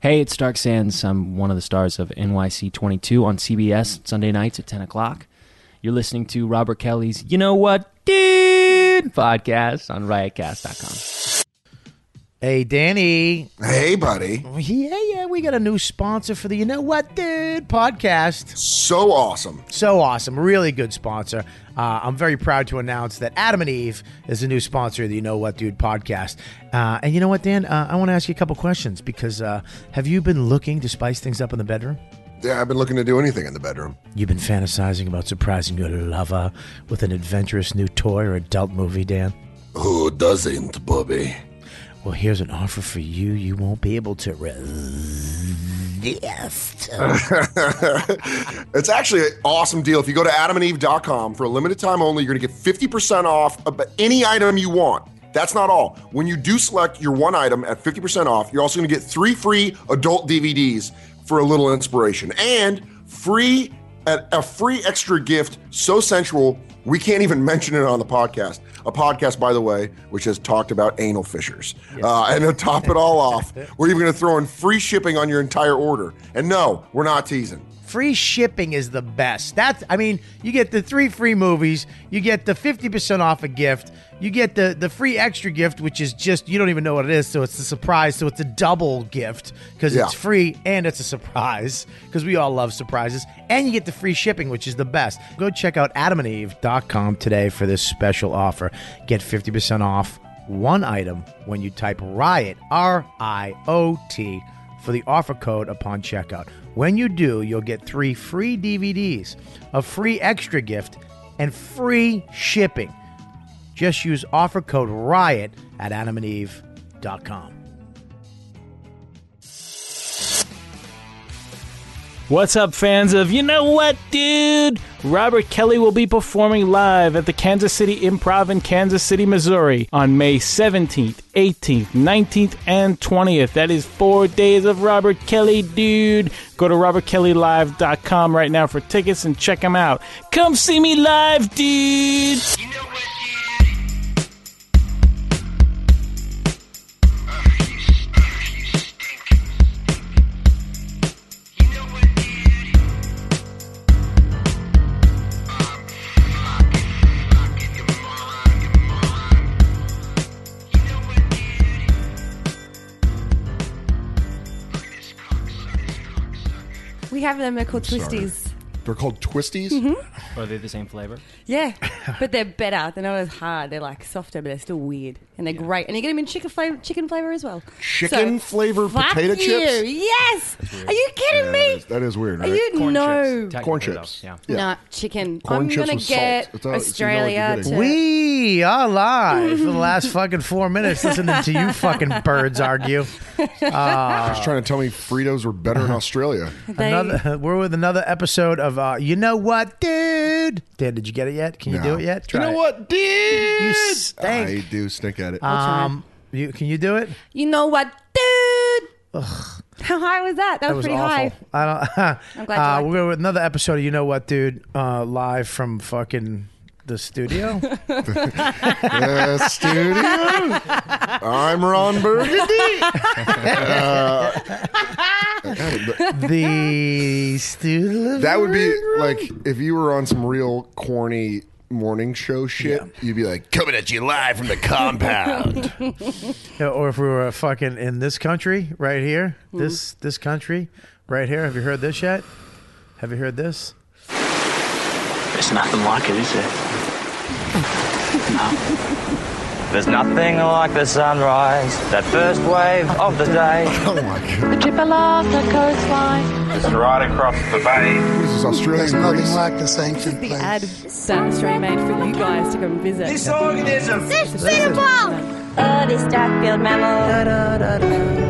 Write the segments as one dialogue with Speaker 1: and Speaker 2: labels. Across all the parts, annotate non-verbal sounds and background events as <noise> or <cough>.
Speaker 1: Hey, it's Dark Sands. I'm one of the stars of NYC 22 on CBS Sunday nights at 10 o'clock. You're listening to Robert Kelly's You Know What Dude podcast on riotcast.com.
Speaker 2: Hey, Danny.
Speaker 3: Hey, buddy.
Speaker 2: Yeah, yeah, we got a new sponsor for the You Know What Dude podcast.
Speaker 3: So awesome.
Speaker 2: So awesome. Really good sponsor. Uh, I'm very proud to announce that Adam and Eve is a new sponsor of the You Know What Dude podcast. Uh, and you know what, Dan? Uh, I want to ask you a couple questions because uh, have you been looking to spice things up in the bedroom?
Speaker 3: Yeah, I've been looking to do anything in the bedroom.
Speaker 2: You've been fantasizing about surprising your lover with an adventurous new toy or adult movie, Dan?
Speaker 3: Who doesn't, Bobby?
Speaker 2: Well, here's an offer for you you won't be able to
Speaker 4: <coughs>
Speaker 2: resist.
Speaker 3: <laughs> It's actually an awesome deal. If you go to adamandeve.com for a limited time only, you're going to get 50% off of any item you want. That's not all. When you do select your one item at 50% off, you're also going to get three free adult DVDs for a little inspiration and free a, a free extra gift so sensual we can't even <laughs> mention it on the podcast. A podcast, by the way, which has talked about anal fissures. Uh, and to top it all
Speaker 2: <laughs>
Speaker 3: off, we're even going to throw in free shipping on your entire order. And no, we're not teasing.
Speaker 2: Free shipping is the best. That's, I mean, you get the three free movies, you get the 50% off a gift, you get the, the free extra gift, which is just, you don't even know what it is. So it's a surprise. So it's a double gift because
Speaker 3: Yeah.
Speaker 2: it's free and it's a surprise because we all love surprises. And you get the free shipping, which is the best. Go check out adamandeve.com today for this special offer. Get 50% off one item when you type riot, R I O T, for the offer code upon checkout. When you do, you'll get three free DVDs, a free extra gift, and free shipping. Just use offer code RIOT at adamandeve.com.
Speaker 5: What's up, fans of You Know What, Dude? Robert Kelly will be performing live at the Kansas City Improv in Kansas City, Missouri on May 17th, 18th, 19th, and 20th. That is four days of Robert Kelly, dude. Go to robertkellylive.com right now for tickets and check him out. Come see me live, dude.
Speaker 6: We have them. They're called Oh, twisties.
Speaker 3: They're called twisties.
Speaker 1: Are they Oh, the same
Speaker 4: <laughs>
Speaker 1: flavor?
Speaker 6: Yeah, but they're better. They're not as hard. They're like softer, but they're still weird, and they're great. And you get them in chicken flavor, chicken flavor as well.
Speaker 3: Chicken flavor
Speaker 6: fuck
Speaker 3: potato
Speaker 6: you.
Speaker 3: chips?
Speaker 6: Yes. Are you kidding
Speaker 3: That
Speaker 6: me?
Speaker 3: is- that is weird,
Speaker 6: Are
Speaker 3: right?
Speaker 6: you no?
Speaker 1: Technically,
Speaker 3: Corn
Speaker 1: though,
Speaker 3: chips.
Speaker 1: Yeah.
Speaker 3: Yeah.
Speaker 6: No chicken.
Speaker 3: Corn
Speaker 6: I'm
Speaker 3: chips
Speaker 6: gonna
Speaker 3: with salt.
Speaker 6: get
Speaker 3: It's all- it's- you know what you're
Speaker 6: Australia
Speaker 3: getting.
Speaker 6: to.
Speaker 2: We are live for the last
Speaker 6: <laughs>
Speaker 2: fucking four minutes listening to you fucking birds argue. Uh,
Speaker 3: Just trying to tell me Fritos were better
Speaker 2: <laughs>
Speaker 3: in Australia.
Speaker 6: they-
Speaker 2: Another, <laughs> we're with another episode of uh, You Know What, Dude? Dan, did you get it yet? Can you do
Speaker 3: No.
Speaker 2: it yet?
Speaker 3: You
Speaker 2: Try
Speaker 3: know
Speaker 2: it.
Speaker 3: what, dude? Oh,
Speaker 2: You stink.
Speaker 3: I do stink at it.
Speaker 2: Um, you, can you do it?
Speaker 6: you know what, dude? How high was that?
Speaker 2: That
Speaker 6: That, was,
Speaker 2: was
Speaker 6: pretty high.
Speaker 2: awful. I don't, <laughs>
Speaker 6: I'm glad you
Speaker 2: uh,
Speaker 6: liked
Speaker 2: we're with another episode of You Know What, Dude? Uh, live from fucking
Speaker 3: <laughs>
Speaker 2: the studio.
Speaker 3: Uh, studio.
Speaker 2: <laughs>
Speaker 3: I'm Ron
Speaker 7: <laughs>
Speaker 3: Burgundy. Uh,
Speaker 2: the studio.
Speaker 3: that would be like if you were on some real corny morning show shit, you'd be like, <laughs> coming at you live from the compound.
Speaker 2: Yeah, or if we were fucking in this country right here,
Speaker 6: Hmm.
Speaker 2: this this country right here. Have you heard this yet? Have you heard this?
Speaker 8: There's nothing like it, is there? no. <laughs> There's nothing like the sunrise, that first wave of the day.
Speaker 4: <laughs>
Speaker 3: oh my God.
Speaker 7: Drip off the coastline.
Speaker 8: It's right across the bay.
Speaker 3: This is Australian Greece.
Speaker 9: like the sanctuary.
Speaker 6: The ad that Australia made for you guys to go and visit.
Speaker 8: This organism
Speaker 7: Oh, this dark field mammal.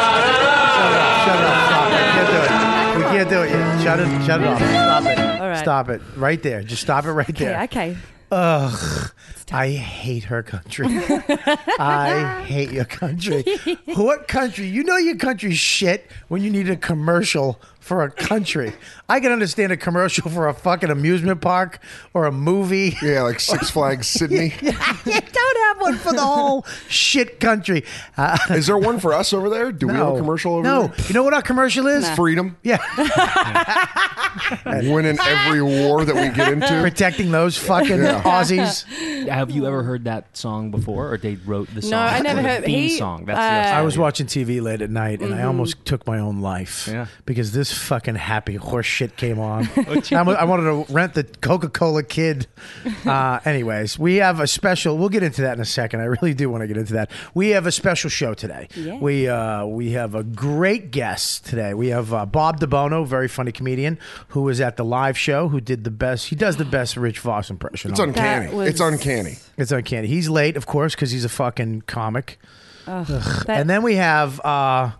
Speaker 2: Shut it off. Stop it. We can't do it. We can't do it yet. Shut it. Shut it off. Stop it.
Speaker 6: All right.
Speaker 2: Stop it. Right there. Just stop it right there.
Speaker 6: Okay. okay.
Speaker 2: Ugh. I hate her country. <laughs> I hate your country. what country? You know your country's shit when you need a commercial for a country. I can understand a commercial for a fucking amusement park or a movie. <laughs>
Speaker 3: Yeah, like Six Flags Sydney.
Speaker 2: you don't have one for the whole shit country. Uh,
Speaker 4: Is there one for us over there? Do we have
Speaker 2: no
Speaker 4: a commercial over
Speaker 2: No,
Speaker 4: there?
Speaker 2: you know what our commercial is?
Speaker 6: Nah.
Speaker 4: Freedom.
Speaker 2: Yeah,
Speaker 4: Winning every war that we get into.
Speaker 2: protecting those fucking
Speaker 4: Yeah.
Speaker 2: Aussies.
Speaker 1: Have you ever heard that song before, or they wrote the song?
Speaker 6: No, I never
Speaker 1: or the
Speaker 6: heard-
Speaker 1: theme
Speaker 6: he,
Speaker 1: song. That's
Speaker 6: uh, Mm-hmm.
Speaker 1: the
Speaker 2: I was watching TV late at night and I almost took my own life
Speaker 1: Yeah.
Speaker 2: because this fucking happy horse shit
Speaker 1: <laughs>
Speaker 2: came on. I wa- I wanted to rent the Coca Cola Kid. Uh, anyways, we have a special. We'll get into that in a second. I really do want to get into that. We have a special show today.
Speaker 6: Yeah.
Speaker 2: We uh, we have a great guest today. We have uh, Bob DeBono, very funny comedian, who was at the live show, who did the best. He does the best Rich Voss impression.
Speaker 4: It's
Speaker 2: on-
Speaker 4: uncanny.
Speaker 6: was-
Speaker 4: It's uncanny.
Speaker 2: it's uncanny. He's late, of course, because he's a fucking comic.
Speaker 6: That-
Speaker 2: And then we have, uh,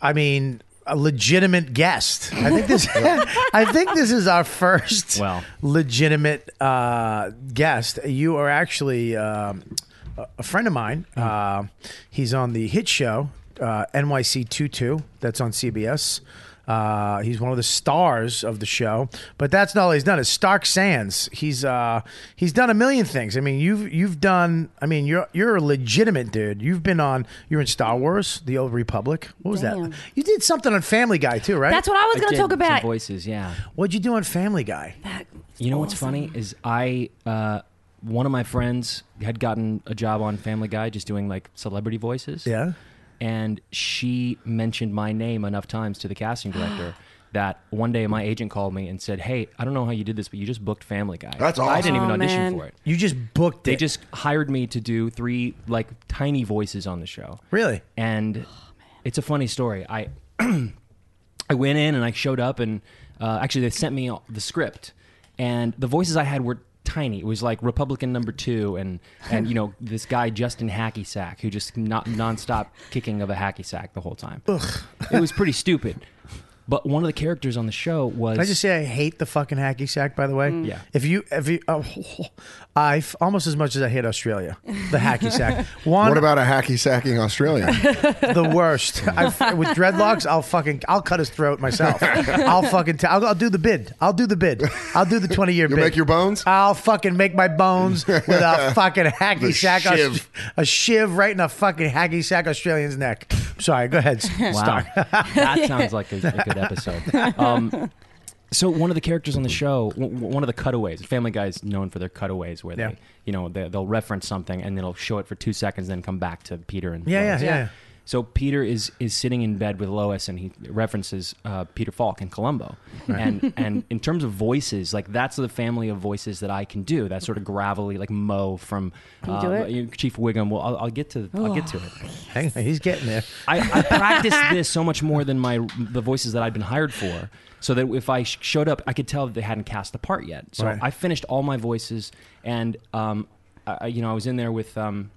Speaker 2: I mean, a legitimate guest. I
Speaker 4: <laughs>
Speaker 2: think this, I think this is our first
Speaker 1: Well.
Speaker 2: legitimate uh, guest. You are actually um, a a friend of mine. Uh, he's on the hit show uh, NYC 22. That's on CBS. Uh, he's one of the stars of the show, but that's not all he's done. Is Stark Sands. He's uh, he's done a million things. I mean, you've you've done. I mean, you're you're a legitimate dude. You've been on. You're in Star Wars, The Old Republic. What was
Speaker 6: Damn.
Speaker 2: that? You did something on Family Guy too, right?
Speaker 6: That's what I was
Speaker 1: I
Speaker 6: going to
Speaker 1: did
Speaker 6: talk
Speaker 1: some
Speaker 6: about.
Speaker 1: voices. Yeah.
Speaker 2: What'd you do on Family Guy?
Speaker 1: You know what's funny is I uh, one of my friends had gotten a job on Family Guy just doing like celebrity voices.
Speaker 2: Yeah.
Speaker 1: And she mentioned my name enough times to the casting
Speaker 2: <gasps>
Speaker 1: director that one day my agent called me and said, "Hey, I don't know how you did this, but you just booked Family Guy."
Speaker 4: That's
Speaker 1: I didn't even
Speaker 6: awesome. Oh,
Speaker 1: audition
Speaker 6: man.
Speaker 1: for it.
Speaker 2: You just booked
Speaker 1: They
Speaker 2: it.
Speaker 1: just hired me to do three like tiny voices on the show.
Speaker 2: really. Oh,
Speaker 1: and it's a funny story. I <clears throat> I went in and I showed up, and uh, actually they sent me the script, and the voices I had were tiny. It was like Republican number two, and and you know this guy Justin Hacky Sack who just not nonstop kicking of a hacky sack the whole time. It was pretty stupid. But one of the characters on the show was Mm.
Speaker 2: Can I just say I hate the fucking hacky sack. By the way,
Speaker 1: Yeah.
Speaker 2: If you, if you, oh, <laughs> I f- almost as much as I hate Australia,
Speaker 1: <laughs>
Speaker 2: the hacky sack. One,
Speaker 4: What about a hacky sacking Australian?
Speaker 2: <laughs> the worst? I f- with dreadlocks, I'll fucking, I'll cut his throat
Speaker 4: <laughs>
Speaker 2: myself. I'll fucking, t- I'll, I'll do the bid. I'll do the bid. I'll do the twenty year
Speaker 4: You'll
Speaker 2: bid.
Speaker 4: make your bones?
Speaker 2: I'll fucking make my bones
Speaker 4: <laughs>
Speaker 2: with a fucking hacky
Speaker 4: The
Speaker 2: sack, a,
Speaker 4: shiv.
Speaker 2: sh- a shiv right in a fucking hacky sack Australian's neck. Sorry,
Speaker 1: <laughs>
Speaker 2: go ahead.
Speaker 1: Wow, that sounds like a,
Speaker 2: <laughs>
Speaker 1: a good episode. Um, so one of the characters on the show, w- w- one of the cutaways, Family Guy is known for their cutaways where
Speaker 2: Yeah.
Speaker 1: they, you know, they, they'll reference something and then they'll show it for two seconds, then come back to Peter and
Speaker 2: Yeah, yeah,
Speaker 1: Lois.
Speaker 2: yeah, yeah.
Speaker 1: So Peter is is sitting in bed with Lois, and he references uh, Peter Falk and Columbo, and and in terms of voices, like that's the family of voices that I can do. That sort of gravelly, like Mo from
Speaker 6: you do
Speaker 1: uh, Chief Wiggum. Well, I'll, I'll get to I'll get to it.
Speaker 2: Hang on, he's getting there.
Speaker 1: I, I practiced this so much more than my the voices that I'd been hired for, so that if I sh- showed up, I could tell that they hadn't cast the part yet. So
Speaker 2: Right.
Speaker 1: I finished all my voices, and um, I, I- you know, I was in there with um,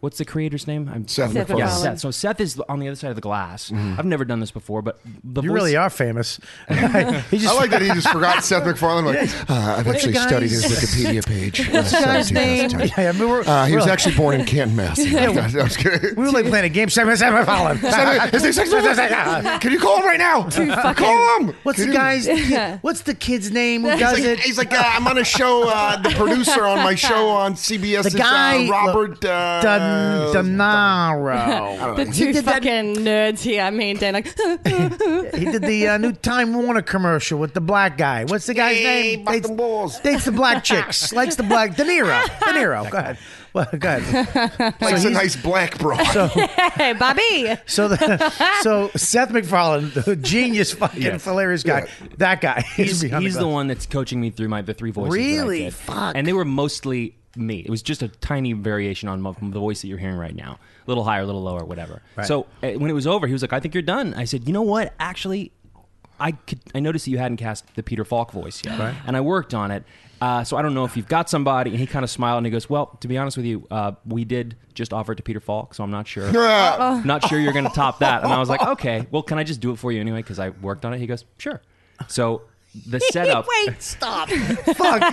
Speaker 1: what's the creator's name? I'm
Speaker 4: Seth
Speaker 6: Seth
Speaker 4: MacFarlane.
Speaker 1: Yeah,
Speaker 6: MacFarlane.
Speaker 1: Seth. So Seth is on the other side of the glass. I've never done this before, but the
Speaker 2: Mm-hmm. You
Speaker 1: voice,
Speaker 2: really
Speaker 1: <laughs>
Speaker 2: are famous. <laughs> he just
Speaker 4: I like that he
Speaker 2: <laughs>
Speaker 4: just forgot Seth MacFarlane. Like, uh, I've actually
Speaker 2: guys.
Speaker 4: studied his Wikipedia page. Uh,
Speaker 2: guy's
Speaker 4: 17,000 times.
Speaker 2: Yeah, I mean, <laughs> we're-
Speaker 4: Uh, he
Speaker 2: we're
Speaker 4: was
Speaker 2: like-
Speaker 4: actually born in Canton,
Speaker 2: <laughs>
Speaker 4: Mass. I was kidding.
Speaker 2: We were like playing a game. Seven, seven, Holland.
Speaker 4: uh, Is there sex- Can you call him right now? Call him.
Speaker 2: What's
Speaker 4: Can you- <laughs>
Speaker 2: the guy's? What's the kid's name who does
Speaker 4: He's like,
Speaker 2: it?
Speaker 4: he's like, uh, I'm
Speaker 2: <laughs>
Speaker 4: on a show, uh, the producer on my
Speaker 10: <laughs>
Speaker 6: <laughs>
Speaker 4: show on CBS.
Speaker 2: The
Speaker 4: is,
Speaker 2: guy-
Speaker 4: uh, Robert uh,
Speaker 2: Dun,
Speaker 3: <laughs>
Speaker 4: <laughs>
Speaker 2: Donaro.
Speaker 6: The
Speaker 2: He
Speaker 6: two
Speaker 2: did that-
Speaker 6: fucking nerds here, I mean, Dan, like, <laughs>
Speaker 2: He did the uh, new Time Warner commercial with the black guy. What's the guy's
Speaker 4: Hey,
Speaker 2: name?
Speaker 4: Buck them balls.
Speaker 2: dates the black
Speaker 4: <laughs>
Speaker 2: chicks. Likes the black. De Niro. De Niro. Go ahead. Well, go ahead.
Speaker 4: Likes a
Speaker 2: he's-
Speaker 4: nice black broad.
Speaker 6: hey, <laughs> Bobby.
Speaker 2: So, the, so Seth MacFarlane, the genius, fucking
Speaker 1: Yes.
Speaker 2: hilarious guy. That guy. <laughs>
Speaker 1: He's,
Speaker 2: behind
Speaker 1: he's
Speaker 4: <laughs>
Speaker 1: the
Speaker 2: glass.
Speaker 1: one that's coaching me through my the three voices. that I
Speaker 2: Really?
Speaker 1: did.
Speaker 2: Fuck.
Speaker 1: And they were mostly me. It was just a tiny variation on mo- the voice that you're hearing right now, a little higher, a little lower, whatever. So uh, when it was over, he was like, "I think you're done." I said, "You know what? Actually, I could. I noticed that you hadn't cast the Peter Falk voice yet, and I worked on it. Uh, so I don't know if you've got somebody." And he kind of smiled and he goes, "Well, to be honest with you, uh, we did just offer it to Peter Falk, so I'm not sure."
Speaker 4: Uh,
Speaker 1: not sure you're going to top that. And I was like, okay, well, can I just do it for you anyway? Because I worked on it. He goes, sure. So the <laughs> setup.
Speaker 6: <laughs> Wait, stop.
Speaker 2: Fuck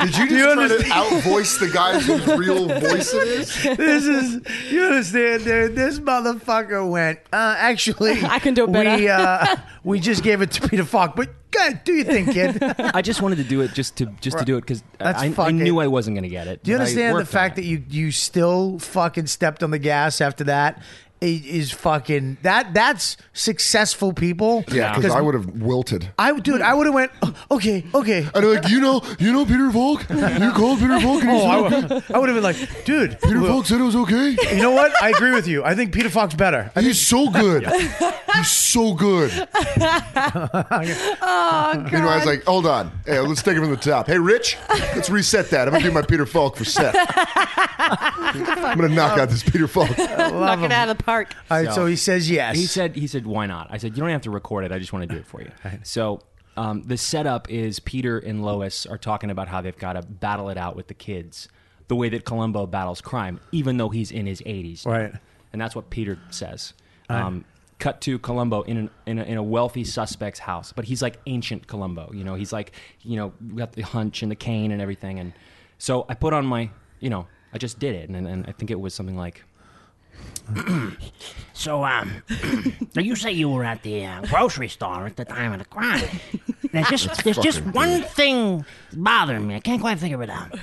Speaker 1: <laughs>
Speaker 4: Did you just try to outvoice the guy whose real voice it is?
Speaker 2: this is you understand, dude. This motherfucker went. Uh, actually,
Speaker 6: <laughs> I can do it better.
Speaker 2: We uh, we just gave it to Peter Falk, but go eh, do your thing,
Speaker 6: <laughs>
Speaker 2: kid. do
Speaker 1: I just wanted to do it just to just to do it because
Speaker 2: That's
Speaker 1: I, I
Speaker 2: fucking-
Speaker 1: knew I wasn't going to get it.
Speaker 2: you
Speaker 1: but I
Speaker 2: understand the
Speaker 1: worked on
Speaker 2: fact
Speaker 1: it.
Speaker 2: that you you still fucking stepped on the gas after that? It Is fucking that that's successful people.
Speaker 4: Yeah, because I would have wilted.
Speaker 2: I would, dude, I would have went. "Oh, Okay, okay.
Speaker 4: I'd be like, you know, you know Peter Volk? You called Peter Volk and he's
Speaker 2: Oh, I would
Speaker 4: okay.
Speaker 2: have been like, dude,
Speaker 4: Peter
Speaker 2: look,
Speaker 4: Volk said it was okay.
Speaker 2: you know what? I agree with you. I think Peter Falk's better.
Speaker 4: He's so good. He's so good.
Speaker 6: Oh, God.
Speaker 4: <laughs> Meanwhile, I was like, hold on. Hey, let's take it from the top. Hey, Rich, let's reset that. I'm going to do my Peter Falk for
Speaker 6: <laughs>
Speaker 4: set. I'm going to knock out this Peter Falk.
Speaker 6: <laughs> knock it out of the park.
Speaker 2: All right, so he says yes.
Speaker 1: He said, "He said, why not?" I said, "You don't have to record it. I just want to do it
Speaker 2: <laughs>
Speaker 1: for you." So um, the setup is Peter and Lois are talking about how they've got to battle it out with the kids, the way that Columbo battles crime, even though he's in his eighties.
Speaker 2: Right.
Speaker 1: and that's what Peter says. Um, cut to Columbo in, an, in, a, in a wealthy suspect's house, but he's like ancient Columbo. You know, he's like you know got the hunch and the cane and everything. And so I put on my you know I just did it, and, and I think it was something like.
Speaker 10: So, um, <coughs> now you say you were at the uh, grocery store at the time of the crime. There's just, there's just
Speaker 4: fucking
Speaker 10: one thing bothering me. I can't quite figure it out.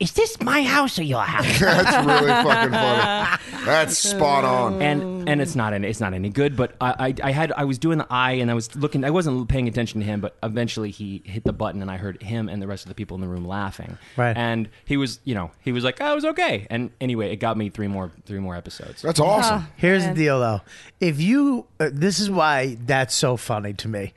Speaker 10: Is this my house or your
Speaker 4: <laughs>
Speaker 10: house?
Speaker 4: That's really fucking
Speaker 6: <laughs>
Speaker 4: funny. That's spot on.
Speaker 1: and and it's not any, it's not any good. But I, I I had I was doing the eye and I was looking. I wasn't paying attention to him, but eventually he hit the button and I heard him and the rest of the people in the room laughing.
Speaker 2: Right.
Speaker 1: And he was you know he was like I was okay. And anyway, it got me three more three more episodes.
Speaker 4: That's
Speaker 1: Ah,
Speaker 4: awesome.
Speaker 2: Here's the deal, though. If you, uh, this is why that's so funny to me,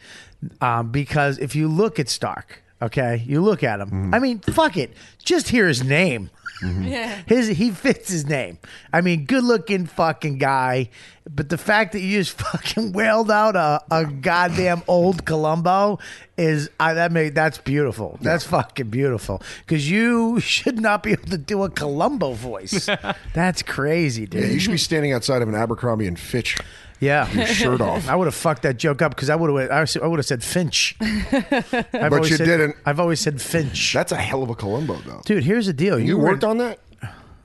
Speaker 2: um, because if you look at Stark, okay, you look at him.
Speaker 4: Mm-hmm.
Speaker 2: I mean, fuck it, just hear his name. Mm-hmm. His he fits his name. I mean, good looking fucking guy, but the fact that you just <laughs> fucking wailed out a, a goddamn old Columbo is I that made that's beautiful. That's fucking beautiful because you <laughs> should not be able to do a Columbo
Speaker 4: <laughs>
Speaker 2: voice. that's crazy, dude.
Speaker 4: Yeah, you should be standing outside of an Abercrombie and Fitch.
Speaker 2: Yeah,
Speaker 4: Shirt off.
Speaker 2: <laughs> I would have fucked that joke up because I would have. I would have said Finch. I've always
Speaker 4: you
Speaker 2: said-
Speaker 4: didn't.
Speaker 2: I've always said Finch.
Speaker 4: That's a hell of a Columbo, though.
Speaker 2: Dude, here's the deal.
Speaker 4: you
Speaker 2: were-
Speaker 4: worked on that?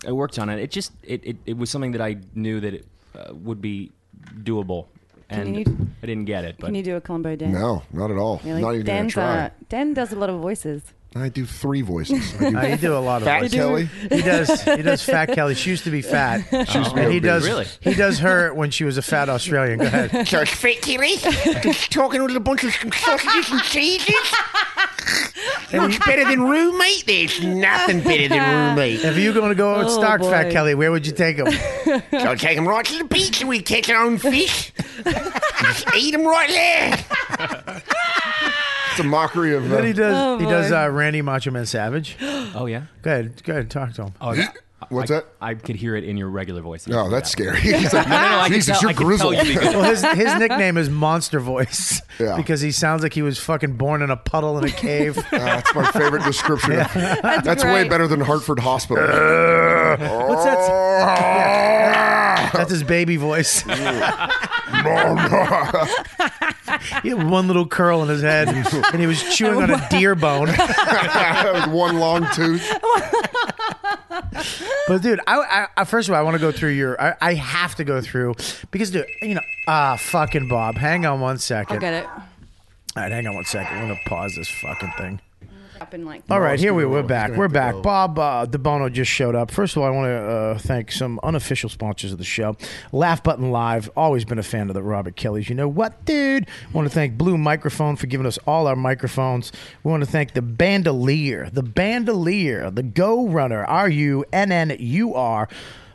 Speaker 1: I worked on it. It just it it, it was something that I knew that it uh, would be doable, and
Speaker 6: you-
Speaker 1: I didn't get it. But
Speaker 6: Can you do a Columbo dance?
Speaker 4: No, not at all.
Speaker 6: Really?
Speaker 4: Not even going to
Speaker 6: Dan's
Speaker 4: try.
Speaker 6: a- Dan does a lot of voices.
Speaker 4: <laughs> I do three voices. I do
Speaker 2: Uh, you do a lot of.
Speaker 4: Fat
Speaker 2: voices.
Speaker 4: Kelly.
Speaker 2: He does. He
Speaker 6: <laughs>
Speaker 2: does Fat Kelly. She used to be fat. She used
Speaker 4: to be
Speaker 2: and he
Speaker 4: obese.
Speaker 2: does.
Speaker 1: Really?
Speaker 2: He does her when she was a fat Australian.
Speaker 4: <laughs>
Speaker 2: Go
Speaker 6: <laughs>
Speaker 2: ahead.
Speaker 10: Sorry, fake Kelly. Just talking with a bunch of sausages and cheeses.
Speaker 6: <laughs>
Speaker 10: Much better than roommate. There's nothing better than roommate.
Speaker 2: If you were going to go out with
Speaker 6: Oh,
Speaker 2: Stark, Fat
Speaker 10: <laughs>
Speaker 6: boy.
Speaker 2: Kelly, where would you take him?
Speaker 10: So I take him right to the beach and we catch our own
Speaker 6: <laughs>
Speaker 10: fish. Just eat him right there.
Speaker 4: It's a mockery of.
Speaker 2: Then he
Speaker 4: Uh,
Speaker 2: does.
Speaker 6: Oh,
Speaker 2: he does
Speaker 6: boy.
Speaker 2: uh, Randy Macho Man
Speaker 6: <gasps>
Speaker 2: Savage. Go
Speaker 1: oh yeah.
Speaker 2: ahead. Go ahead. and Talk to him.
Speaker 1: Oh, yeah.
Speaker 4: what's
Speaker 1: I,
Speaker 4: that?
Speaker 1: I could hear it in your regular voice.
Speaker 4: Oh, that's scary. <laughs> <laughs> He's like,
Speaker 1: No, I could
Speaker 4: Jesus,
Speaker 1: tell-
Speaker 4: you're
Speaker 1: I could tell
Speaker 4: grizzled.
Speaker 1: you because-
Speaker 2: Well, his, his nickname is Monster Voice
Speaker 4: <laughs> Yeah. Uh,
Speaker 2: because he sounds like he was fucking born in a puddle in a cave.
Speaker 4: That's my favorite description.
Speaker 2: <laughs>
Speaker 4: That's, way
Speaker 6: great.
Speaker 4: better than Hartford <laughs> Hospital. <laughs>
Speaker 2: What's that? That's his baby
Speaker 4: <laughs>
Speaker 2: voice. <laughs> he had one little curl in his head, and he was chewing on a deer
Speaker 4: <laughs>
Speaker 2: bone.
Speaker 4: With one long tooth.
Speaker 2: <laughs> But dude, I, I, I first of all, I want to go through your. I, I have to go through because, dude, you know, ah, fucking Bob. Hang on one second.
Speaker 6: I'll get it.
Speaker 2: All right, hang on one second. I'm gonna pause this fucking thing.
Speaker 6: Up in like.
Speaker 2: All right, here we we're
Speaker 4: go.
Speaker 2: back.
Speaker 4: It's gonna
Speaker 2: We're
Speaker 4: have to
Speaker 2: back.
Speaker 4: go.
Speaker 2: Bob uh, DeBono just showed up. First of all, I want to uh, thank some unofficial sponsors of the show. Laugh Button Live, always been a fan of the Robert Kellys. You know what, dude? want to thank Blue Microphone for giving us all our microphones. We want to thank the Bandolier, the Bandolier, the Go Runner, R U N N U R.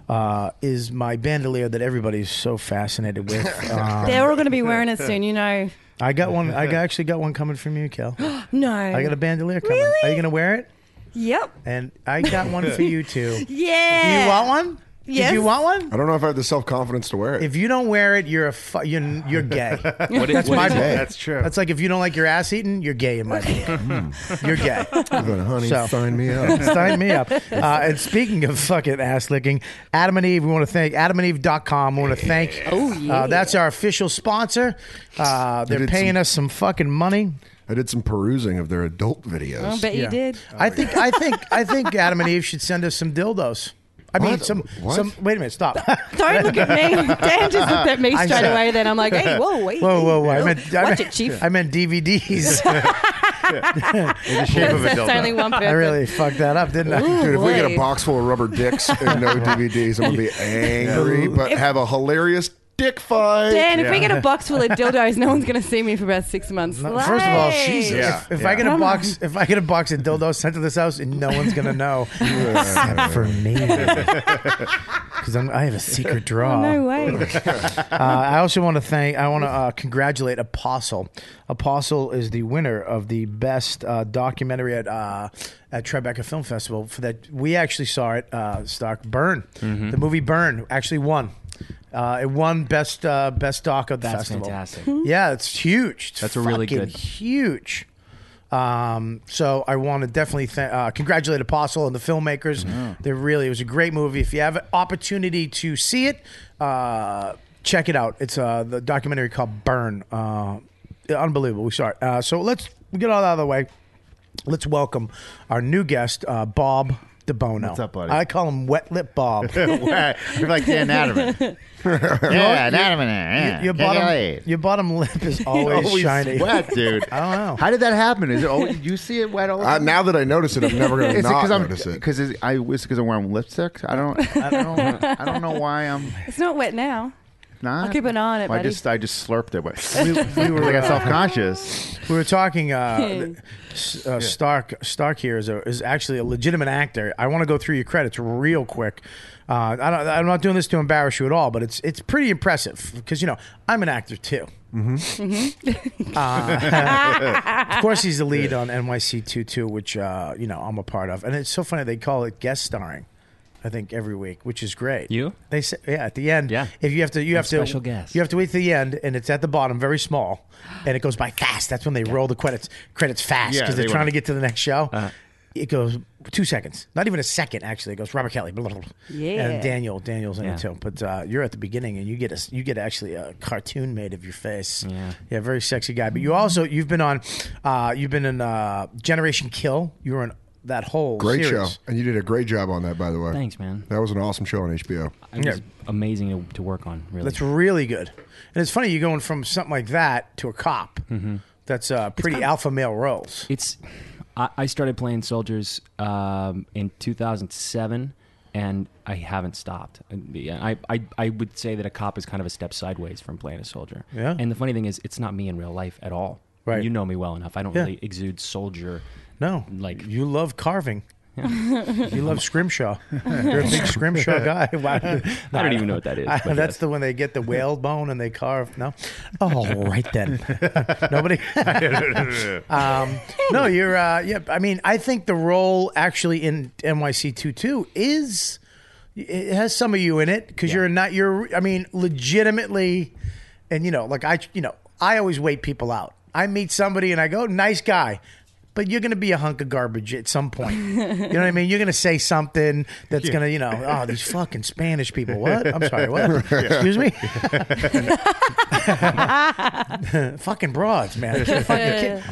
Speaker 2: Uh, is my bandolier that everybody's so fascinated with.
Speaker 6: <laughs>
Speaker 4: Ah.
Speaker 2: Uh,
Speaker 6: They're all going to be wearing
Speaker 4: <laughs>
Speaker 6: it soon, you know. <gasps>
Speaker 2: I got one. I got- actually got one coming from you, Kel. I
Speaker 6: No.
Speaker 2: got a bandolier coming.
Speaker 6: Really?
Speaker 2: Are you gonna wear it?
Speaker 6: Yep.
Speaker 2: And I got one for you too.
Speaker 6: Yeah.
Speaker 2: You want one?
Speaker 6: Yes.
Speaker 2: Did you want
Speaker 4: <laughs>
Speaker 2: one?
Speaker 4: I don't know if I have the self confidence to wear it.
Speaker 2: If you don't wear it, you're a fu- you're,
Speaker 4: <laughs>
Speaker 2: you're gay.
Speaker 1: What is, what
Speaker 2: my
Speaker 1: is it?
Speaker 2: bad.
Speaker 11: That's true.
Speaker 2: That's like if you don't like your ass eaten, you're
Speaker 4: <laughs>
Speaker 2: gay in my book. you're gay.
Speaker 4: Then, Hmm. honey,
Speaker 2: So-
Speaker 4: sign me up.
Speaker 2: <laughs> Sign me up. Uh, and speaking of fucking ass licking, Adam and Eve, we want to thank adamandeve.com. We want to thank. Oh,
Speaker 6: yeah.
Speaker 2: that's our official sponsor. Uh, they're
Speaker 4: did
Speaker 2: paying
Speaker 4: some-
Speaker 2: us some fucking money.
Speaker 4: I did some perusing of their adult videos. Oh,
Speaker 6: I bet you did.
Speaker 4: <laughs>
Speaker 2: I think I think I think Adam and Eve should send us some dildos. I mean,
Speaker 10: What?
Speaker 2: some
Speaker 10: What?
Speaker 2: some. Wait a minute, stop.
Speaker 6: Don't look at me.
Speaker 2: <laughs>
Speaker 6: Dan just looked at me
Speaker 2: I'm
Speaker 6: straight
Speaker 2: sorry.
Speaker 6: away. Then I'm like, hey, whoa, wait.
Speaker 2: Whoa, whoa, whoa! I meant, I
Speaker 6: Watch
Speaker 2: meant,
Speaker 6: it, Chief.
Speaker 2: I meant DVDs.
Speaker 6: <laughs>
Speaker 2: <laughs>
Speaker 10: in the shape of a
Speaker 6: That's
Speaker 10: dildo.
Speaker 6: only one person.
Speaker 2: I really fucked that up, didn't I?
Speaker 11: Dude, if we get
Speaker 6: boy.
Speaker 11: a box full of rubber dicks and no DVDs, I'm gonna be angry, but have a hilarious dick fight.
Speaker 6: Dan, if we get a box
Speaker 4: <laughs>
Speaker 6: full of dildos, no one's going to see me for about six months.
Speaker 2: No, First of all,
Speaker 6: Slay.
Speaker 2: Jesus!
Speaker 11: Yeah,
Speaker 2: If, if I get a box, if I get a box of dildos sent to this house, and no one's gonna know, except for me, <laughs> because I have a secret draw.
Speaker 6: No way.
Speaker 2: <laughs> Uh, I also want to thank. I want to uh, congratulate Apostle. Apostle is the winner of the best uh, documentary at uh, at Tribeca Film Festival. For that, we actually saw it. Uh, Stock Burn, the movie Burn, actually won. Uh, it won best uh, best doc of the
Speaker 1: That's
Speaker 2: festival.
Speaker 1: fantastic.
Speaker 2: <laughs> Yeah, it's huge. It's
Speaker 1: That's a really
Speaker 2: fucking
Speaker 1: good-
Speaker 2: huge. Um, so I want to definitely th- uh, congratulate Apostle and the filmmakers. They really it was a great movie. If you have an opportunity to see it, uh, check it out. It's uh, the documentary called Burn. Uh, unbelievable. We saw it. Uh, so let's we get all out of the way. Let's welcome our new guest, uh, Bob DeBono.
Speaker 10: What's up, buddy?
Speaker 2: I call him Wet
Speaker 10: <laughs>
Speaker 2: Lip Bob.
Speaker 10: You're like Dan Adaman.
Speaker 2: <laughs>
Speaker 10: yeah, Adaman. Yeah.
Speaker 2: your
Speaker 10: Yeah,
Speaker 2: bottom,
Speaker 10: yeah, yeah.
Speaker 2: your bottom
Speaker 10: <laughs>
Speaker 2: lip is always,
Speaker 10: always
Speaker 2: shiny.
Speaker 10: wet,
Speaker 2: <laughs>
Speaker 10: dude.
Speaker 2: I don't know.
Speaker 10: How did that happen? Is it? Oh,
Speaker 6: <laughs>
Speaker 10: you see it wet all the
Speaker 11: I,
Speaker 10: time?
Speaker 11: now that I notice it, I'm never
Speaker 12: <laughs>
Speaker 11: gonna
Speaker 10: Is it
Speaker 11: not
Speaker 10: because I'm
Speaker 11: notice it.
Speaker 10: because I is because I'm wearing lipstick? I
Speaker 6: <laughs>
Speaker 10: don't. I don't. I don't know why
Speaker 4: <laughs>
Speaker 10: I'm
Speaker 6: It's not wet now.
Speaker 10: not.
Speaker 6: I'll keep an eye on it,
Speaker 10: I
Speaker 6: buddy. <laughs>
Speaker 10: just I just slurped it. But
Speaker 2: we
Speaker 10: <laughs>
Speaker 2: were,
Speaker 10: I got
Speaker 2: uh,
Speaker 10: self conscious.
Speaker 2: We were talking. Uh,
Speaker 6: <laughs>
Speaker 2: th- S- uh, Stark Stark here is, a, is actually a legitimate actor. I want to go through your credits real quick. Uh, I don't, I'm not doing this to embarrass you at all, but it's it's pretty impressive because you know I'm an actor too. Uh, of course, he's the lead on NYC 22, which uh, you know I'm a part of, and it's so funny they call it guest starring. I think every week, which is great.
Speaker 1: You?
Speaker 2: They say, yeah, at the end.
Speaker 1: Yeah.
Speaker 2: If you have to, you have to
Speaker 1: special guest.
Speaker 2: You have to wait to the end, and it's at the bottom, very small, and it goes by fast. That's when they roll the credits credits fast
Speaker 10: Yeah,
Speaker 2: because they're
Speaker 10: they
Speaker 2: trying
Speaker 10: wanna- Uh-huh.
Speaker 2: to get to the next show. It goes two seconds, not even a second. Actually, it goes Robert Kelly, blah, blah, blah.
Speaker 6: Yeah.
Speaker 2: and Daniel. Daniel's in
Speaker 1: Yeah.
Speaker 2: it too, but uh, you're at the beginning, and you get a you get actually a cartoon made of your face.
Speaker 1: Yeah.
Speaker 2: yeah, very sexy guy. But you also you've been on, uh, you've been in uh, Generation Kill. You were in that whole
Speaker 11: Great
Speaker 2: series.
Speaker 11: show, and you did a great job on that, by the way.
Speaker 1: Thanks, man.
Speaker 11: That was an awesome show on HBO.
Speaker 1: It was
Speaker 2: Yeah.
Speaker 1: amazing to, to work on. Really,
Speaker 2: That's really good. And it's funny you're going from something like that to a cop.
Speaker 1: Mm-hmm.
Speaker 2: That's uh, pretty alpha male roles.
Speaker 1: it's I, I started playing soldiers um, in 2007 and i haven't stopped And the- I, I, I would say that a cop is kind of a step sideways from playing a soldier
Speaker 2: Yeah.
Speaker 1: and the funny thing is it's not me in real life at all
Speaker 2: Right.
Speaker 1: you know me well enough i don't
Speaker 2: Yeah.
Speaker 1: really exude soldier
Speaker 2: No,
Speaker 1: Like-
Speaker 2: you love carving. <laughs> you love scrimshaw. Uh, You're a big
Speaker 1: <laughs>
Speaker 2: scrimshaw guy. Wow.
Speaker 1: i don't even know what that is
Speaker 2: I-
Speaker 1: but uh,
Speaker 2: that's
Speaker 1: yes.
Speaker 2: the when they get the whale bone and they carve. No, oh right then, <laughs>
Speaker 1: <laughs>
Speaker 2: nobody.
Speaker 4: <laughs>
Speaker 2: um, no, you're. Uh, yeah, I mean, I think the role actually in NYC 22 is it has some of you in it because you're not. You're. I mean, legitimately, and you know, like I, you know, I always wait people out. I meet somebody and I go, nice guy. But you're going to be a hunk of garbage at some point. You know what I mean? You're going to say something that's going to, you know, oh, these fucking Spanish people. What? I'm sorry, what? Excuse me? <laughs> fucking broads, man. I can't- I can't-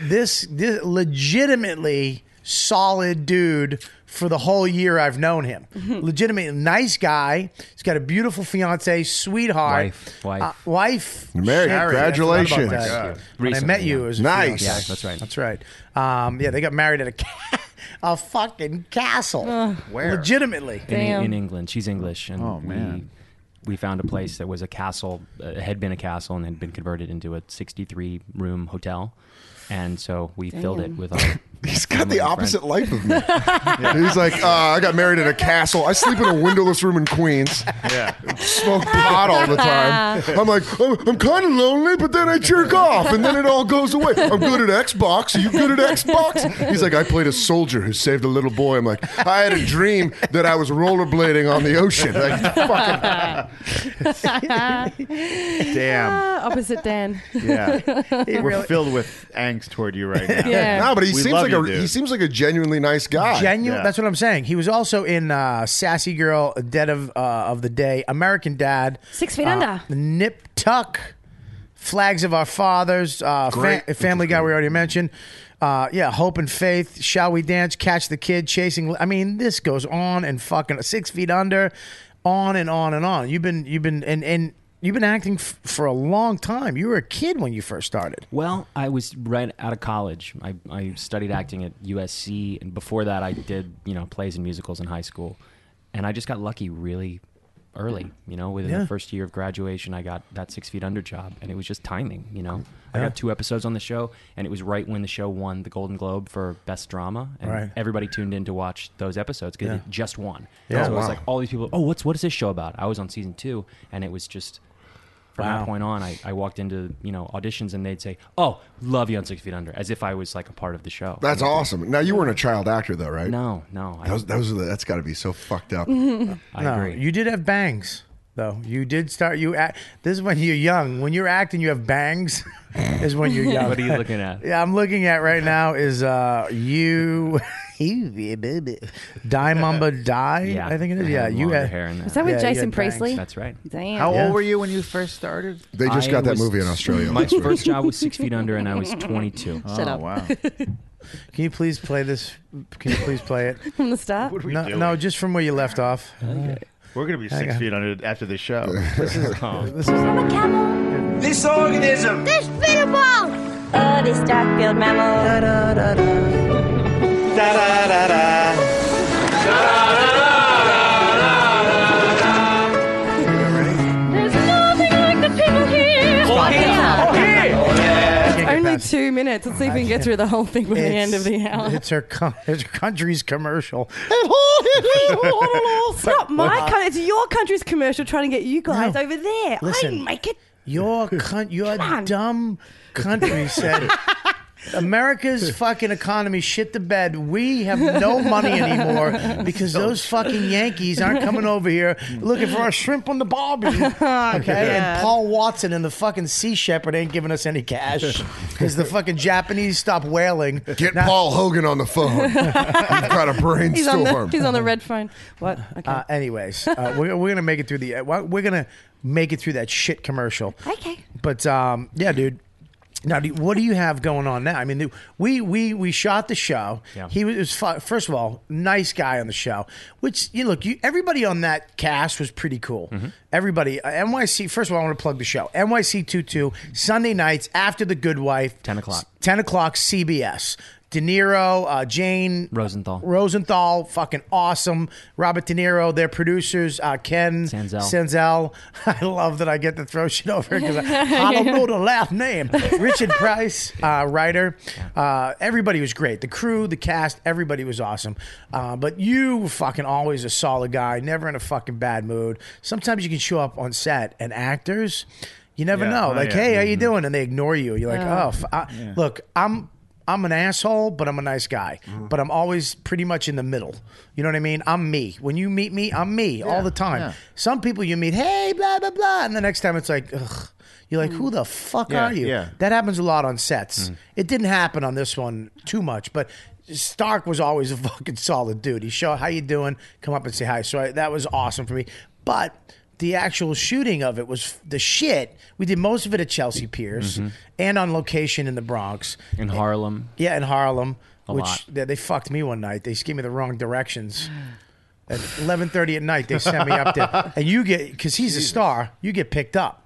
Speaker 2: this, this legitimately solid dude for the whole year I've known him. Legitimate nice guy. He's got a beautiful fiance, sweetheart,
Speaker 1: Wife, wife.
Speaker 2: uh, wife.
Speaker 11: Married.
Speaker 2: Shit,
Speaker 11: Congratulations.
Speaker 2: I forgot about that. When I
Speaker 1: Recently,
Speaker 2: met you,
Speaker 1: yeah.
Speaker 2: it was a
Speaker 11: Nice.
Speaker 2: fiance.
Speaker 11: Yeah,
Speaker 1: that's right.
Speaker 2: That's right. Um, yeah, they got married at a ca- <laughs> a fucking castle.
Speaker 10: Where?
Speaker 2: Legitimately.
Speaker 1: in,
Speaker 6: Damn.
Speaker 1: in england she's english and
Speaker 10: Oh,
Speaker 1: We,
Speaker 10: man.
Speaker 1: we found a place that was a castle uh, had been a castle and had been converted into a 63 room hotel and so we filled it
Speaker 6: Damn.
Speaker 1: with our
Speaker 11: <laughs> He's got
Speaker 1: family
Speaker 11: the
Speaker 1: and
Speaker 11: opposite
Speaker 1: friends.
Speaker 11: life of me. <laughs> He's like, uh, I got married at a castle. I sleep in a windowless room in Queens.
Speaker 10: Yeah.
Speaker 11: Smoke pot all the time. I'm like, I'm, I'm kind of lonely, but then I jerk off, and then it all goes away. I'm good at Xbox. Are you good at Xbox? He's like, I played a soldier who saved a little boy. I'm like, I had a dream that I was rollerblading on the ocean.
Speaker 3: <laughs>
Speaker 11: Like, <laughs> fucking,
Speaker 10: Damn.
Speaker 6: Ah, opposite Dan. <laughs>
Speaker 10: Yeah.
Speaker 2: He
Speaker 10: We're
Speaker 2: really-
Speaker 10: filled with angst toward you right now.
Speaker 6: Yeah.
Speaker 11: no, but he
Speaker 10: We
Speaker 11: seems
Speaker 10: love
Speaker 11: like
Speaker 10: you,
Speaker 11: a
Speaker 10: dude.
Speaker 11: he seems like a genuinely nice guy.
Speaker 2: Genuine.
Speaker 10: Yeah.
Speaker 2: That's what I'm saying. He was also in uh, Sassy Girl, Dead of uh, of the Day, American Dad,
Speaker 6: Six Feet
Speaker 2: uh,
Speaker 6: Under.
Speaker 2: Nip Tuck, Flags of Our Fathers, uh, fa-
Speaker 11: Great.
Speaker 2: Family Guy. We already mentioned. Uh, yeah, hope and faith. Shall we dance? Catch the kid. Chasing. I mean, this goes on and fucking six feet under, on and on and on. You've been you've been and and you've been acting f- for a long time. You were a kid when you first started.
Speaker 1: Well, I was right out of college. I, I studied acting at USC, and before that, I did you know plays and musicals in high school, and I just got lucky really early. You know, within
Speaker 2: Yeah.
Speaker 1: the first year of graduation, I got that Six Feet Under job, and it was just timing. You know, I got two episodes on the show, and it was right when the show won the Golden Globe for best drama, and
Speaker 2: Right.
Speaker 1: everybody tuned in to watch those episodes because
Speaker 2: Yeah.
Speaker 1: it just won.
Speaker 2: Yeah.
Speaker 1: so it was
Speaker 2: Wow.
Speaker 1: like all these people. Oh, what's what is this show about? I was on season two, and it was just from
Speaker 2: Wow.
Speaker 1: that point on, I, I walked into you know auditions and they'd say, "Oh, love you on Six Feet Under," as if I was like a part of the show.
Speaker 11: That's awesome. Now you weren't a child actor though, right?
Speaker 1: Oh, no, no, I,
Speaker 11: That was, that was, that's got to be so fucked
Speaker 2: <laughs>
Speaker 11: up.
Speaker 1: I
Speaker 2: No,
Speaker 1: agree.
Speaker 2: you did have bangs though. You did start. You act. This is when you're young. When you're acting, you have bangs. <laughs> is when you're young.
Speaker 1: what are you looking at?
Speaker 2: Yeah, I'm looking at right now is uh you <laughs> Die Mamba Die.
Speaker 1: Yeah,
Speaker 2: I think it
Speaker 1: I
Speaker 2: is.
Speaker 1: had
Speaker 2: Yeah, you
Speaker 1: longer
Speaker 2: had
Speaker 1: hair in that.
Speaker 6: <laughs> Is that with
Speaker 2: Yeah, you
Speaker 6: Jason
Speaker 2: got bangs.
Speaker 6: Priestley?
Speaker 1: That's right.
Speaker 6: Damn.
Speaker 12: How
Speaker 2: Yeah.
Speaker 12: old were you when you first started?
Speaker 11: They just
Speaker 1: I
Speaker 11: got that
Speaker 1: was-
Speaker 11: movie in Australia.
Speaker 1: My
Speaker 11: That's weird.
Speaker 1: first job was Six Feet Under, and I
Speaker 11: <laughs>
Speaker 1: was 22.
Speaker 6: Shut
Speaker 12: oh,
Speaker 6: up. <laughs>
Speaker 12: wow.
Speaker 2: Can you please play this? Can you please play it?
Speaker 6: From the
Speaker 12: <laughs>
Speaker 6: start?
Speaker 12: What are we
Speaker 2: no,
Speaker 12: doing?
Speaker 2: no, just from where you left off. Uh,
Speaker 12: We're going to be
Speaker 2: Hang
Speaker 12: six
Speaker 2: on.
Speaker 12: feet under after the show.
Speaker 2: <laughs> This
Speaker 1: Oh.
Speaker 2: <laughs> is
Speaker 7: I'm a camel.
Speaker 8: This organism.
Speaker 7: This fiddle ball. Oh, this dark-billed mammal. There's nothing like the people here.
Speaker 2: I can't get
Speaker 6: Only
Speaker 2: past it.
Speaker 6: two minutes. Let's see if we can get through the whole thing by the
Speaker 2: It's-
Speaker 6: end of the hour.
Speaker 2: It's her, co- it's her <laughs> country's commercial.
Speaker 6: <laughs> Oh,
Speaker 2: <laughs>
Speaker 6: It's not my country. It's your country's commercial trying to get you guys
Speaker 2: No.
Speaker 6: over there. I
Speaker 2: Listen.
Speaker 6: make it.
Speaker 2: Your cunt, your
Speaker 6: on.
Speaker 2: dumb country said.
Speaker 11: <laughs>
Speaker 2: America's fucking economy shit the bed. We have no money anymore because those fucking Yankees aren't coming over here looking for our shrimp on the
Speaker 6: <laughs>
Speaker 2: barbie. Okay,
Speaker 6: Oh,
Speaker 2: and Paul Watson and the fucking Sea Shepherd ain't giving us any
Speaker 11: <laughs>
Speaker 2: cash because the fucking Japanese stopped whaling.
Speaker 11: Get Paul Hogan on the phone.
Speaker 2: <laughs>
Speaker 11: You've got a
Speaker 6: He's on, the,
Speaker 11: brainstorm.
Speaker 6: he's on the red
Speaker 3: <laughs>
Speaker 6: phone. What? Okay.
Speaker 2: Uh, anyways, uh, we're, we're gonna make it through the. Uh, we're gonna make it through that shit commercial.
Speaker 6: okay.
Speaker 2: But um, yeah, dude. Now, do, what do you have going on now? I mean, we we we shot the show.
Speaker 1: Yeah.
Speaker 2: He was, it was fu- first of all nice guy on the show. Which you look, you everybody on that cast was pretty cool.
Speaker 1: Mm-hmm.
Speaker 2: Everybody, uh, NYC. First of all, I want to plug the show. NYC 22 Sunday nights after the Good Wife,
Speaker 1: 10 o'clock.
Speaker 2: Ten o'clock, CBS. De Niro, uh, Jane
Speaker 1: Rosenthal.
Speaker 2: Rosenthal, fucking awesome. Robert De Niro, their producers, uh, Ken
Speaker 1: Sanzel.
Speaker 2: Senzel. <laughs> I love that I get to throw shit over because I, I don't know the last name. Richard Price, uh, writer. Uh, everybody was great. The crew, the cast, everybody was awesome. Uh, but you were fucking always a solid guy, never in a fucking bad mood. Sometimes you can show up on set and actors, you never
Speaker 12: Yeah.
Speaker 2: know.
Speaker 12: Oh,
Speaker 2: like,
Speaker 12: yeah.
Speaker 2: hey, how you doing? And they ignore you. You're like, oh, f- I- look, I'm. I'm an asshole, but I'm a nice guy.
Speaker 12: Mm-hmm.
Speaker 2: But I'm always pretty much in the middle. You know what I mean? I'm me. When you meet me, I'm me all the time.
Speaker 12: yeah.
Speaker 2: Some people you meet, hey, blah blah blah, and the next time it's like, ugh. You're like, who the fuck
Speaker 12: Mm. Yeah,
Speaker 2: are you?
Speaker 12: yeah.
Speaker 2: That happens a lot on sets. It didn't happen on this one too much, but Stark was always a <laughs> fucking solid dude. He show how you doing, come up and say hi. So I, that was awesome for me. But the actual shooting of it was f- the shit. We did most of it at Chelsea Piers and on location in the Bronx.
Speaker 1: Mm-hmm.
Speaker 2: Eh,
Speaker 1: In Harlem,
Speaker 2: Yeah, in Harlem, which
Speaker 1: lot.
Speaker 2: They, they fucked me one night. They just gave me the wrong directions. At 11:30 at night, they sent me up there, and you get because he's a star, you get picked up,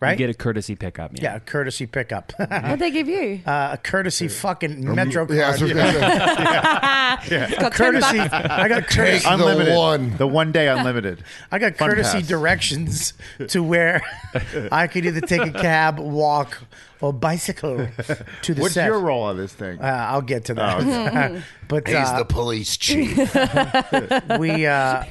Speaker 2: right?
Speaker 1: you get a courtesy pickup.
Speaker 2: yeah, a courtesy pickup, <laughs> uh,
Speaker 6: What'd they give you?
Speaker 2: a courtesy fucking metro
Speaker 11: Uh, yeah,
Speaker 2: card,
Speaker 11: that's what I was gonna say.
Speaker 6: <laughs> It's <laughs> got ten
Speaker 2: courtesy.
Speaker 6: bucks.
Speaker 12: <laughs>
Speaker 2: I got courtesy.
Speaker 11: I'm-
Speaker 12: unlimited.
Speaker 11: one.
Speaker 12: The one day unlimited.
Speaker 2: <laughs> I got
Speaker 12: Fun
Speaker 2: courtesy
Speaker 12: pass.
Speaker 2: directions
Speaker 1: <laughs>
Speaker 2: to where I could either take a cab, walk, or bicycle <laughs> to the
Speaker 12: What's
Speaker 2: set.
Speaker 12: your role on this thing?
Speaker 2: Uh, I'll get to that. <laughs> but
Speaker 11: Oh, He's
Speaker 2: uh,
Speaker 11: the police chief.
Speaker 2: we
Speaker 6: <laughs>
Speaker 2: uh,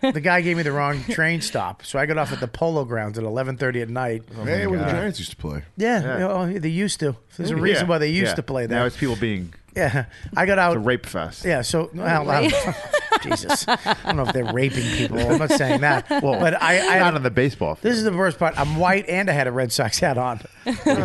Speaker 2: the guy gave me the wrong train stop, so I got off at the Polo Grounds at eleven thirty at night.
Speaker 11: hey, where the Giants used to play.
Speaker 2: yeah, you know, they used to. There's a reason
Speaker 12: Yeah,
Speaker 2: why they used
Speaker 12: yeah.
Speaker 2: to play
Speaker 12: Now
Speaker 2: that.
Speaker 12: it's people being
Speaker 2: Yeah, I got
Speaker 12: a
Speaker 2: out.
Speaker 12: rape fest.
Speaker 2: Yeah, so well, I don't- Jesus, I don't know if they're raping people. I'm not saying that, but I, I
Speaker 12: Not on the baseball field.
Speaker 2: <laughs> This is the worst part. I'm white and I had a Red Sox hat
Speaker 12: <laughs>
Speaker 2: on. it's
Speaker 12: Oh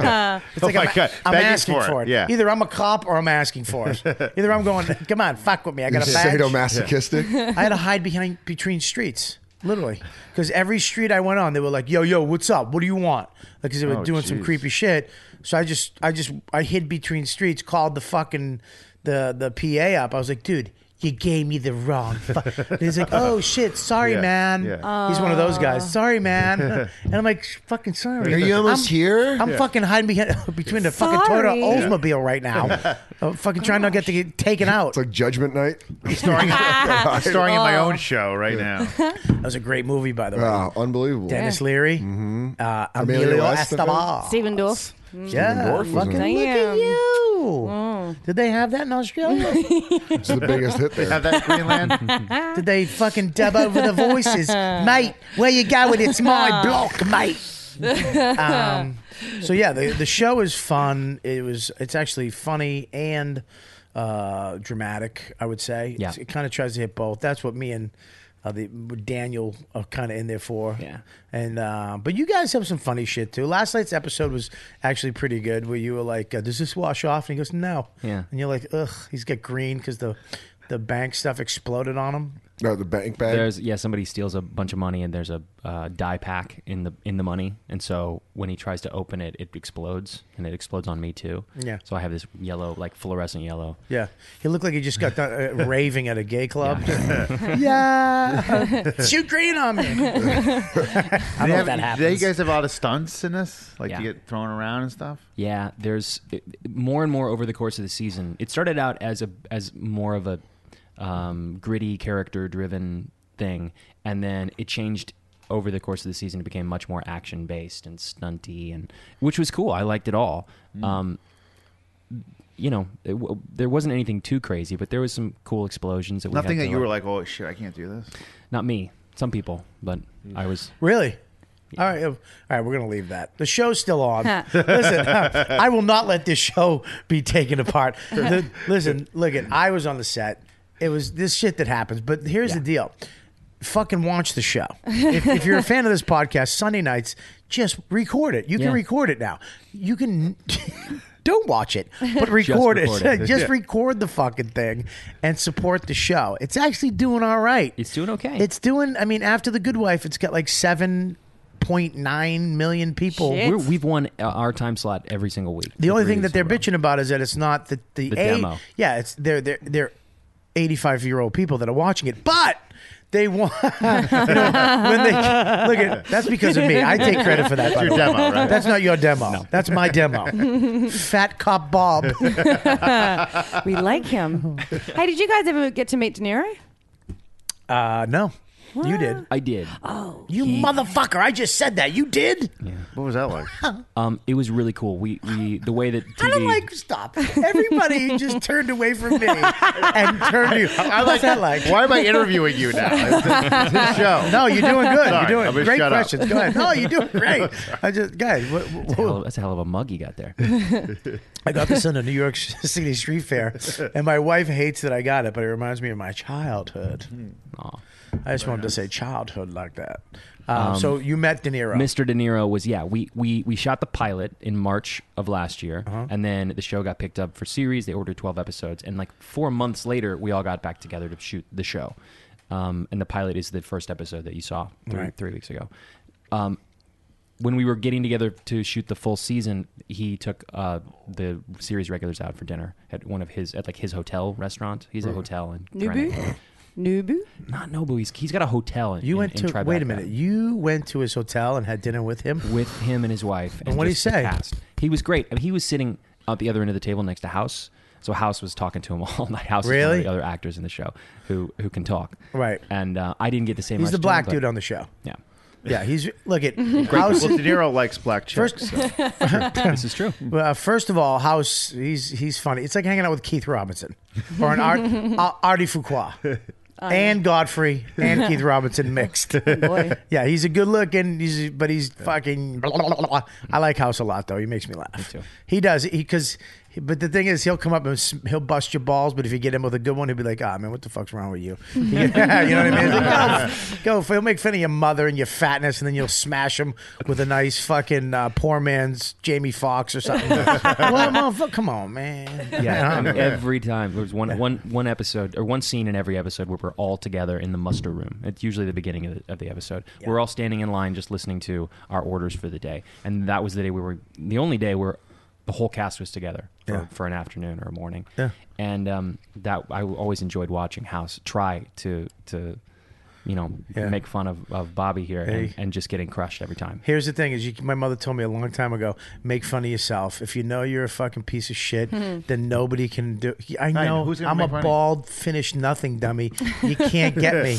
Speaker 2: like
Speaker 12: my
Speaker 2: I'm,
Speaker 12: God.
Speaker 2: I'm
Speaker 12: Begging
Speaker 2: asking
Speaker 12: for
Speaker 2: for
Speaker 12: it.
Speaker 2: it.
Speaker 12: Yeah.
Speaker 2: Either I'm a cop or I'm asking
Speaker 12: <laughs>
Speaker 2: for it. Either I'm going, come on, fuck with me. I got a badge.
Speaker 11: Sadomasochistic.
Speaker 2: I had to hide behind between streets. Literally, because every street I went on, they were like, "Yo, yo, what's up? What do you want?" Like, 'cause they were
Speaker 12: Oh,
Speaker 2: doing some
Speaker 12: jeez.
Speaker 2: creepy shit. So I just, I just, I hid between streets, called the fucking the the PA up. I was like, "Dude, you gave me the wrong." Fu-. He's like,
Speaker 12: <laughs>
Speaker 2: "Oh shit, sorry,
Speaker 10: Yeah,
Speaker 2: man."
Speaker 10: yeah.
Speaker 2: He's one of those guys. Sorry, <laughs>
Speaker 12: <laughs>
Speaker 2: man. and I'm like, "Fucking sorry."
Speaker 10: Are you almost
Speaker 2: I'm-
Speaker 10: here?
Speaker 2: I'm
Speaker 10: Yeah.
Speaker 2: fucking hiding behind <laughs> between the fucking Toyota
Speaker 10: Sorry.
Speaker 2: Oldsmobile
Speaker 10: Yeah.
Speaker 2: right
Speaker 11: <laughs>
Speaker 2: now. I'm Oh, fucking trying not get to get taken out. It's
Speaker 11: like Judgment Night. Oh.
Speaker 2: I'm <laughs>
Speaker 11: <laughs>
Speaker 2: starring,
Speaker 12: I'm <laughs> starring in my own
Speaker 2: show.
Speaker 12: show right now.
Speaker 2: That was a great movie, by the way.
Speaker 11: Wow, unbelievable.
Speaker 2: Dennis
Speaker 11: Yeah.
Speaker 2: Leary, mm-hmm. uh,
Speaker 11: Emilio
Speaker 2: Emilio
Speaker 11: Estevez.
Speaker 2: Estevez.
Speaker 6: Stephen Dorff. Mm.
Speaker 2: Yeah,
Speaker 11: Dorff was in
Speaker 2: fucking
Speaker 11: it.
Speaker 2: look at
Speaker 6: Damn. Mm.
Speaker 2: you. Did they have that in
Speaker 6: <laughs>
Speaker 2: Australia?
Speaker 11: It's the biggest hit there.
Speaker 2: Did they fucking dub over the
Speaker 7: <laughs>
Speaker 2: voices,
Speaker 6: <laughs>
Speaker 2: mate? Where you going? It's my block, mate. um, so yeah, the the show is fun. It was it's actually funny and uh, dramatic. I would say.
Speaker 1: Yeah.
Speaker 2: It's- it kind of tries to hit both. That's what me and. Uh, the Daniel are kind of in there for, yeah. And uh, but you guys have some funny shit too. Last night's episode was actually pretty good, where you were like, uh, "Does this wash off?" And he goes, "No."
Speaker 11: Yeah.
Speaker 2: And you're like, "Ugh." He's got green because the the bank stuff exploded on him.
Speaker 11: No, Oh, the bank bag.
Speaker 1: There's yeah, somebody steals a bunch of money and there's a uh, die pack in the in the money, and so when he tries to open it, it explodes and it explodes on me too.
Speaker 2: Yeah.
Speaker 1: So I have this yellow, like fluorescent yellow.
Speaker 2: Yeah, he looked like he just got done uh, raving at a gay club.
Speaker 10: <laughs>
Speaker 1: Yeah.
Speaker 2: yeah, <laughs> shoot green on me. I
Speaker 12: Do
Speaker 2: know
Speaker 12: they
Speaker 2: if
Speaker 12: have-
Speaker 2: that
Speaker 12: Do you
Speaker 2: happens.
Speaker 12: guys have a lot of stunts in this? Like
Speaker 1: Yeah.
Speaker 12: you get thrown around and stuff?
Speaker 1: Yeah, there's it- more and more over the course of the season. It started out as a as more of a um, gritty character driven thing, and then it changed over the course of the season. It became much more action based and stunty, and which was cool. I liked it all. Um, you know, it, w- there wasn't anything too crazy, but there was some cool explosions. That we
Speaker 12: Nothing
Speaker 1: had
Speaker 12: that
Speaker 1: to,
Speaker 12: you were
Speaker 1: like-
Speaker 12: like, oh shit, I can't do
Speaker 2: <laughs>
Speaker 12: this.
Speaker 1: Not me. Some people, but I was.
Speaker 2: Really? All right, uh, all right. We're gonna leave that. The show's
Speaker 10: <laughs>
Speaker 2: still on.
Speaker 1: Huh.
Speaker 2: listen, <laughs> I will not let this show be taken apart. The- listen, look at. I was on the set. It was this shit that happens. But here's the deal. Fucking watch the show. If, if you're a fan of this podcast, Sunday nights, just record it. You can
Speaker 10: Yeah.
Speaker 2: record it now. You can. <laughs> Don't watch it,
Speaker 10: <laughs>
Speaker 2: but
Speaker 10: record
Speaker 2: record, it.
Speaker 10: it.
Speaker 2: <laughs> just
Speaker 10: Yeah.
Speaker 2: record the fucking thing and support the show. It's actually doing all right.
Speaker 1: It's doing okay.
Speaker 2: It's doing. I mean, after the Good Wife, it's got like seven point nine million people.
Speaker 1: We're, we've won uh, our time slot every single week.
Speaker 2: the only thing that they're bitching about is that it's not the the,
Speaker 1: The
Speaker 2: a-
Speaker 1: demo.
Speaker 2: Yeah, it's they're they're they're eighty five year old people that are watching it, but. They <laughs> want you know, when they look at that's because of me. I take credit for that.
Speaker 10: That's
Speaker 2: by
Speaker 10: your
Speaker 2: the way.
Speaker 10: demo, right?
Speaker 2: That's not your demo. That's
Speaker 10: <laughs>
Speaker 2: my demo. Fat cop Bob.
Speaker 6: <laughs> we like him. Hey, did you guys ever get to meet De Niro?
Speaker 2: Uh, no, you did.
Speaker 1: I did.
Speaker 2: Oh, <laughs> you motherfucker! I just said that. You did.
Speaker 12: What was that
Speaker 2: <laughs>
Speaker 12: like?
Speaker 1: Um, it was really cool. We, we the way that TV.
Speaker 2: I don't like stop. Everybody
Speaker 6: <laughs>
Speaker 2: just turned away from me and turned you.
Speaker 12: <laughs> I
Speaker 2: What's
Speaker 12: like-
Speaker 2: that like?
Speaker 12: why am I interviewing you now?
Speaker 2: <laughs>
Speaker 12: It's- it's a show.
Speaker 2: No, you're doing good.
Speaker 12: Sorry,
Speaker 2: you're
Speaker 12: I'm
Speaker 2: doing
Speaker 12: gonna
Speaker 2: great
Speaker 12: shut up.
Speaker 2: questions. Go ahead. No,
Speaker 12: <laughs>
Speaker 2: you're doing great. I just guys, what, what,
Speaker 1: That's a, hell, that's a hell of a mug you got there.
Speaker 2: <laughs> I got this in a New York <laughs> City street fair, and my wife hates that I got it, but it reminds me of my childhood.
Speaker 1: Mm-hmm.
Speaker 2: I just wanted to say childhood like that. Uh,
Speaker 1: Um,
Speaker 2: so you met De Niro.
Speaker 1: Mr. De Niro was yeah. We we we shot the pilot in March of last year,
Speaker 2: Uh-huh.
Speaker 1: and then the show got picked up for series. They ordered twelve episodes, and like four months later, we all got back together to shoot the show. Um, and the pilot is the first episode that you saw three,
Speaker 2: Right.
Speaker 1: three weeks ago. Um, when we were getting together to shoot the full season, he took uh, the series regulars out for dinner at one of his at like his hotel restaurant. He's a
Speaker 2: Right.
Speaker 1: hotel in
Speaker 6: Nubu?
Speaker 1: Toronto.
Speaker 6: Nubu?
Speaker 1: Not Nobu. He's, he's got a hotel. In,
Speaker 2: You
Speaker 1: in-
Speaker 2: went
Speaker 1: in
Speaker 2: to wait a
Speaker 1: Tribeca.
Speaker 2: minute. You went to his hotel and had dinner with him.
Speaker 1: with him and his wife.
Speaker 2: And what'd he
Speaker 1: just the
Speaker 2: say?
Speaker 1: cast. He was great. I mean, he was sitting at the other end of the table next to House. So House was talking to him <laughs> all night. House is one
Speaker 2: Really?
Speaker 1: of the other actors in the show who who can talk.
Speaker 2: Right.
Speaker 1: And uh, I didn't get to say much.
Speaker 2: He's the
Speaker 1: to
Speaker 2: black
Speaker 1: him, but-
Speaker 2: dude on the show.
Speaker 1: Yeah.
Speaker 2: Yeah,
Speaker 1: <laughs>
Speaker 2: he's look at
Speaker 12: Great.
Speaker 2: House.
Speaker 12: Well, De Niro likes black
Speaker 2: First-
Speaker 12: chicks. so.
Speaker 1: this is true.
Speaker 2: Well, uh, first of all, House he's he's funny. It's like hanging out with Keith Robinson or
Speaker 1: <laughs>
Speaker 2: an Art, uh, Artie Fuqua. and Godfrey and Keith
Speaker 1: <laughs>
Speaker 2: Robinson mixed.
Speaker 1: Oh,
Speaker 2: <laughs> Yeah, he's a good looking. He's but he's fucking. I like House a lot though. He makes me laugh. He does because But the thing is, he'll come up and s- he'll bust your balls. But if you get him with a good one, he'll be like, "Ah, man, what the fuck's wrong with you?" <laughs> yeah, you
Speaker 1: <laughs>
Speaker 2: know what I mean? It's like, go, go. He'll make fun of your mother and your fatness, and then you'll smash him with a nice fucking uh, poor man's Jamie Foxx or
Speaker 10: <laughs>
Speaker 2: something. well, motherfucker, come on, man.
Speaker 1: <laughs> Yeah,
Speaker 2: Yeah.
Speaker 1: every time there's one, one, one episode or one scene in every episode where we're all together in the muster room. It's usually the beginning of the, of the episode. We're all standing in line just listening to our orders for the day, and that was the day we were the only day where the whole cast was together for,
Speaker 2: Yeah.
Speaker 1: for an afternoon or a morning.
Speaker 2: Yeah.
Speaker 1: and um, that I always enjoyed watching House try to to you know
Speaker 2: Yeah.
Speaker 1: make fun of, of Bobby here
Speaker 2: Hey.
Speaker 1: and, and just getting crushed every
Speaker 2: <laughs>
Speaker 1: time.
Speaker 2: Here's the thing: is you, my mother told me a long time ago, make fun of yourself. If you know you're a fucking piece of shit,
Speaker 1: Mhm.
Speaker 2: then nobody can do. I know,
Speaker 12: know. Who's gonna
Speaker 2: I'm
Speaker 12: make
Speaker 2: a
Speaker 12: fun of you?
Speaker 2: bald, finished nothing dummy. You can't get me.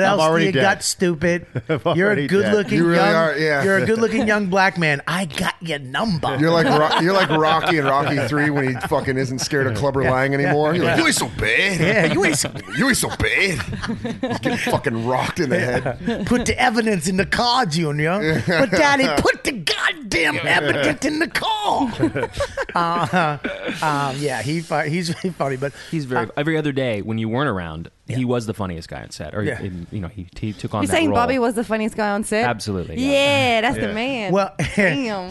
Speaker 12: <laughs> I'm
Speaker 2: else do
Speaker 12: already
Speaker 2: you
Speaker 12: dead.
Speaker 2: got,
Speaker 12: <laughs>
Speaker 2: stupid? You're a
Speaker 12: already dead.
Speaker 2: good-looking
Speaker 12: You really
Speaker 2: young.
Speaker 12: are, yeah. <laughs>
Speaker 2: You're a good-looking young black man. I got your number.
Speaker 11: You're like Ro- you're like Rocky in Rocky
Speaker 2: <laughs>
Speaker 11: Three when he fucking isn't scared of Clubber Lang anymore. You're like, you ain't so bad.
Speaker 2: Yeah, you ain't
Speaker 11: so <laughs> you ain't so bad. He's getting fucking rocked in the head.
Speaker 2: Put the evidence in the car, Junior. But
Speaker 6: <laughs>
Speaker 2: Daddy, put the goddamn evidence in the car. Uh, um, yeah, he fu- he's <laughs> funny, but uh,
Speaker 1: He's very every other day when you weren't around, he was the funniest guy on set, or
Speaker 2: Yeah.
Speaker 1: in- you know he, he took on.
Speaker 6: You're
Speaker 1: that
Speaker 6: saying
Speaker 1: role.
Speaker 6: Bobby was the funniest guy on set?
Speaker 1: Absolutely,
Speaker 6: Yeah,
Speaker 1: yeah.
Speaker 6: that's
Speaker 1: Yeah.
Speaker 6: the man.
Speaker 2: Well,
Speaker 6: damn.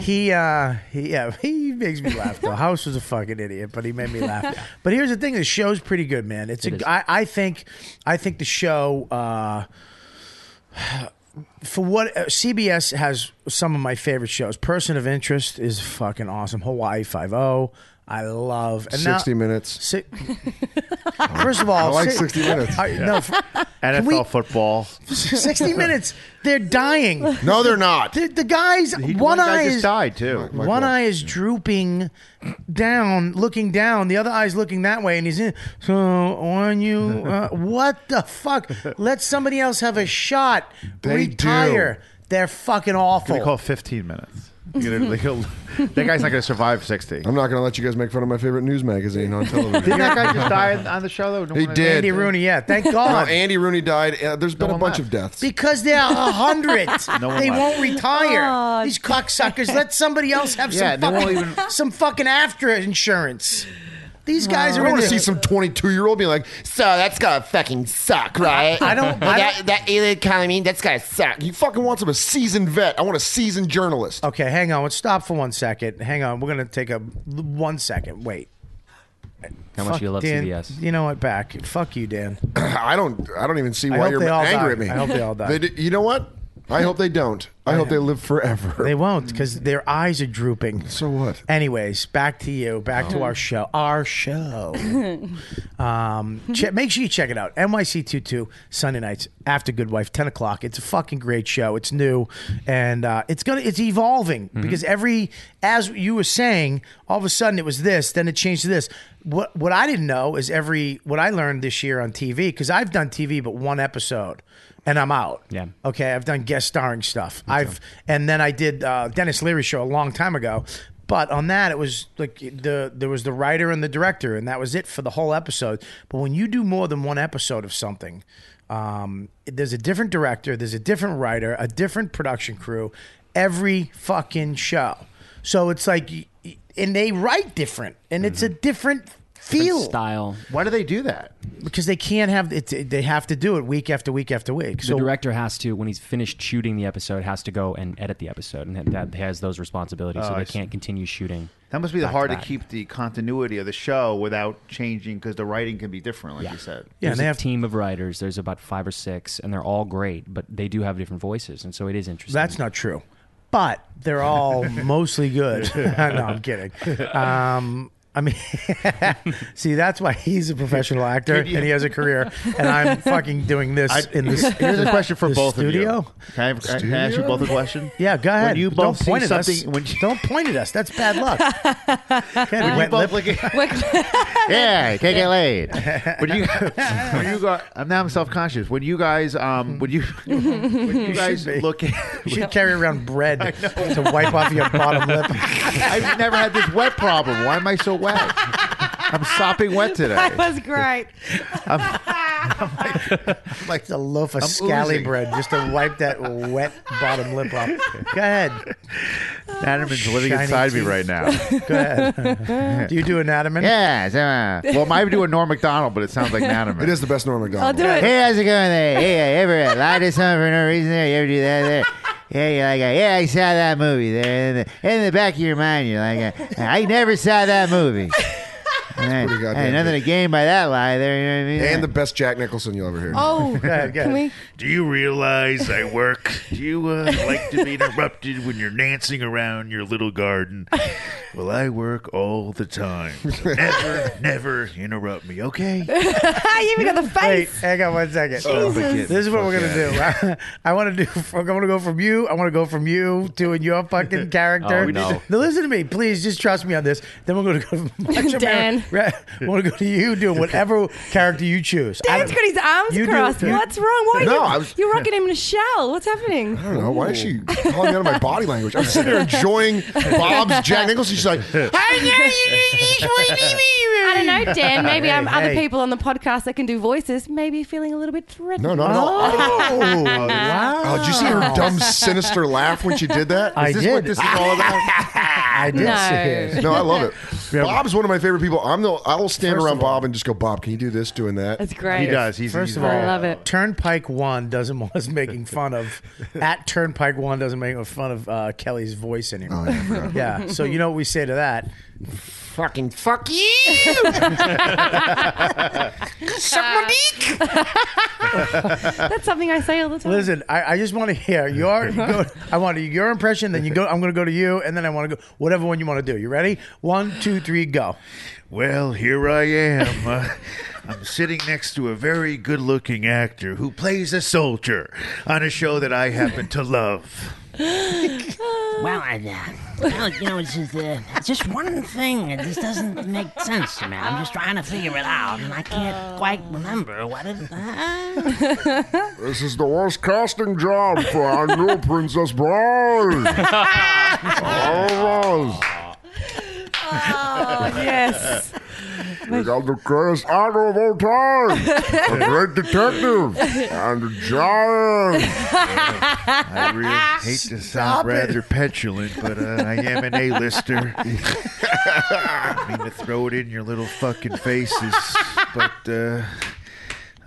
Speaker 2: <laughs> he, uh, he, yeah, he makes me laugh. Though House was a fucking idiot, but he made me laugh. But here's the thing: the show's pretty good, man. It's
Speaker 1: It is.
Speaker 2: a, I, I think, I think the show. Uh, for what uh, CBS has some of my favorite shows. Person of Interest is fucking awesome. Hawaii Five O, I love. now-
Speaker 11: 60 Minutes.
Speaker 2: Si- First of all,
Speaker 11: I like
Speaker 2: si-
Speaker 11: 60 Minutes.
Speaker 2: I- No, f-
Speaker 11: <laughs>
Speaker 12: NFL
Speaker 2: we-
Speaker 12: football.
Speaker 2: 60 minutes. They're dying.
Speaker 11: No, they're not.
Speaker 2: The, the guys,
Speaker 12: He-
Speaker 2: one,
Speaker 12: guy
Speaker 2: eye
Speaker 12: just
Speaker 2: is
Speaker 12: died too.
Speaker 11: Michael.
Speaker 2: one eye is drooping down, looking down. The other eye's looking that way, and he's in. So when you,
Speaker 11: <laughs>
Speaker 2: uh, what the fuck? Let somebody else have a shot.
Speaker 11: They do.
Speaker 2: Retire. They're fucking awful.
Speaker 12: They call 15 Oh, minutes. You're gonna- like, he'll- that guy's not going to survive 60.
Speaker 11: I'm not gonna let you guys make fun of my favorite news magazine on
Speaker 2: <laughs>
Speaker 11: television.
Speaker 12: Didn't that guy just die on the show though? No
Speaker 11: He
Speaker 12: one-
Speaker 11: did.
Speaker 2: Andy Rooney. Yeah, thank
Speaker 11: No,
Speaker 2: God.
Speaker 11: Andy Rooney died. Uh, there's been
Speaker 12: No
Speaker 11: a
Speaker 12: one
Speaker 11: bunch
Speaker 12: left.
Speaker 11: of deaths.
Speaker 2: because they're a hundred,
Speaker 11: <laughs>
Speaker 12: No one
Speaker 2: they
Speaker 12: left.
Speaker 2: won't retire. These cocksuckers. Let somebody else have
Speaker 12: Yeah,
Speaker 2: some,
Speaker 12: they won't
Speaker 2: fucking,
Speaker 12: even-
Speaker 2: some fucking after insurance. These guys
Speaker 11: I
Speaker 2: are in
Speaker 11: want to see
Speaker 2: the-
Speaker 11: some 22 year old being like,
Speaker 10: So that's gotta fucking suck, right?
Speaker 2: I don't- I
Speaker 10: that,
Speaker 2: don't-
Speaker 10: that alien economy. That's gotta suck.
Speaker 11: you fucking want some a seasoned vet. I want a seasoned journalist.
Speaker 2: Okay, hang on. Let's stop for one second. Hang on. We're gonna take a one second. Wait.
Speaker 1: How much
Speaker 2: Fuck
Speaker 1: you love
Speaker 2: Dan.
Speaker 1: CBS?
Speaker 2: You know what? Back. Fuck you, Dan.
Speaker 11: <clears throat> I don't. I don't even see
Speaker 2: I
Speaker 11: why
Speaker 2: hope
Speaker 11: you're
Speaker 2: they all
Speaker 11: angry
Speaker 2: die.
Speaker 11: at me.
Speaker 2: I hope they all die.
Speaker 11: do- you know what? I hope they don't. I hope they live forever.
Speaker 2: They won't because their eyes are drooping.
Speaker 11: so what? Oh.
Speaker 2: Anyways, back to you. Back to our show. Our show. um, che- make sure you check it out. NYC22 Sunday nights after Good Wife, ten o'clock. It's a fucking great show. It's new, and uh, it's gonna it's evolving because every as you were saying, all of a sudden it was this, then it changed to this. What what I didn't know is every what I learned this year on TV because I've done TV but one episode. And I'm out.
Speaker 1: Yeah.
Speaker 2: Okay. I've done guest starring stuff. I've and then I did uh, Dennis Leary show a long time ago. But on that, it was like the there was the writer and the director, and that was it for the whole episode. But when you do more than one episode of something, um, there's a different director, there's a different writer, a different production crew, every fucking show. So it's like, y- y- and they write different, and it's a different feel
Speaker 1: Style.
Speaker 12: Why do they do that?
Speaker 2: because they can't have it. They have to do it week after week after week.
Speaker 1: The
Speaker 2: So
Speaker 1: director has to, when he's finished shooting the episode, has to go and edit the episode, and that, that has those responsibilities,
Speaker 2: Oh,
Speaker 1: so they can't continue shooting.
Speaker 12: That must be the
Speaker 1: Back to
Speaker 12: hard to
Speaker 1: back.
Speaker 12: keep the continuity of the show without changing because the writing can be different, like you said.
Speaker 2: yeah,
Speaker 1: There's
Speaker 2: and they
Speaker 1: a
Speaker 2: have
Speaker 1: team of writers. There's about five or six, and they're all great, but they do have different voices, and so it is interesting.
Speaker 2: That's not true. But they're all mostly good. <laughs> no, I'm kidding. Um, I mean, <laughs> see, that's why he's a professional actor and he has a career, and I'm fucking doing this
Speaker 12: I,
Speaker 2: in this.
Speaker 12: here's a question for
Speaker 2: this
Speaker 12: both
Speaker 2: studio.
Speaker 12: of you. Can I, can I ask you both a question?
Speaker 2: Yeah, go ahead.
Speaker 12: When you
Speaker 2: don't
Speaker 12: both see
Speaker 2: point at us.
Speaker 12: something, when you-
Speaker 2: Don't point at us. That's
Speaker 12: <laughs>
Speaker 2: bad luck. Okay,
Speaker 12: When you
Speaker 2: wet
Speaker 12: both
Speaker 2: lip.
Speaker 12: look at,
Speaker 3: <laughs>
Speaker 6: <laughs>
Speaker 12: yeah, can't get laid. When you, when you go, I'm now I'm self-conscious. When you guys, um, when
Speaker 2: <laughs>
Speaker 12: you, when you guys
Speaker 2: be.
Speaker 12: look at,
Speaker 2: You should carry around bread
Speaker 12: <laughs>
Speaker 2: to wipe off your bottom lip.
Speaker 12: I've never had this wet
Speaker 6: <laughs>
Speaker 12: problem. Why am I so wet? I'm sopping wet today.
Speaker 6: that was great. <laughs>
Speaker 2: like a loaf of
Speaker 7: I'm
Speaker 2: scally
Speaker 7: oozing.
Speaker 2: bread just to wipe that wet bottom lip off. Go ahead.
Speaker 7: Natterman's living
Speaker 2: Shiny
Speaker 7: inside me
Speaker 2: teeth.
Speaker 7: right now.
Speaker 2: Go
Speaker 12: <laughs>
Speaker 2: ahead.
Speaker 6: <laughs>
Speaker 2: do you do an Natterman?
Speaker 7: Yes. uh, well, mine would do a Norm McDonald, but it sounds like Natterman. It is the best Norm McDonald.
Speaker 6: I'll do it.
Speaker 10: Hey, how's it going there? Hey, I ever lied to someone for no reason there? You ever do that there? Yeah, you're like, uh, yeah, I saw that movie there. In the, in the back of your mind, you're like, uh, I never saw
Speaker 3: <laughs>
Speaker 10: that movie. And I, I
Speaker 3: goddamn
Speaker 10: had nothing to
Speaker 3: good.
Speaker 10: gain by that lie there. You know what I mean?
Speaker 3: And the best Jack Nicholson you'll ever hear. <laughs>
Speaker 6: Oh,
Speaker 10: <laughs>
Speaker 6: can we?
Speaker 12: Do you realize I work? Do you uh, like to be interrupted when you're dancing around your little garden? Well, I work all the time.
Speaker 6: <laughs>
Speaker 12: So never, never interrupt me, okay?
Speaker 6: you even got the
Speaker 2: Wait,
Speaker 6: face.
Speaker 2: hang on one second.
Speaker 12: Oh, Jesus.
Speaker 2: This is what we're gonna do. <laughs> I want to do. I'm gonna go from you. I want to go from you doing your
Speaker 7: <laughs>
Speaker 2: fucking character.
Speaker 13: Oh, no.
Speaker 2: Now listen to me, please. Just trust me on this. Then we're gonna go to <laughs> Macho
Speaker 6: Dan.
Speaker 2: <laughs> Man. I want to go to you
Speaker 7: <laughs>
Speaker 2: doing whatever character you choose. I
Speaker 6: <laughs> Dan's
Speaker 2: don't-
Speaker 6: got his arms
Speaker 2: You do-
Speaker 6: crossed.
Speaker 2: you-
Speaker 6: What's wrong? Why
Speaker 3: No,
Speaker 6: you,
Speaker 3: I was-
Speaker 6: you're rocking him in a shell. What's happening?
Speaker 3: I don't know. Why is she calling me out of my body language? I'm sitting
Speaker 6: <laughs>
Speaker 3: there
Speaker 2: <laughs>
Speaker 3: enjoying Bob's Jack Nicholson. She's like,
Speaker 6: I don't know, Dan. Maybe
Speaker 2: Hey,
Speaker 6: I'm other
Speaker 2: hey.
Speaker 6: people on the podcast that can do voices. Maybe feeling a little bit threatened.
Speaker 3: no, not at all.
Speaker 2: Oh
Speaker 6: <laughs>
Speaker 2: wow!
Speaker 3: Oh, did you see her dumb, sinister laugh when she did that? Is
Speaker 2: I
Speaker 3: this
Speaker 2: did.
Speaker 3: what this is all
Speaker 6: <laughs>
Speaker 3: about?
Speaker 2: I did
Speaker 6: No.
Speaker 2: see it.
Speaker 3: No, I
Speaker 6: <laughs>
Speaker 3: love
Speaker 7: <laughs>
Speaker 3: it. Bob's one of my favorite people. I'm the. I will stand
Speaker 2: First
Speaker 3: around
Speaker 2: of all-
Speaker 3: Bob and just go, Bob, can you do this, doing that?
Speaker 6: That's great.
Speaker 7: He does. He's,
Speaker 2: First
Speaker 7: he's
Speaker 2: of all,
Speaker 6: I love it.
Speaker 2: Turnpike One doesn't <laughs> want us making fun of at Turnpike One doesn't make fun of uh, Kelly's voice anymore.
Speaker 3: Oh, yeah, I forgot.
Speaker 2: yeah. So you know what we say to that?
Speaker 10: fucking fuck
Speaker 2: <laughs>
Speaker 10: you.
Speaker 6: <laughs>
Speaker 10: Suck my dick.
Speaker 6: That's something I say all the time.
Speaker 2: Listen, I, I just want to hear
Speaker 6: <laughs>
Speaker 2: your. Go, I want to your impression. Then you go. I'm going to go to you, and then I want to go whatever one you want to do. You ready? One, two, three, go.
Speaker 12: Well, here I am. Uh, I'm sitting next to a very good looking actor who plays a soldier on a show that I happen to love.
Speaker 14: Well, I, uh, well, you know, it's just, uh, it's just one thing that just doesn't make sense to me. I'm just trying to figure it out, and I can't quite remember what it. Uh,
Speaker 3: This is the worst casting job for our new Princess Bride. All of us.
Speaker 6: Oh, yes.
Speaker 3: We got the greatest actor of all time, a great detective, and a giant.
Speaker 12: I really hate to sound rather petulant, but uh, I am an
Speaker 2: <laughs>
Speaker 12: A-lister. I mean to throw it in your little fucking faces, but uh,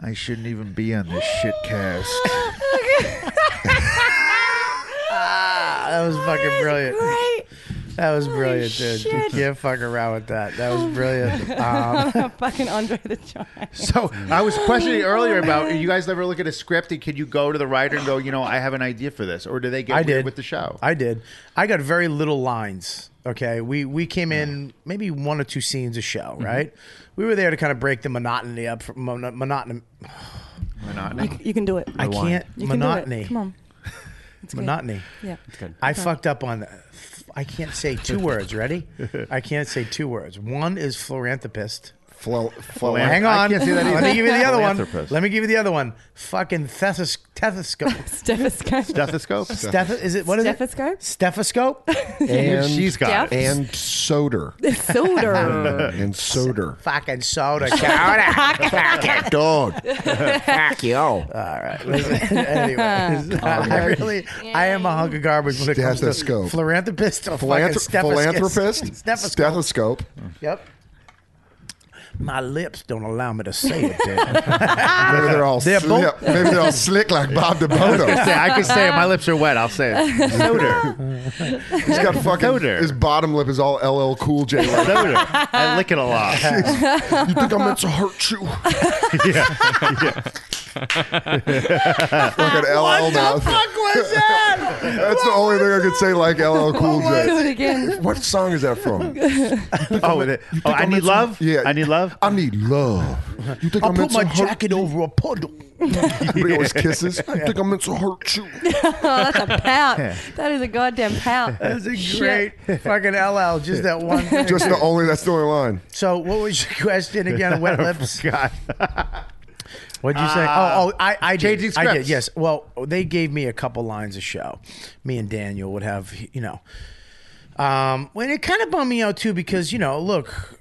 Speaker 12: I shouldn't even be on this shit cast. <laughs>
Speaker 2: Ah, that was fucking brilliant.
Speaker 6: Great.
Speaker 2: That was brilliant, dude. You
Speaker 6: shit.
Speaker 2: can't fuck around with that. That was
Speaker 6: <laughs>
Speaker 2: brilliant. Um,
Speaker 6: Fucking Andre
Speaker 12: <laughs>
Speaker 6: the Giant.
Speaker 7: So I was questioning earlier about you guys ever look at a script and can you go to the writer and go, you know, I have an idea for this, or do they get
Speaker 2: I
Speaker 7: weird
Speaker 2: did
Speaker 7: with the show?
Speaker 2: I did. I got very little lines. Okay, we we came in maybe one or two scenes a show,
Speaker 7: Mm-hmm.
Speaker 2: right? We were there to kind of break the monotony up, from mon- monotony.
Speaker 7: Monotony.
Speaker 6: You can do it.
Speaker 2: I can't
Speaker 6: You can
Speaker 2: monotony.
Speaker 6: do it. Come on. It's good.
Speaker 2: monotony.
Speaker 6: Yeah.
Speaker 2: I fucked up on. I can't say two words. Ready? I can't say two words. One is philanthropist.
Speaker 3: Flo, flo,
Speaker 7: Philan-
Speaker 2: Hang on.
Speaker 7: I can't say that either.
Speaker 2: Let me give you the other one.
Speaker 7: Philanthropist.
Speaker 2: Let me give you the other one. Fucking thethes- stethoscope.
Speaker 6: <laughs> Stethoscope.
Speaker 7: Stethoscope.
Speaker 2: Steth- is it what is
Speaker 6: Stethoscope?
Speaker 3: <laughs>
Speaker 2: it? Stethoscope.
Speaker 3: and
Speaker 7: She's got it.
Speaker 3: and
Speaker 6: <laughs>
Speaker 3: soder
Speaker 6: Soda.
Speaker 3: <laughs> and soder.
Speaker 2: Fucking soda. Soda.
Speaker 3: Cat dog.
Speaker 2: <laughs>
Speaker 10: Fuck you.
Speaker 2: Anyways,
Speaker 6: <laughs>
Speaker 2: I really, I am a hunk of garbage when it comes to
Speaker 3: Stethoscope.
Speaker 2: philanthropist or fucking
Speaker 3: Philanthrop-
Speaker 2: stethoscope.
Speaker 3: philanthropist.
Speaker 2: <laughs> Stethoscope.
Speaker 3: Stethoscope.
Speaker 2: Yep. My lips don't allow me to say it. Dan.
Speaker 3: <laughs> Maybe they're all
Speaker 2: They're
Speaker 3: sli-
Speaker 2: both-
Speaker 3: maybe they're all slick like Uh, Bob
Speaker 7: <laughs>
Speaker 3: DeBoto.
Speaker 7: Say, I could say it. My lips are wet. I'll say
Speaker 6: <laughs>
Speaker 7: it. Soda.
Speaker 3: He's got fucking
Speaker 7: Soder.
Speaker 3: his bottom lip is all LL Cool J. Like,
Speaker 7: Soda.
Speaker 3: <laughs>
Speaker 7: I lick it a lot.
Speaker 6: <laughs>
Speaker 3: you think I'm meant to hurt you?
Speaker 6: <laughs>
Speaker 3: like an LL mouth.
Speaker 2: was that?
Speaker 3: That's the only thing I could say like LL Cool
Speaker 6: Do it
Speaker 3: J.
Speaker 6: again.
Speaker 3: What song is that
Speaker 6: <laughs>
Speaker 3: from?
Speaker 7: Oh, with it. oh I
Speaker 3: I'm
Speaker 7: need
Speaker 3: into-
Speaker 7: love.
Speaker 3: Yeah.
Speaker 7: I need love.
Speaker 3: I need love. You think
Speaker 2: I'll
Speaker 3: I'm
Speaker 2: put
Speaker 3: meant
Speaker 2: my
Speaker 3: to hurt
Speaker 2: jacket over a puddle.
Speaker 3: Everybody always
Speaker 2: <laughs>
Speaker 3: kisses. You think I'm meant to hurt you?
Speaker 6: Oh, that's a pout. That is a goddamn pout.
Speaker 2: That's a great fucking LL. Just that one. thing.
Speaker 3: Just the only. That's the only line.
Speaker 2: So, what was your question again?
Speaker 3: <laughs>
Speaker 2: Wet lips.
Speaker 7: God.
Speaker 12: <laughs>
Speaker 2: What'd you say?
Speaker 3: Ah.
Speaker 2: Oh, oh, I, I did.
Speaker 7: changing
Speaker 2: I did.
Speaker 7: scripts.
Speaker 2: Yes. Well, they gave me a couple lines of show. Me and Daniel would have, you know. Um, when it kind of bummed me out too, because you know, look,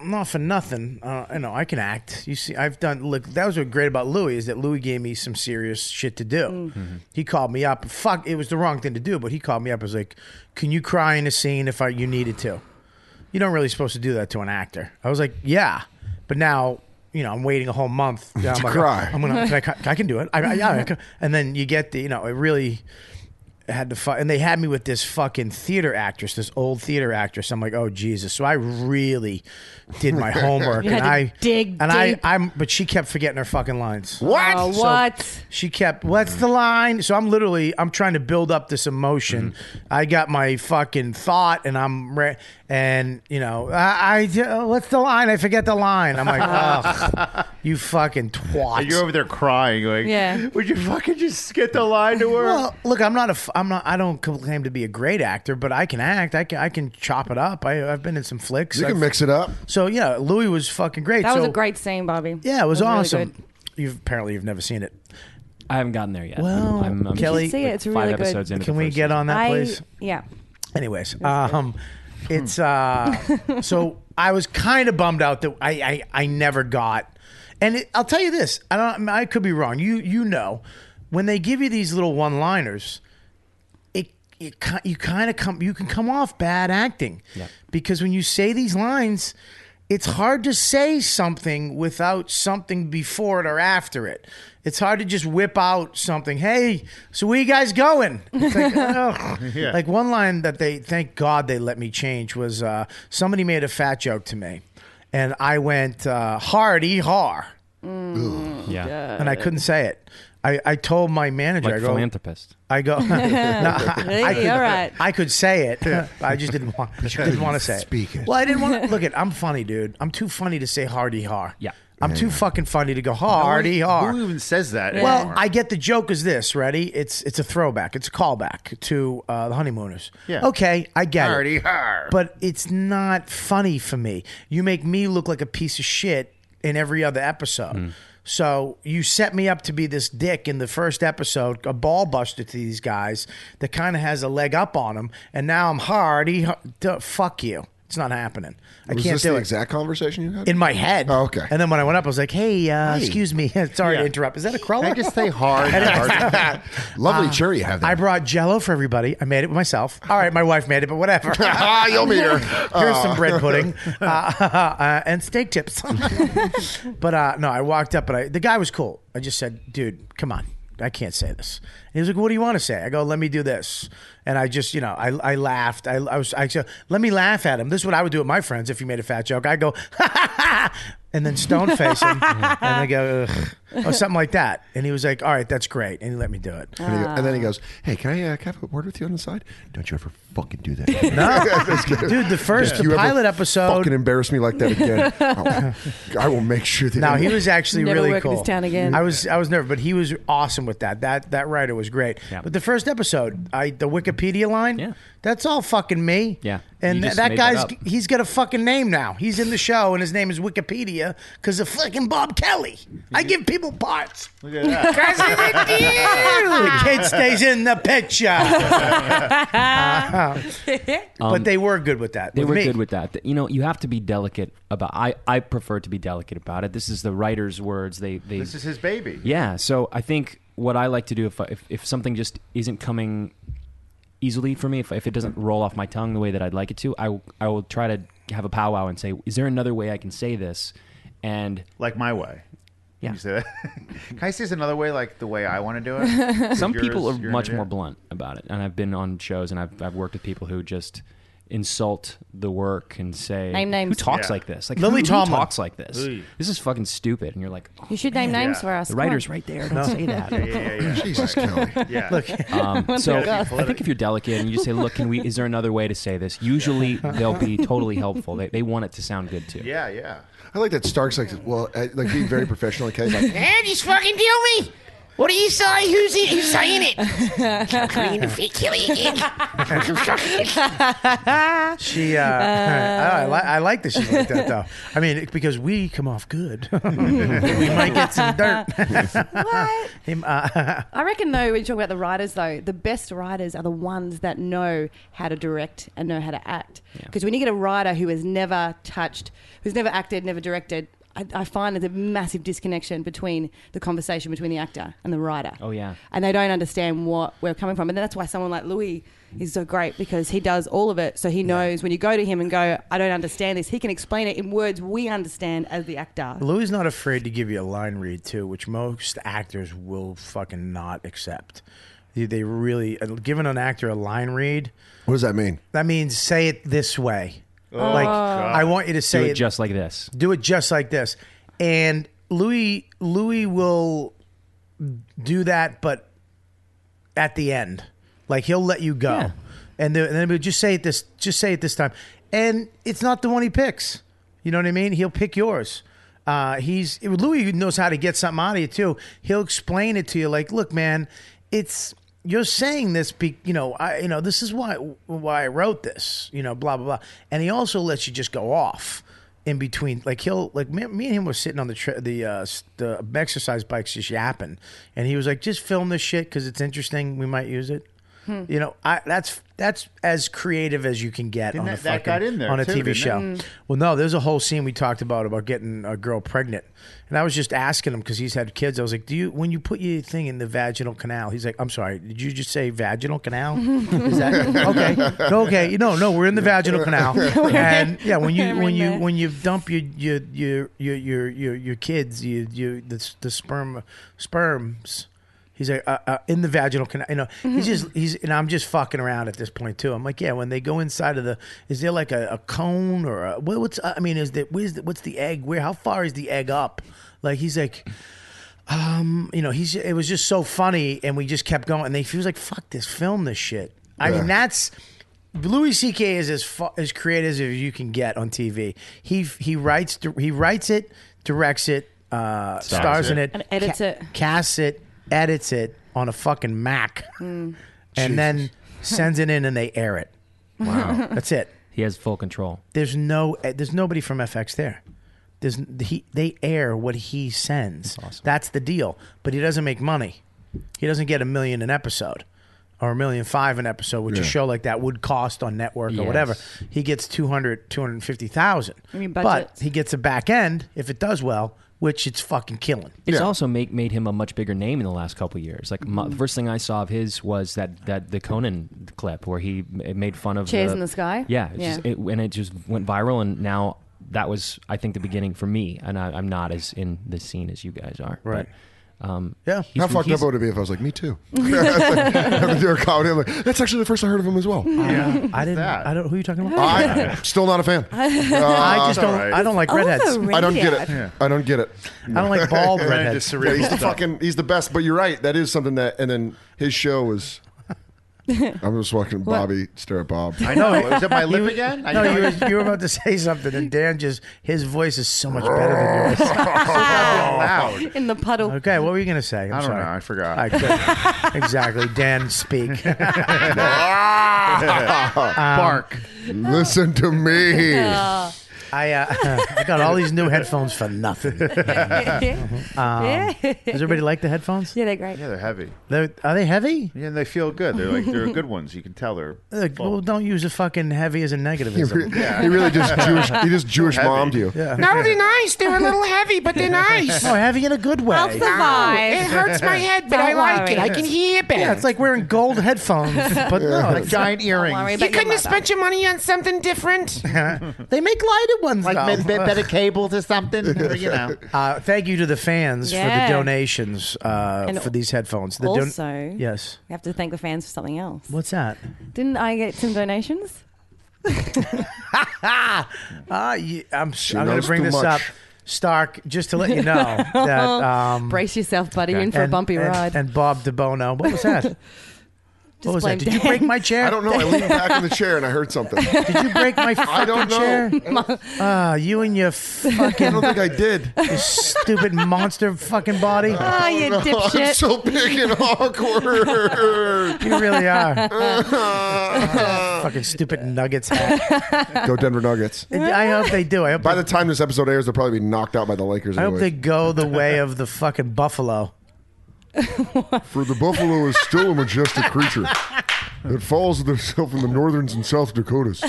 Speaker 2: not for nothing. Uh, you know, I can act. You see, I've done. Look, that was what great about Louis is that Louis gave me some serious shit to do. Mm-hmm. He called me up. Fuck, it was the wrong thing to do, but he called me up. I was like, "Can you cry in a scene if I you needed to?" You don't really supposed to do that to an actor. I was like, "Yeah," but now. You know, I'm waiting a whole month. Yeah, I'm
Speaker 11: <laughs> To
Speaker 2: like,
Speaker 11: cry.
Speaker 2: I'm gonna. Can I, cu- I can do it. I, I, yeah, I can. And then you get the. You know, it really had to fuck, and they had me with this fucking theater actress, this old theater actress. I'm like, oh Jesus! So I really <laughs> did my homework,
Speaker 6: <laughs> You
Speaker 2: and
Speaker 6: had to
Speaker 2: I
Speaker 6: dig
Speaker 2: and
Speaker 6: deep.
Speaker 2: I, I'm, but she kept forgetting her fucking lines.
Speaker 6: What? Oh,
Speaker 2: So
Speaker 6: what?
Speaker 2: she kept. What's the line? So I'm literally, I'm trying to build up this emotion.
Speaker 6: Mm-hmm.
Speaker 2: I got my fucking thought, and I'm re- and you know, I, I uh, what's the line? I forget the line.
Speaker 6: <laughs>
Speaker 2: I'm like, ugh, you fucking twat.
Speaker 12: And you're over there crying, like,
Speaker 2: Would you fucking just get the line to work? Well, look, I'm not a, f- I'm not, I don't claim to be a great actor, but I can act. I can, I can chop it up. I, I've been in some flicks.
Speaker 11: You can
Speaker 2: I've-
Speaker 11: mix it up.
Speaker 2: So yeah, Louis was fucking great.
Speaker 6: That was
Speaker 2: So-
Speaker 6: a great scene, Bobby.
Speaker 2: Yeah, it was,
Speaker 6: That
Speaker 2: awesome.
Speaker 6: Really good.
Speaker 2: You've apparently you've never seen it.
Speaker 1: I haven't gotten there yet.
Speaker 2: Well,
Speaker 1: I'm, I'm
Speaker 2: Kelly,
Speaker 1: just like five episodes into the
Speaker 2: Can we
Speaker 1: first
Speaker 2: get
Speaker 1: season.
Speaker 2: on that,
Speaker 6: I-
Speaker 2: please?
Speaker 6: Yeah.
Speaker 2: Anyways, um, it's uh, so I was kind of bummed out that I I, I never got, and it, I'll tell you this, I don't, I could be wrong. You you know, when they give you these little one liners, it, it ki- you kind of come you can come off bad acting,
Speaker 15: Yep.
Speaker 2: because when you say these lines. It's hard to say something without something before it or after it. It's hard to just whip out something. Hey, so where you guys going? It's like, oh.
Speaker 12: Yeah.
Speaker 2: Like one line that they thank God they let me change was uh, somebody made a fat joke to me, and I went uh, hard e har,
Speaker 6: Mm,
Speaker 1: Yeah.
Speaker 2: and I couldn't say it. I, I told my manager,
Speaker 1: Like
Speaker 2: I go
Speaker 1: philanthropist.
Speaker 2: I go, <laughs>
Speaker 6: <laughs>
Speaker 2: no, I,
Speaker 6: Hey,
Speaker 2: I could,
Speaker 6: all right.
Speaker 2: I could say it. I just didn't want didn't want to say
Speaker 11: Speak it.
Speaker 2: Well, I didn't
Speaker 6: <laughs>
Speaker 2: want to look at. I'm funny, dude. I'm too funny to say hardy har. Yeah. I'm
Speaker 12: Yeah,
Speaker 2: too
Speaker 12: yeah.
Speaker 2: fucking funny to go hardy
Speaker 12: No
Speaker 2: har.
Speaker 12: one- who even says that
Speaker 2: Well,
Speaker 12: anymore?
Speaker 2: I get the joke is this, ready? It's it's a throwback. It's a callback to uh, the honeymooners.
Speaker 12: Yeah.
Speaker 2: Okay, I get
Speaker 12: Hardy
Speaker 2: it.
Speaker 12: har.
Speaker 2: But it's not funny for me. You make me look like a piece of shit in every other episode.
Speaker 12: Hmm.
Speaker 2: So you set me up to be this dick in the first episode, a ball buster to these guys that kind of has a leg up on them, and now I'm hardy. har- duh, Fuck you. It's not happening. I
Speaker 11: Was
Speaker 2: can't
Speaker 11: this
Speaker 2: do
Speaker 11: the
Speaker 2: it
Speaker 11: exact conversation you had?
Speaker 3: <laughs>
Speaker 2: in my head.
Speaker 11: Oh, okay.
Speaker 2: And then when I went up, I was like, "Hey, uh,
Speaker 11: Hey.
Speaker 2: excuse me, <laughs> sorry to
Speaker 11: Yeah.
Speaker 2: interrupt. Is that a crawler?
Speaker 11: Can I just say
Speaker 2: <laughs>
Speaker 11: hard?
Speaker 2: And I-
Speaker 11: Hard. <laughs> Lovely chair you have there.
Speaker 2: I brought Jello for everybody. I made it myself. All right, my wife made it, but whatever.
Speaker 11: <laughs> Ah, you'll
Speaker 2: <laughs>
Speaker 11: meet her.
Speaker 2: Here's some
Speaker 11: Ah. <laughs>
Speaker 2: bread pudding uh, <laughs> uh, and steak tips. <laughs> but uh, no, I walked up and I, the guy was cool. I just said, "Dude, come on." I can't say this. And he was like, "What do you want to say?" I go, "Let me do this," and I just, you know, I, I laughed. I, I was, I said, "Let me laugh at him." This is what I would do with my friends if you made a fat joke. I go, <laughs> and then stone face him, and I go, Ugh, or something like that. And he was like, "All right, that's great," and he let me do it.
Speaker 11: And, he, and then he goes, "Hey, can I uh, can I have a word with you on the side? Don't you ever fucking do that, <laughs>
Speaker 2: No. Dude, the first- the
Speaker 11: You ever
Speaker 2: pilot episode-
Speaker 11: Fucking embarrass me like that again.
Speaker 6: <laughs>
Speaker 11: I'll-
Speaker 3: Oh,
Speaker 11: I will make sure that.
Speaker 2: No, he was actually
Speaker 6: Never
Speaker 2: really
Speaker 6: work in
Speaker 2: cool.
Speaker 6: this town again.
Speaker 2: I was I was nervous, but he was awesome with that. That that writer was great. But the first episode, I the Wikipedia line, yeah. that's all fucking me.
Speaker 1: Yeah. You
Speaker 2: And
Speaker 1: just
Speaker 2: that,
Speaker 1: made that
Speaker 2: guy's
Speaker 1: up.
Speaker 2: he's got a fucking name now. He's in the show and his name is Wikipedia because of fucking Bob Kelly. I give people parts. Look at
Speaker 6: <laughs>
Speaker 15: that.
Speaker 2: the kid stays in the picture. <laughs>
Speaker 6: <laughs>
Speaker 2: <laughs> Uh,
Speaker 1: Um,
Speaker 2: but they were good with that.
Speaker 1: They
Speaker 2: with
Speaker 1: were
Speaker 2: me.
Speaker 1: good with that. You know, you have to be delicate about. I I prefer to be delicate about it. This is the writer's words. They they.
Speaker 12: This is his baby.
Speaker 1: Yeah. So I think what I like to do if I- if, if something just isn't coming easily for me, if, if it doesn't roll off my tongue the way that I'd like it to, I will- I will try to have a powwow and say, is there another way I can say this? And
Speaker 12: like my way.
Speaker 1: Yeah.
Speaker 12: You say that. Can I say this another way, like the way I want to do
Speaker 1: <laughs>
Speaker 12: it?
Speaker 1: Some
Speaker 12: Yours,
Speaker 1: people are
Speaker 12: you're
Speaker 1: much
Speaker 12: gonna
Speaker 1: more
Speaker 12: do
Speaker 1: blunt about it, and I've been on shows and I've I've worked with people who just insult the work and say
Speaker 6: Name names.
Speaker 1: who talks
Speaker 6: Yeah.
Speaker 1: like this like
Speaker 6: Lily
Speaker 1: who, who
Speaker 6: Tomlin.
Speaker 1: talks like this
Speaker 6: Ooh.
Speaker 1: this is fucking stupid and you're like oh,
Speaker 6: You should name
Speaker 1: man.
Speaker 6: names for us.
Speaker 1: the
Speaker 6: Come on.
Speaker 1: writer's right there don't say that
Speaker 2: <laughs>
Speaker 11: Jesus, Kelly.
Speaker 12: Yeah.
Speaker 1: Um, so I think if you're delicate and you just say, "Look, can we? Is there another way to say this?" Usually they'll be totally helpful. They, they want it to sound good too.
Speaker 12: it. Yeah, yeah.
Speaker 11: I like that Stark's like, well, I, like being very professional. Like, hey, like,
Speaker 15: And he's fucking killed me. What do you say? Who's it? Who's saying it? Come clean if you kill you again.
Speaker 2: <laughs> She, uh, <laughs> I,
Speaker 7: Uh,
Speaker 2: li- I like that she looked that though. I mean, because we come off good. <laughs> we might get
Speaker 6: <laughs>
Speaker 2: some dirt. what? Him, uh, <laughs>
Speaker 6: I reckon though, when you talk about the writers though, the best writers are the ones that know how to direct and know how to act. Because when you get a writer who has never touched, who's never acted, never directed, I, I find there's a massive disconnection between the conversation between the actor and the writer.
Speaker 1: <laughs> Oh yeah.
Speaker 6: And they don't understand what we're coming from. And that's why someone like Louis is so great because he does all of it. So he knows when you go to him and go, I don't understand this, he can explain it in words we understand as the actor.
Speaker 2: Louis not afraid to give you a line read too, which most actors will fucking not accept. They- They really uh, giving an actor a line read.
Speaker 11: What does that mean?
Speaker 2: That means say it this way.
Speaker 1: Oh,
Speaker 2: like
Speaker 1: God.
Speaker 2: I want you to say
Speaker 1: Do it just like this.
Speaker 2: Do it just like this. And Louis Louis will do that, but at the end, like he'll let you go, and, the, and then he'll just say it this, just say it this time, and it's not the one he picks. You know what I mean? He'll pick yours. Uh, he's Louis knows how to get something out of you too. He'll explain it to you like, look, man, it's you're saying this, be, you know, I, you know, this is why why I wrote this, you know, blah blah blah, and he also lets you just go off in between. Like he'll like me, me and him were sitting on the tra- the uh, s- the exercise bikes just yapping, and he was like, "Just film this shit because it's interesting. We might use it."
Speaker 12: Hmm.
Speaker 2: You know, I that's that's as creative as you can get
Speaker 12: Didn't
Speaker 2: on a
Speaker 12: that- that
Speaker 2: fucking
Speaker 12: got in there,
Speaker 2: on a
Speaker 12: too,
Speaker 2: TV
Speaker 12: didn't
Speaker 2: show.
Speaker 12: it? Mm.
Speaker 2: Well, no, there's a whole scene we talked about about getting a girl pregnant, and I was just asking him because he's had kids. I was like, "Do you when you put your thing in the vaginal canal?" He's like, "I'm sorry, did you just say vaginal
Speaker 12: <laughs>
Speaker 2: canal?" Is that okay? No, okay, no, no, we're in the vaginal canal, and yeah, when you
Speaker 12: We're
Speaker 2: when
Speaker 12: in
Speaker 2: you
Speaker 12: there.
Speaker 2: when you dump your your your your your your, your kids, you you the, s- the sperm sperms. He's like uh, uh, in the vaginal canal. You know, he's just he's and I'm just fucking around at this point too. I'm like, yeah, when they go inside of the, is there like a, a cone or a, what, what's? I mean, is that where's the, what's the egg? Where? How far is the egg up? Like he's like, um, you know, he's it was just so funny, and we just kept going. And they he was like, fuck this, film this shit. I mean, that's Louis C.K. is as fu- as creative as you can get on TV. He he writes he writes it, directs it, uh, stars,
Speaker 6: Stars it.
Speaker 2: in it,
Speaker 6: And edits it.
Speaker 2: casts it, edits it on a fucking Mac,
Speaker 6: Mm.
Speaker 1: <laughs>
Speaker 2: and then sends it in, and they air it.
Speaker 1: Wow.
Speaker 2: <laughs> that's it.
Speaker 1: He has full control.
Speaker 2: There's no eh, there's nobody from FX there. There's he they air what he sends. That's, the deal. But he doesn't make money. He doesn't get a million an episode or a million five an episode, which a
Speaker 12: Yeah.
Speaker 2: show like that would cost on network or
Speaker 12: Yes.
Speaker 2: whatever. He gets 200 250,000.
Speaker 7: Mm-hmm.
Speaker 6: I mean,
Speaker 2: But
Speaker 6: budgets.
Speaker 2: he gets a back end if it does well, which it's fucking killing.
Speaker 1: It's also make, made him a much bigger name in the last couple of years. Like
Speaker 6: Mm.
Speaker 1: my, the first thing I saw of his was that, that the Conan clip where he m- made fun of
Speaker 6: Chairs in the sky?
Speaker 1: Yeah, it's
Speaker 6: Yeah.
Speaker 1: Just, it, and it just went viral. And now that was, I think, the beginning for me. And I, I'm not as in the scene as you guys are.
Speaker 11: Right.
Speaker 1: But, um,
Speaker 2: yeah.
Speaker 11: How fucked up would it be if I was like, me
Speaker 2: <laughs>
Speaker 11: too? <laughs> Having to do a comedy, I'm like, that's actually the first I heard of him as well.
Speaker 2: Yeah. I didn't. I don't. Who are you talking about?
Speaker 11: I still not a fan.
Speaker 2: <laughs>
Speaker 11: Uh,
Speaker 2: I Oh, just don't- I don't like All the redheads.
Speaker 11: I don't get it.
Speaker 2: Yeah.
Speaker 11: I don't get it.
Speaker 2: I don't like
Speaker 11: <laughs>
Speaker 2: bald
Speaker 11: Yeah,
Speaker 2: redheads.
Speaker 11: he's the fucking. He's the best. But you're right. That is something that. And then his show
Speaker 2: <laughs>
Speaker 11: was. I'm just watching
Speaker 2: What?
Speaker 11: Bobby stare at Bob.
Speaker 2: I <laughs> know. You-
Speaker 11: You-
Speaker 2: no, you were, you were about to say something, and Dan just his voice is so much better than
Speaker 12: <laughs>
Speaker 2: yours.
Speaker 12: Oh,
Speaker 2: <laughs> Oh.
Speaker 6: In the puddle.
Speaker 2: Okay, what were you gonna say? I'm
Speaker 12: I don't
Speaker 2: sorry.
Speaker 12: know. I forgot.
Speaker 2: I could- <laughs> exactly.
Speaker 12: <laughs>
Speaker 2: Dan, speak. <laughs> Um,
Speaker 12: Bark.
Speaker 11: Listen to me.
Speaker 6: <laughs> Oh.
Speaker 2: I uh, <laughs> I got all these new headphones
Speaker 12: <laughs>
Speaker 2: for nothing. <laughs>
Speaker 12: Yeah.
Speaker 2: <laughs> Um, does everybody like the headphones?
Speaker 6: Yeah, they're great.
Speaker 12: Yeah, they're heavy.
Speaker 2: They're, are they heavy?
Speaker 12: Yeah, and they feel good. They're like they're good ones. You can tell they're.
Speaker 2: Like, well, don't use a fucking heavy as a negative.
Speaker 12: He re- he really <laughs> just Jewish- he just Jewish Heavy. mommed you.
Speaker 2: Yeah.
Speaker 12: <laughs>
Speaker 15: No, they're nice. They're a little heavy, but
Speaker 3: <laughs>
Speaker 15: they're nice.
Speaker 10: Oh,
Speaker 2: No, heavy in Oh, a good way.
Speaker 15: No, it hurts my head, but I like it. I can hear better.
Speaker 2: Yeah, it's like wearing gold headphones, but no,
Speaker 12: Yeah.
Speaker 3: <laughs>
Speaker 2: it's
Speaker 12: Giant
Speaker 2: not-
Speaker 12: earrings. Don't worry
Speaker 15: you couldn't have spent your money on something different.
Speaker 2: <laughs> they make lighter ones,
Speaker 15: like
Speaker 2: though.
Speaker 15: be- better
Speaker 12: cable to something, you know.
Speaker 2: Uh, thank you to the fans
Speaker 6: Yeah.
Speaker 2: for the donations uh,
Speaker 6: And
Speaker 2: for these headphones. The don-
Speaker 6: also,
Speaker 2: yes.
Speaker 6: we have to thank the fans for something else.
Speaker 2: What's that?
Speaker 6: Didn't I get some donations?
Speaker 2: Ah, you, I'm,
Speaker 6: She
Speaker 2: I'm going
Speaker 6: knows
Speaker 2: to bring
Speaker 6: too
Speaker 2: this
Speaker 6: much.
Speaker 2: up, Stark, just to let you
Speaker 6: <laughs>
Speaker 2: know that. Um,
Speaker 6: Brace yourself, buddy. You're in for a
Speaker 2: and-
Speaker 6: bumpy
Speaker 2: and-
Speaker 6: ride.
Speaker 2: And Bob DeBono. What was that? What was
Speaker 6: blame
Speaker 2: that? Did you break my
Speaker 6: <laughs>
Speaker 2: chair?
Speaker 3: I don't know. I leaned back in the chair and I heard
Speaker 2: <laughs>
Speaker 3: something. Did
Speaker 2: you break my
Speaker 3: I don't know.
Speaker 6: <laughs>
Speaker 2: know. Ah, you and your fucking. I
Speaker 3: don't think I did.
Speaker 2: Your stupid monster fucking body.
Speaker 6: Ah, you
Speaker 3: Oh, no, <laughs>
Speaker 6: dipshit.
Speaker 3: I'm so big and awkward.
Speaker 2: You really
Speaker 6: <laughs>
Speaker 2: are. <laughs> fucking stupid Nuggets hat.
Speaker 3: <laughs> Go Denver Nuggets.
Speaker 2: I hope they do. I hope.
Speaker 3: By the time this episode airs, they'll probably be knocked out by the Lakers.
Speaker 2: I hope they
Speaker 3: anyway.
Speaker 2: go the way of the fucking buffalo.
Speaker 3: For the buffalo is still a majestic creature that follows itself from the northerns and South Dakotas.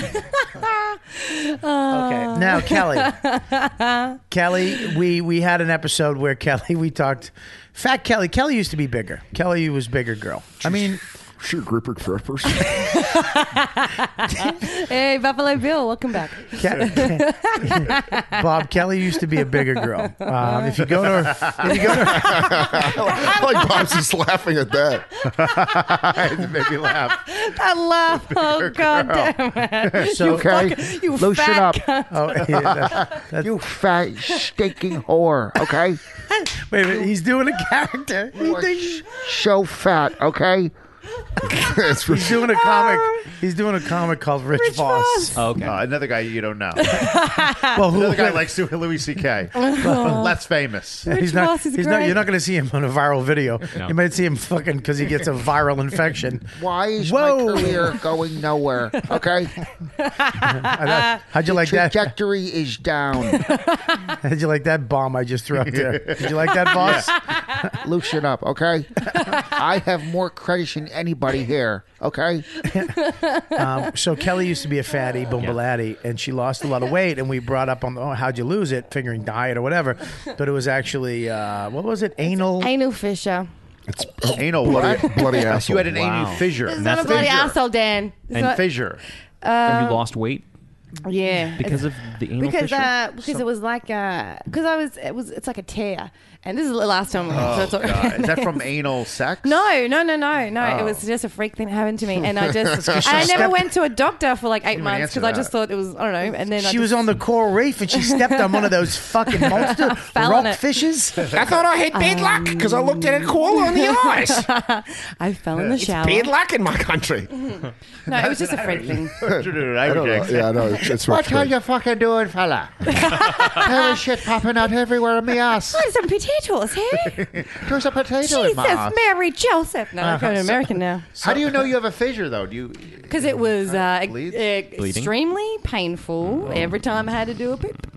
Speaker 6: Oh.
Speaker 2: okay. Now,
Speaker 6: <laughs>
Speaker 2: Kelly. Kelly, we we had an episode where Kelly we talked. Fat Kelly. Kelly used to be bigger. Kelly was bigger girl. I mean,
Speaker 3: sure, gripper preppers.
Speaker 2: <laughs>
Speaker 6: hey, Buffalo Bill, welcome back.
Speaker 2: <laughs> Bob Kelly used to be a bigger girl. Um, if you go to her, if you go to <laughs>
Speaker 3: her, <laughs> like Bob's just laughing at that.
Speaker 2: <laughs>
Speaker 10: it made me laugh.
Speaker 6: That laugh. Oh, God <laughs> damn
Speaker 10: <laughs>
Speaker 2: <laughs>
Speaker 6: it.
Speaker 2: So-
Speaker 6: you
Speaker 2: Okay.
Speaker 6: fuck- you
Speaker 2: Loosen
Speaker 6: fat
Speaker 2: up.
Speaker 6: cunt.
Speaker 2: Oh, yeah, that-
Speaker 6: <laughs>
Speaker 10: you fat, stinking whore, okay?
Speaker 2: Wait a minute, he's doing a character.
Speaker 10: You so fat, okay?
Speaker 2: he's doing a comic.
Speaker 6: Um,
Speaker 2: He's doing a comic called Rich, Voss.
Speaker 1: Oh,
Speaker 10: okay.
Speaker 12: Uh,
Speaker 10: another guy you
Speaker 6: <laughs>
Speaker 10: don't know.
Speaker 2: Well, who-
Speaker 10: another guy like Sue- Louis
Speaker 2: <laughs>
Speaker 10: C.K.
Speaker 2: Oh.
Speaker 10: Less famous.
Speaker 2: he's not. he's not. You're not going to see him on a viral video. You might see him fucking because he gets a viral infection.
Speaker 10: Why is
Speaker 2: Whoa.
Speaker 10: my career going nowhere? Okay,
Speaker 2: How'd you like that?
Speaker 10: Uh, trajectory is down.
Speaker 2: <laughs> How'd you like that bomb I just threw up there? Did you like that, boss?
Speaker 10: Yeah. Loosen up, okay? I have more credit than anybody here, okay?
Speaker 2: Um, so Kelly used to be a fatty, bumbalatti, and she lost a lot of weight. And we brought up on, oh, how'd you lose it? Figuring diet or whatever. But it was actually, uh, what was it? Anal.
Speaker 6: Anal fissure.
Speaker 10: Anal
Speaker 3: bloody,
Speaker 2: <laughs>
Speaker 3: bloody asshole.
Speaker 10: You had an anal fissure.
Speaker 6: It's not a bloody asshole, Dan. It's
Speaker 10: And
Speaker 6: not-
Speaker 10: fissure.
Speaker 6: Um,
Speaker 1: Have you lost weight
Speaker 6: Yeah,
Speaker 1: because of the anal
Speaker 6: because
Speaker 1: fissure?
Speaker 6: uh, because it was like uh, because I was it was it's like a tear, and this is the last time.
Speaker 10: Oh,
Speaker 6: so it's all-
Speaker 10: God.
Speaker 6: <laughs>
Speaker 10: Is that from anal sex?
Speaker 6: No, no, no, no, no. It
Speaker 10: Oh.
Speaker 6: was just a freak thing that happened to me, and I
Speaker 10: It's
Speaker 2: <laughs>
Speaker 6: just
Speaker 10: 'cause
Speaker 6: and
Speaker 10: she
Speaker 6: I never
Speaker 10: stepped-
Speaker 6: went to a doctor for like eight
Speaker 10: even
Speaker 6: months
Speaker 10: answer
Speaker 6: because I just
Speaker 10: that.
Speaker 6: thought it was I don't know, and then I
Speaker 2: She was on the coral reef and she stepped on one of those fucking monster
Speaker 6: <laughs> Fell on it.
Speaker 2: rock fishes.
Speaker 7: I thought I had bad luck because I looked at a koala in
Speaker 6: <laughs>
Speaker 7: the eyes.
Speaker 6: I fell in the shower.
Speaker 7: It's bad luck in my country.
Speaker 6: <laughs> No, it was just a freak thing.
Speaker 3: I don't know. Yeah, I know. It's,
Speaker 2: <laughs>
Speaker 3: it's
Speaker 10: What
Speaker 3: rough.
Speaker 10: are you fucking doing, fella? there is shit popping out everywhere in my ass.
Speaker 6: There's some potatoes, hey?
Speaker 10: <laughs> There's a potato in
Speaker 6: Jesus,
Speaker 10: my ass.
Speaker 6: Mary Joseph. No, I'm an
Speaker 10: Uh-huh.
Speaker 12: <laughs>
Speaker 6: American now.
Speaker 10: How do you know you have a fissure, though? Do you?
Speaker 6: Because it was uh,
Speaker 10: Bleeds?
Speaker 6: e-
Speaker 1: Bleeding?
Speaker 6: extremely painful every time I had to do a poop.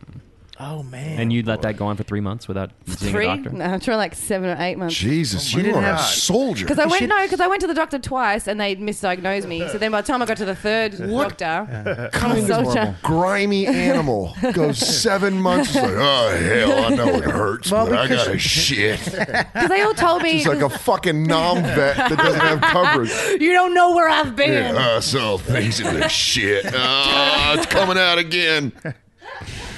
Speaker 2: Oh man.
Speaker 1: and you let that go on for three months without seeing
Speaker 6: Three?
Speaker 1: a doctor?
Speaker 6: No, I'm trying like seven or eight months. Oh
Speaker 3: Jesus,
Speaker 2: my
Speaker 3: you are
Speaker 2: God.
Speaker 3: a soldier.
Speaker 6: Because I
Speaker 2: You
Speaker 6: went
Speaker 2: should-
Speaker 6: no, because I went to the doctor twice and they misdiagnosed me. So then by the time I got to the third doctor, I was
Speaker 3: <laughs> Kind
Speaker 6: so
Speaker 3: of
Speaker 6: done.
Speaker 3: grimy animal goes seven months. It's like, oh hell, I know it hurts,
Speaker 2: Well,
Speaker 3: but I
Speaker 2: because-
Speaker 3: got a shit.
Speaker 6: <laughs> 'Cause they all told me
Speaker 3: She's
Speaker 6: <laughs>
Speaker 3: like a fucking nom vet that doesn't have coverage.
Speaker 6: you don't know where I've been.
Speaker 3: Yeah, I saw things in this shit. Ah, it's coming out again.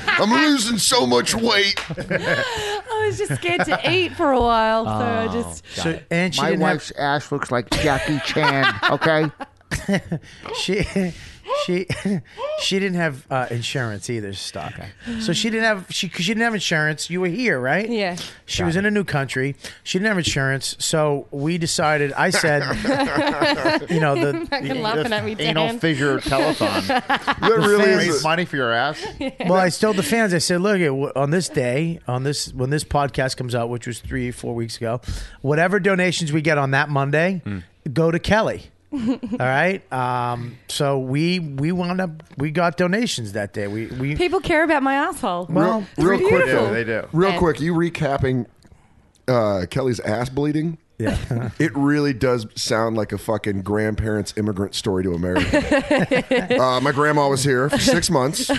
Speaker 3: I'm losing so much weight.
Speaker 6: I was just scared to eat for a while, so I
Speaker 1: Oh,
Speaker 6: just
Speaker 1: got
Speaker 2: So,
Speaker 1: it.
Speaker 2: and she
Speaker 10: My
Speaker 2: didn't
Speaker 10: wife's ass looks like Jackie Chan. Okay,
Speaker 2: have <laughs> she she she didn't have uh, insurance either, Stock. So she didn't have she cause she didn't have insurance. You were here, right?
Speaker 6: yeah.
Speaker 2: She was in a new country. She didn't have insurance, so we decided. I
Speaker 6: <laughs>
Speaker 2: said, you know, the
Speaker 6: Fucking laughing at me, Dan.
Speaker 10: anal fissure telethon.
Speaker 3: That really
Speaker 10: Raise
Speaker 3: is.
Speaker 10: money for your ass.
Speaker 6: <laughs>
Speaker 2: well, I told the fans, I said, look, it- on this day, on this when this podcast comes out, which was three, four weeks ago, whatever donations we get on that Monday,
Speaker 10: Mm.
Speaker 2: go to Kelly.
Speaker 3: Ah.
Speaker 2: All right. Um, so we we wound up we got donations that day. We we
Speaker 6: <laughs> People care about my asshole.
Speaker 2: well
Speaker 6: It's
Speaker 3: real quick,
Speaker 6: beautiful.
Speaker 10: They do.
Speaker 3: Real
Speaker 6: Yeah.
Speaker 3: quick, you recapping uh, Kelly's ass bleeding.
Speaker 2: yeah.
Speaker 3: It really does sound like a fucking grandparents' immigrant story to America. uh, my grandma was here for six months,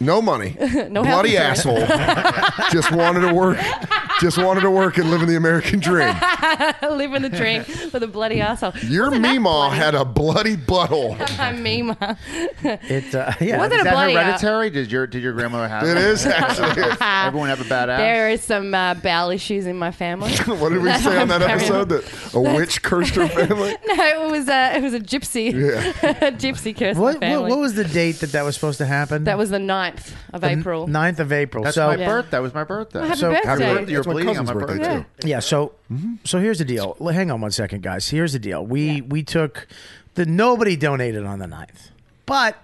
Speaker 3: no money,
Speaker 6: <laughs> No health
Speaker 3: bloody
Speaker 6: insurance.
Speaker 3: asshole.
Speaker 6: <laughs>
Speaker 3: just wanted to work, just wanted to work and live in the American
Speaker 6: <laughs>
Speaker 3: dream.
Speaker 6: Living the dream with a bloody asshole.
Speaker 3: Your meemaw had a bloody
Speaker 6: <laughs>
Speaker 3: butthole.
Speaker 6: I mean, my-
Speaker 2: It uh, yeah.
Speaker 6: Wasn't
Speaker 10: Is
Speaker 6: a
Speaker 10: that
Speaker 6: bloody ass-
Speaker 10: hereditary? Did your did your grandmother have?
Speaker 3: It is actually.
Speaker 10: <laughs> Everyone have a bad ass.
Speaker 6: there is some uh, bowel issues in
Speaker 2: <laughs>
Speaker 6: my family.
Speaker 3: What did we say on that
Speaker 6: Very-
Speaker 3: episode? That a witch cursed her family.
Speaker 6: <laughs> No, it was a it was a gypsy. <laughs>
Speaker 3: Yeah.
Speaker 6: gypsy curse
Speaker 2: what, what
Speaker 6: my family.
Speaker 2: what was the date that that was supposed to happen?
Speaker 6: that was the 9th of April.
Speaker 2: 9th of April.
Speaker 10: That's
Speaker 2: so
Speaker 10: my
Speaker 6: Yeah.
Speaker 10: birth. That was my birthday.
Speaker 6: Happy
Speaker 2: so-
Speaker 6: birthday.
Speaker 2: Happy
Speaker 10: Your
Speaker 3: That's
Speaker 11: my
Speaker 3: my
Speaker 12: bleeding on
Speaker 11: cousin's
Speaker 12: my
Speaker 11: birthday,
Speaker 12: birthday.
Speaker 11: too.
Speaker 2: Yeah. So, so here's the deal. L- Hang on one second, guys. Here's the deal. We we took the nobody donated on the 9th, but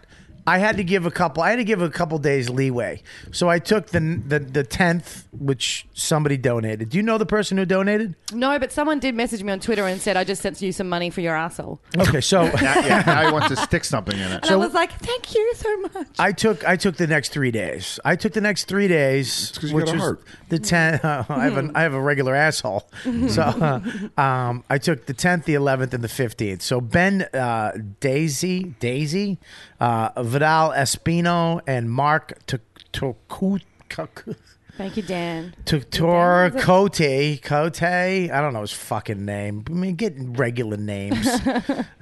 Speaker 2: I had to give a couple. I had to give a couple days leeway. So I took the the the tenth, which somebody donated. Do you know the person who donated?
Speaker 6: No, but someone did message me on Twitter and said, I just sent you some money for your asshole.
Speaker 2: Okay. So
Speaker 12: yeah, <laughs> now he wants to stick something in it.
Speaker 6: And I was like, thank you so much.
Speaker 2: I took I took the next three days. I took the next three days,
Speaker 11: you got a heart.
Speaker 2: the ten. <laughs> I have a I have a regular asshole,
Speaker 6: <laughs>
Speaker 2: so uh, um, I took the tenth, the eleventh, and the fifteenth. So Ben, uh, Daisy, Daisy, uh, Vidal Espino, and Mark took took
Speaker 6: Thank you, Dan.
Speaker 2: Tutor Cote, Cote, I don't know his fucking name. I mean, get regular
Speaker 6: <laughs>
Speaker 2: names.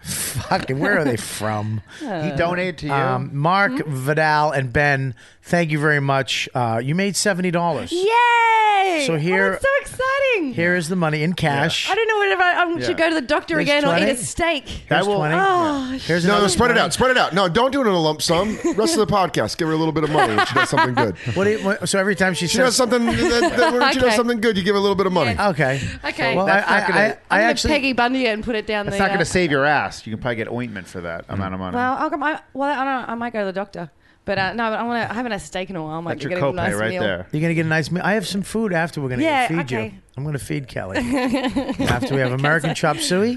Speaker 2: fucking, where are they from?
Speaker 6: Uh,
Speaker 2: Um,
Speaker 12: He donated to you?
Speaker 2: Mark,
Speaker 6: Hmm?
Speaker 2: Vidal, and Ben, thank you very much. Uh, you made $70.
Speaker 6: Yay!
Speaker 2: So
Speaker 6: Oh,
Speaker 2: here-
Speaker 6: that's so exciting.
Speaker 2: Here is the money in cash.
Speaker 6: I don't know whether I, I
Speaker 2: Yeah.
Speaker 6: should go to the doctor
Speaker 2: Here's
Speaker 6: again or eat
Speaker 2: 20.
Speaker 6: a steak.
Speaker 2: Here's That will- 20.
Speaker 6: Oh,
Speaker 2: Here's
Speaker 11: no, no,
Speaker 2: another
Speaker 11: spread it
Speaker 2: one.
Speaker 11: out. Spread it out. No, don't do it in a lump sum. Rest of the podcast, give her a little bit of money. She does something good.
Speaker 2: <laughs> What do you, what, so every time she,
Speaker 11: She
Speaker 2: says Oh,
Speaker 11: does something. That, that, when She does
Speaker 6: Okay.
Speaker 11: something good. You give her a little bit of money.
Speaker 2: Okay.
Speaker 6: okay.
Speaker 2: Well,
Speaker 12: That's
Speaker 2: I,
Speaker 12: not gonna-
Speaker 2: I,
Speaker 12: I'm
Speaker 2: I, I
Speaker 6: I'm
Speaker 2: actually.
Speaker 6: gonna Peggy Bundy it and put it down
Speaker 12: That's
Speaker 6: the.
Speaker 12: not going
Speaker 6: uh,
Speaker 12: to save your ass. You can probably get ointment for that amount of money.
Speaker 6: Well, I'll go, I, well, I don't know. I might go to the doctor, but uh, no, I want to. I haven't had a steak in a while. I might
Speaker 12: That's your
Speaker 6: get a
Speaker 12: copay
Speaker 6: nice
Speaker 12: right
Speaker 6: meal. <laughs>
Speaker 12: there.
Speaker 2: You're gonna get a nice meal. I have some food after. We're gonna
Speaker 6: Yeah,
Speaker 2: feed you.
Speaker 6: okay.
Speaker 2: I'm gonna feed Kelly <laughs> after
Speaker 6: <laughs>
Speaker 2: we have American chop suey.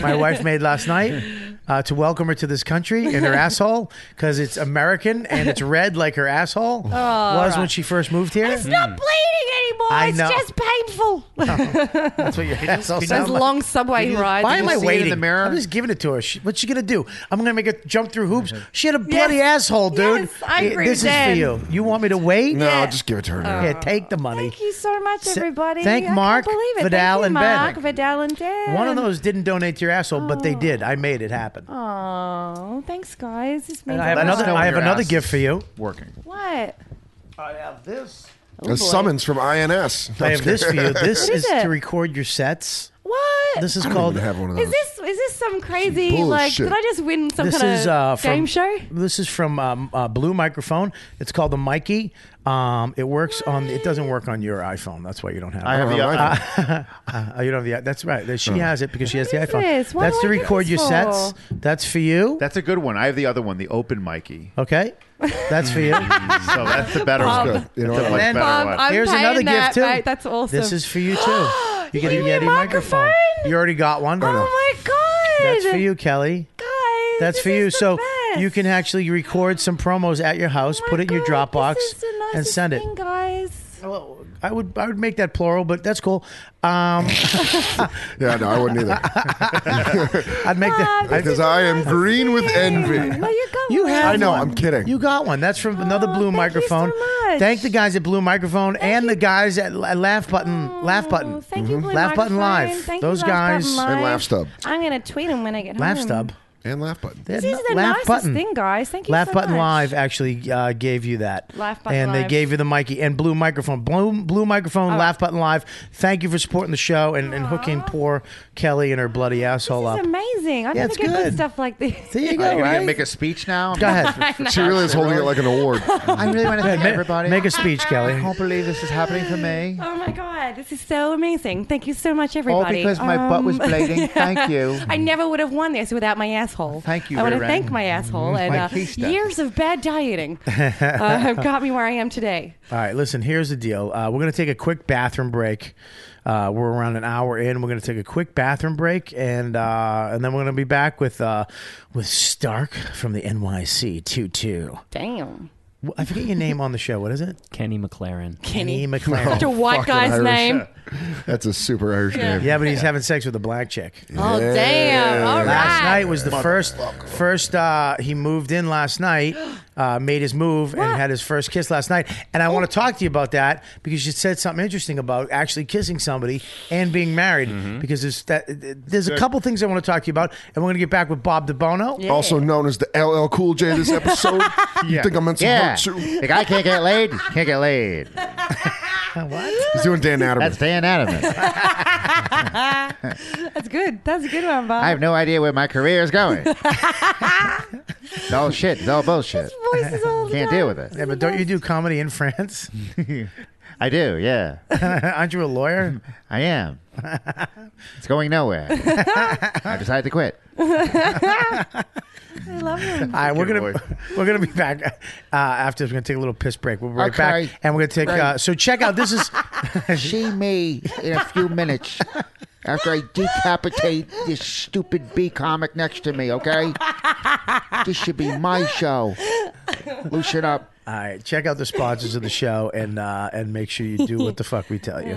Speaker 2: My wife made last night uh, to welcome her to this country in
Speaker 6: <laughs>
Speaker 2: her asshole because it's American and it's red like her
Speaker 6: <laughs>
Speaker 2: asshole was when
Speaker 6: Oh, right.
Speaker 2: she first moved here.
Speaker 6: It's not bleeding anymore.
Speaker 2: Hmm. I
Speaker 6: it's
Speaker 2: know.
Speaker 6: just painful.
Speaker 2: That's what your asshole
Speaker 6: Those
Speaker 2: sounds like.
Speaker 6: long subway rides.
Speaker 2: Why am I waiting?
Speaker 12: the mirror?
Speaker 2: I'm just giving it to her. She, what's she gonna do? I'm gonna make her jump through hoops. She had a bloody asshole, dude.
Speaker 6: Yes, I agree
Speaker 2: this
Speaker 6: with Dan.
Speaker 2: is for you. You want me to wait?
Speaker 11: No, just give it to her. now.
Speaker 2: yeah, take the money.
Speaker 6: Thank you so much,
Speaker 2: S-
Speaker 6: everybody.
Speaker 2: thank
Speaker 6: I
Speaker 2: Mark,
Speaker 6: can't believe it.
Speaker 2: Vidal,
Speaker 6: thank you,
Speaker 2: and Ben.
Speaker 6: Mark, Vidal, and Dan.
Speaker 2: One of those didn't donate to your asshole, but they did. I made it happen.
Speaker 6: Oh, thanks, guys. This means
Speaker 2: I have
Speaker 6: a lot.
Speaker 2: another.
Speaker 12: know
Speaker 2: I
Speaker 12: when
Speaker 2: have
Speaker 12: your
Speaker 2: another
Speaker 12: ass
Speaker 2: gift
Speaker 12: is
Speaker 2: for you.
Speaker 12: Working.
Speaker 6: What?
Speaker 2: I have this.
Speaker 11: a summons from
Speaker 2: <laughs>
Speaker 11: INS.
Speaker 2: I have this for you. This
Speaker 6: Oh, <laughs> What is
Speaker 2: is
Speaker 6: it?
Speaker 2: to record your sets.
Speaker 6: What?
Speaker 2: This is
Speaker 11: I don't
Speaker 2: called.
Speaker 11: even have one of those.
Speaker 6: Is this is this some crazy
Speaker 11: Bullshit.
Speaker 6: like? Did I just win some
Speaker 2: This
Speaker 6: kind
Speaker 2: is
Speaker 6: of
Speaker 2: uh, from,
Speaker 6: game show?
Speaker 2: This is from um, uh, Blue Microphone. It's called the Mikey. Um, it works on. It doesn't work on your iPhone. That's why you don't have.
Speaker 12: I
Speaker 2: it.
Speaker 12: have the
Speaker 11: Uh,
Speaker 12: iPhone.
Speaker 2: <laughs>
Speaker 12: Uh.
Speaker 2: Oh, you don't have the. That's right. That She has it because she has the
Speaker 6: is
Speaker 2: iPhone.
Speaker 6: this? Why
Speaker 2: That's
Speaker 6: do
Speaker 2: to
Speaker 6: I get
Speaker 2: record
Speaker 6: this
Speaker 2: your sets.
Speaker 6: for?
Speaker 2: That's for you.
Speaker 12: That's a good one. I have the other one, the open Mikey.
Speaker 2: Okay. That's for you.
Speaker 12: <laughs> So that's the better
Speaker 11: That's
Speaker 12: one.
Speaker 11: good. You know
Speaker 12: That's
Speaker 11: what?
Speaker 12: a much
Speaker 2: And-
Speaker 12: better
Speaker 6: Bob,
Speaker 12: one.
Speaker 6: I'm
Speaker 2: Here's
Speaker 6: paying
Speaker 2: another gift
Speaker 6: that,
Speaker 2: too.
Speaker 6: mate. That's awesome.
Speaker 2: This is for you
Speaker 6: <gasps>
Speaker 2: too. you get a
Speaker 6: Give me a
Speaker 2: Yeti microphone.
Speaker 6: microphone?
Speaker 2: You already got one.
Speaker 6: oh my god.
Speaker 2: That's for you, Kelly.
Speaker 6: guys.
Speaker 2: That's
Speaker 6: this
Speaker 2: for you.
Speaker 6: is the
Speaker 2: So
Speaker 6: best.
Speaker 2: you can actually record some promos at your house,
Speaker 6: Oh my
Speaker 2: put it in your
Speaker 6: God,
Speaker 2: Dropbox,
Speaker 6: this is the
Speaker 2: and
Speaker 6: nicest
Speaker 2: send it.
Speaker 6: thing, guys.
Speaker 2: I would I would make that plural, but that's cool. Um,
Speaker 11: <laughs> Yeah, no, I wouldn't either.
Speaker 2: <laughs> I'd make
Speaker 6: Bob,
Speaker 2: that.
Speaker 11: <laughs>
Speaker 6: this
Speaker 11: Because
Speaker 6: is
Speaker 11: I
Speaker 6: the
Speaker 11: am
Speaker 6: nicest
Speaker 11: green with
Speaker 6: thing.
Speaker 11: envy.
Speaker 6: Well, you got
Speaker 2: You
Speaker 6: one.
Speaker 2: have.
Speaker 11: I know.
Speaker 2: one.
Speaker 11: I'm kidding.
Speaker 2: You got one. That's from another
Speaker 6: Oh,
Speaker 2: Blue
Speaker 6: thank you
Speaker 2: Microphone.
Speaker 6: so much.
Speaker 2: Thank the guys at Blue Microphone and the guys at La- Laugh Button. Laugh Button.
Speaker 6: Oh, Thank you, Blue
Speaker 2: Laugh Button
Speaker 6: Microphone.
Speaker 2: Live.
Speaker 6: Thank you,
Speaker 2: Those
Speaker 6: Laugh
Speaker 2: guys
Speaker 6: Button
Speaker 11: Mm-hmm. And
Speaker 6: Live.
Speaker 11: Laugh Stub.
Speaker 6: I'm gonna tweet them when I get
Speaker 2: Laugh
Speaker 6: home.
Speaker 2: Stub.
Speaker 11: And laugh button.
Speaker 2: They're
Speaker 6: This is
Speaker 2: not-
Speaker 6: the
Speaker 2: Laugh
Speaker 6: nicest
Speaker 2: Button.
Speaker 6: thing, guys. Thank you
Speaker 2: Laugh
Speaker 6: so
Speaker 2: Button
Speaker 6: much.
Speaker 2: Live actually uh, gave you that.
Speaker 6: Laugh Button
Speaker 2: And they
Speaker 6: Live.
Speaker 2: gave you the Mikey and Blue Microphone. Blue, Blue Microphone, Laugh Button Live. Thank you for supporting the show and, and hooking poor Kelly and her bloody asshole
Speaker 6: This
Speaker 2: up.
Speaker 6: is amazing. I
Speaker 2: Yeah,
Speaker 6: never
Speaker 2: it's
Speaker 6: get good
Speaker 2: good.
Speaker 6: stuff like this.
Speaker 2: there you
Speaker 12: Are
Speaker 2: go,
Speaker 12: you going to
Speaker 2: right?
Speaker 12: make a speech now?
Speaker 2: Go
Speaker 6: <laughs>
Speaker 2: ahead.
Speaker 11: She really is holding it
Speaker 2: <laughs>
Speaker 11: like an award.
Speaker 12: I really want to thank
Speaker 2: Ma-
Speaker 12: everybody.
Speaker 2: Make a speech,
Speaker 6: <laughs>
Speaker 2: Kelly.
Speaker 6: Uh,
Speaker 12: I can't believe this is happening for me.
Speaker 6: Oh my god, this is so amazing! Thank you so much,
Speaker 12: All
Speaker 6: everybody. Um,
Speaker 12: because my butt
Speaker 6: <laughs>
Speaker 12: was bleeding. Thank you.
Speaker 6: I never would have won this without my asshole.
Speaker 12: Thank you,
Speaker 6: I want to
Speaker 12: Ray Ray.
Speaker 6: thank my asshole and
Speaker 12: My
Speaker 6: uh,
Speaker 12: keister.
Speaker 6: years of bad dieting uh, <laughs> have got me where I am today.
Speaker 2: All right, listen, here's the deal. Uh, we're going to take a quick bathroom break. Uh, we're around an hour in. We're going to take a quick bathroom break, and uh, and then we're going to be back with uh, with Stark from the NYC 22.
Speaker 6: Damn,
Speaker 2: Wh- I forget your name on the show. What is it?
Speaker 1: Kenny McLaren.
Speaker 6: Kenny,
Speaker 2: Kenny
Speaker 6: such a
Speaker 2: McLaren.
Speaker 6: white
Speaker 11: Fucking
Speaker 6: guy's
Speaker 11: Irish.
Speaker 6: name.
Speaker 11: <laughs> That's a super Irish name.
Speaker 2: Yeah, but he's having sex with a black chick.
Speaker 6: Oh damn! All
Speaker 2: Last
Speaker 6: right.
Speaker 2: night was the first first uh, he moved in last night, <gasps> uh, made his move and
Speaker 6: What?
Speaker 2: had his first kiss last night. And I want to talk to you about that because you said something interesting about actually kissing somebody and being married because there's that there's a couple things I want to talk to you about and we're going to get back with Bob DeBono.
Speaker 6: <laughs>
Speaker 2: <laughs>
Speaker 6: Yeah.
Speaker 11: Also known as the LL Cool J this
Speaker 6: <laughs>
Speaker 11: episode. You think I meant some
Speaker 10: Yeah.
Speaker 11: hurt too?
Speaker 10: Like, I can't get laid. Can't get laid.
Speaker 11: He's doing Dan Natterman.
Speaker 10: That's Dan Adamant.
Speaker 6: <laughs> That's good. That's a good one, Bob.
Speaker 10: I
Speaker 6: <laughs>
Speaker 10: have no idea where my career is going. it's all shit. It's all bullshit.
Speaker 6: Voices all the
Speaker 10: Can't
Speaker 6: time.
Speaker 10: deal with it.
Speaker 2: Yeah, but don't you do comedy in France?
Speaker 10: I do, yeah.
Speaker 2: <laughs> Aren't you a lawyer?
Speaker 10: <laughs> I am.
Speaker 2: <laughs>
Speaker 10: It's going nowhere. I decided to
Speaker 2: <laughs>
Speaker 10: quit.
Speaker 6: I love
Speaker 2: All
Speaker 6: him.
Speaker 2: right, we're gonna we're gonna be back uh, after. We're gonna take a little piss break. We'll be right
Speaker 10: Okay.
Speaker 2: back, and we're gonna take. Uh,
Speaker 10: Right.
Speaker 2: so check out. This
Speaker 10: <laughs>
Speaker 2: is
Speaker 10: she me in a few minutes after I decapitate this stupid B comic next to me. Okay, this should be my show. Loosen up.
Speaker 2: All right, check out the sponsors of the show, and uh, and make sure you <laughs> do what the fuck we tell
Speaker 10: <laughs>
Speaker 6: <laughs>
Speaker 2: you.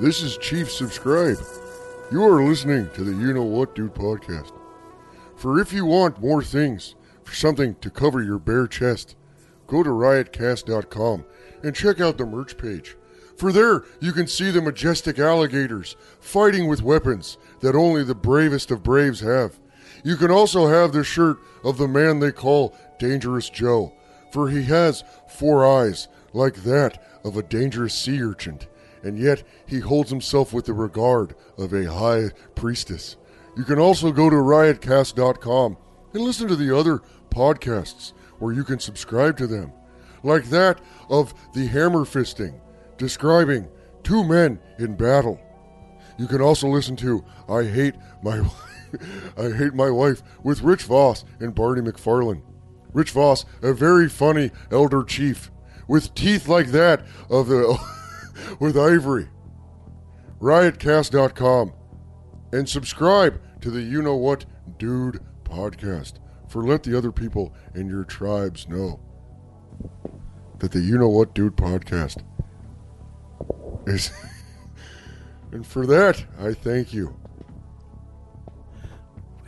Speaker 11: This is Chief Subscribe. You are listening to the You Know What Dude podcast. For if you want more things, for something to cover your bare chest, go to riotcast.com and check out the merch page. For there, you can see the majestic alligators fighting with weapons that only the bravest of braves have. You can also have the shirt of the man they call Dangerous Joe, for he has four eyes like that of a dangerous sea urchin, and yet he holds himself with the regard of a high priestess. You can also go to riotcast.com and listen to the other podcasts where you can subscribe to them, like that of The Hammer Fisting, describing two men in battle. You can also listen to I Hate My <laughs> I Hate My Wife with Rich Voss and Barney McFarlane. Rich Voss, a very funny elder chief with teeth like that of the <laughs> with ivory. Riotcast.com and subscribe to the You Know What Dude podcast for let the other people in your tribes know that the You Know What Dude podcast is and for that I thank you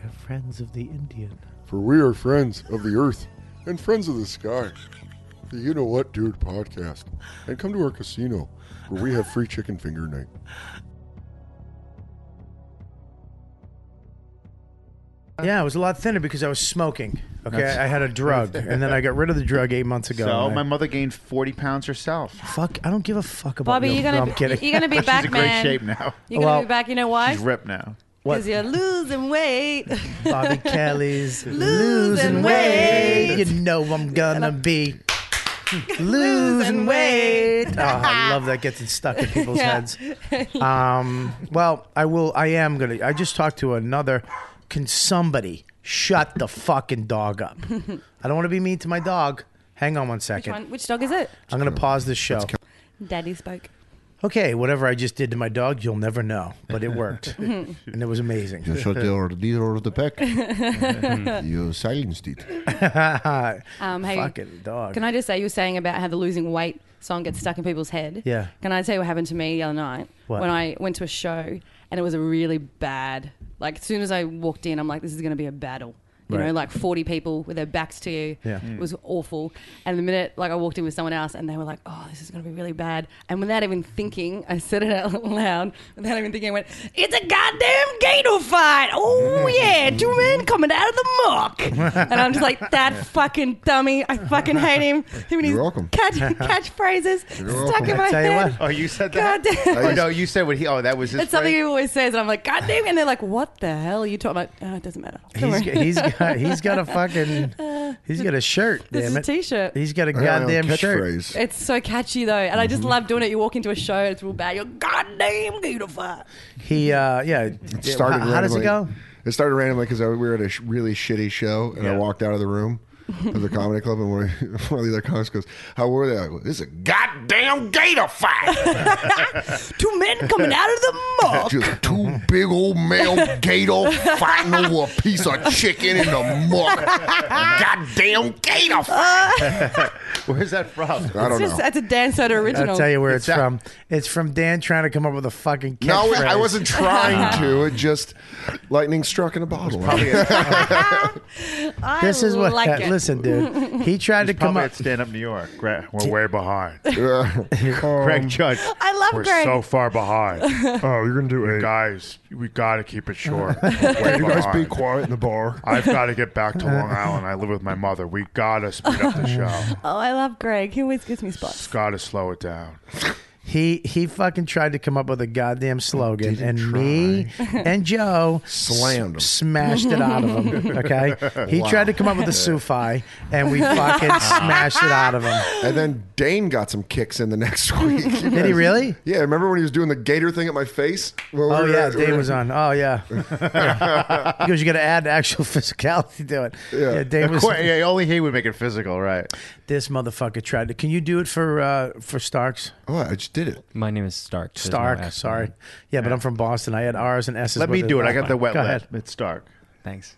Speaker 2: We're friends of the Indian.
Speaker 11: for we are friends of the earth and friends of the sky the You Know What Dude podcast and come to our casino where we have free chicken finger night
Speaker 2: Yeah, it was a lot thinner because I was smoking. Okay,
Speaker 12: That's-
Speaker 2: I had a drug, and then I got rid of the drug eight months ago.
Speaker 12: So
Speaker 2: and I-
Speaker 12: my mother gained forty pounds herself.
Speaker 2: Fuck! I don't give a fuck about
Speaker 6: Bobby,
Speaker 2: you.
Speaker 6: you're gonna
Speaker 2: No,
Speaker 6: be-
Speaker 2: I'm kidding.
Speaker 12: <laughs>
Speaker 6: you're gonna be She's back, in great man. shape
Speaker 12: now.
Speaker 6: You're gonna be back. You know why?
Speaker 12: ripped now.
Speaker 6: Because you're losing weight.
Speaker 2: Bobby Kelly's
Speaker 6: <laughs> Losing
Speaker 2: losing weight. You know I'm gonna
Speaker 6: <laughs>
Speaker 2: be losing weight. Oh, I love that gets it stuck in people's
Speaker 6: <laughs> Yeah.
Speaker 2: heads.
Speaker 6: <laughs>
Speaker 2: Um, well, I will. I am gonna. I just talked to another. Can somebody shut the fucking dog up? I don't want to be mean to my dog. Hang on one
Speaker 6: Which
Speaker 2: second.
Speaker 6: one? Which dog is it?
Speaker 2: I'm gonna pause this show.
Speaker 6: Daddy <laughs> spoke.
Speaker 2: Okay, whatever I just did to my dog, you'll never know, but it
Speaker 6: <laughs>
Speaker 2: worked,
Speaker 6: Mm-hmm.
Speaker 2: and it was amazing.
Speaker 3: You shot
Speaker 2: <laughs>
Speaker 3: the leader of the pack. you silenced
Speaker 2: <laughs>
Speaker 3: it.
Speaker 6: Um, hey,
Speaker 2: Fucking dog.
Speaker 6: Can I just say you were saying about how the losing weight song gets stuck in people's head?
Speaker 2: Yeah.
Speaker 6: Can I tell you what happened to me the other night
Speaker 2: What?
Speaker 6: when I went to a show and it was a really bad. Like as soon as I walked in, I'm like, this is going to be a battle. You know,
Speaker 16: Right.
Speaker 6: like 40 people with their backs to you.
Speaker 16: Yeah.
Speaker 6: It was awful. And the minute like I walked in with someone else and they were like, oh, this is going to be really bad. And without even thinking, I said it out <laughs> loud. Without even thinking, I went, it's a goddamn gator fight.
Speaker 2: <laughs>
Speaker 6: Oh, yeah. Two men coming out of the muck. and I'm
Speaker 2: <laughs>
Speaker 6: just like, that fucking dummy. I fucking hate him. Him and his
Speaker 12: You're welcome.
Speaker 2: <laughs>
Speaker 6: Catch, catchphrases stuck in my
Speaker 12: I tell you
Speaker 6: head.
Speaker 12: what. Oh, you said
Speaker 6: God
Speaker 12: that?
Speaker 6: damn.
Speaker 12: Oh, no, you said what he. Oh, that was his.
Speaker 6: It's something
Speaker 12: phrase?
Speaker 6: he always says, and I'm like, God damn! it." And they're like, "What the hell are you talking about?" Oh, it doesn't matter. Don't
Speaker 2: He's,
Speaker 6: worry.
Speaker 2: he's <laughs> got he's got a fucking he's got a shirt.
Speaker 6: This
Speaker 2: damn
Speaker 6: is a
Speaker 2: it,
Speaker 6: t-shirt.
Speaker 2: He's got a
Speaker 3: I got a
Speaker 2: goddamn shirt.
Speaker 3: catchphrase.
Speaker 6: <laughs> It's so catchy though, and I just
Speaker 2: Mm-hmm.
Speaker 6: love doing it. You walk into a show, it's real bad. You're goddamn beautiful. Oh,
Speaker 2: He uh yeah.
Speaker 3: It started.
Speaker 2: How, how does it
Speaker 3: randomly.
Speaker 2: go?
Speaker 3: It started randomly because we were at a sh- really shitty show, and I walked out of the room of the comedy club, and one of, one of <laughs> the other comics goes, "How were they?" I go, this is a goddamn gator fight.
Speaker 6: <laughs> Two men <laughs> coming out of the muck.
Speaker 3: Just two big old male gator fighting over a piece of chicken in the muck. Goddamn gator
Speaker 2: <laughs>
Speaker 3: Oh, fight.
Speaker 12: Where's
Speaker 11: <laughs>
Speaker 12: that from? I
Speaker 6: it's Uh, just, That's a Dan Soda original.
Speaker 2: I'll tell you where it's, from. It's from Dan trying to come up with a fucking.
Speaker 3: No,
Speaker 2: catchphrase.
Speaker 3: I wasn't
Speaker 2: <laughs>
Speaker 3: trying to. It just lightning struck in a bottle. <laughs>
Speaker 6: I
Speaker 2: this is what.
Speaker 6: like it.
Speaker 2: Listen,
Speaker 6: <laughs>
Speaker 2: dude. He tried to
Speaker 12: Probably
Speaker 2: come up.
Speaker 12: at Stand Up New York. Gra- We're way
Speaker 2: <laughs>
Speaker 12: behind. Greg
Speaker 17: Um,
Speaker 12: Judge.
Speaker 6: I love
Speaker 12: We're
Speaker 6: Greg.
Speaker 12: so far
Speaker 6: <laughs>
Speaker 12: behind.
Speaker 17: Oh, you're gonna do
Speaker 12: You
Speaker 17: eight.
Speaker 12: guys, we got to keep it
Speaker 2: <laughs>
Speaker 12: short.
Speaker 17: Can you guys be
Speaker 12: quiet in the bar. I've got to get back to Long Island. I live with my mother. We
Speaker 2: <laughs>
Speaker 12: got to speed up the show.
Speaker 6: Oh, I love Greg. He always gives me spots.
Speaker 12: Got to slow it down.
Speaker 2: He he fucking tried to come up with a goddamn slogan, and me <laughs> and Joe slammed him, smashed it out of
Speaker 3: <laughs>
Speaker 2: him. Okay, he
Speaker 3: Wow.
Speaker 2: tried to come
Speaker 3: <laughs>
Speaker 2: up with a Sufi, and we fucking smashed it out of him.
Speaker 3: And then Dane got some kicks in the next <laughs> week. You
Speaker 2: Did he
Speaker 3: guys-
Speaker 2: really?
Speaker 3: Yeah, remember when he was doing the gator thing at my face? Well,
Speaker 2: Oh
Speaker 3: we were-
Speaker 2: yeah,
Speaker 3: we
Speaker 2: Dave
Speaker 3: were-
Speaker 2: was on.
Speaker 3: <laughs>
Speaker 2: Oh yeah, because you got to add actual <laughs> physicality to it. Yeah, Dave
Speaker 12: Of
Speaker 2: was.
Speaker 12: course, yeah,
Speaker 2: only he would make it physical, right? This motherfucker tried to. Can you do it for uh, for Starks?
Speaker 3: Oh, I just did it.
Speaker 1: My name is Stark. There's no
Speaker 2: Stark.
Speaker 1: S.
Speaker 2: sorry. Yeah, but I'm from Boston. I had R's and S's.
Speaker 12: Let
Speaker 2: but
Speaker 12: me do it. I got the wet
Speaker 2: Go
Speaker 12: lip.
Speaker 2: ahead.
Speaker 12: It's Stark.
Speaker 1: Thanks.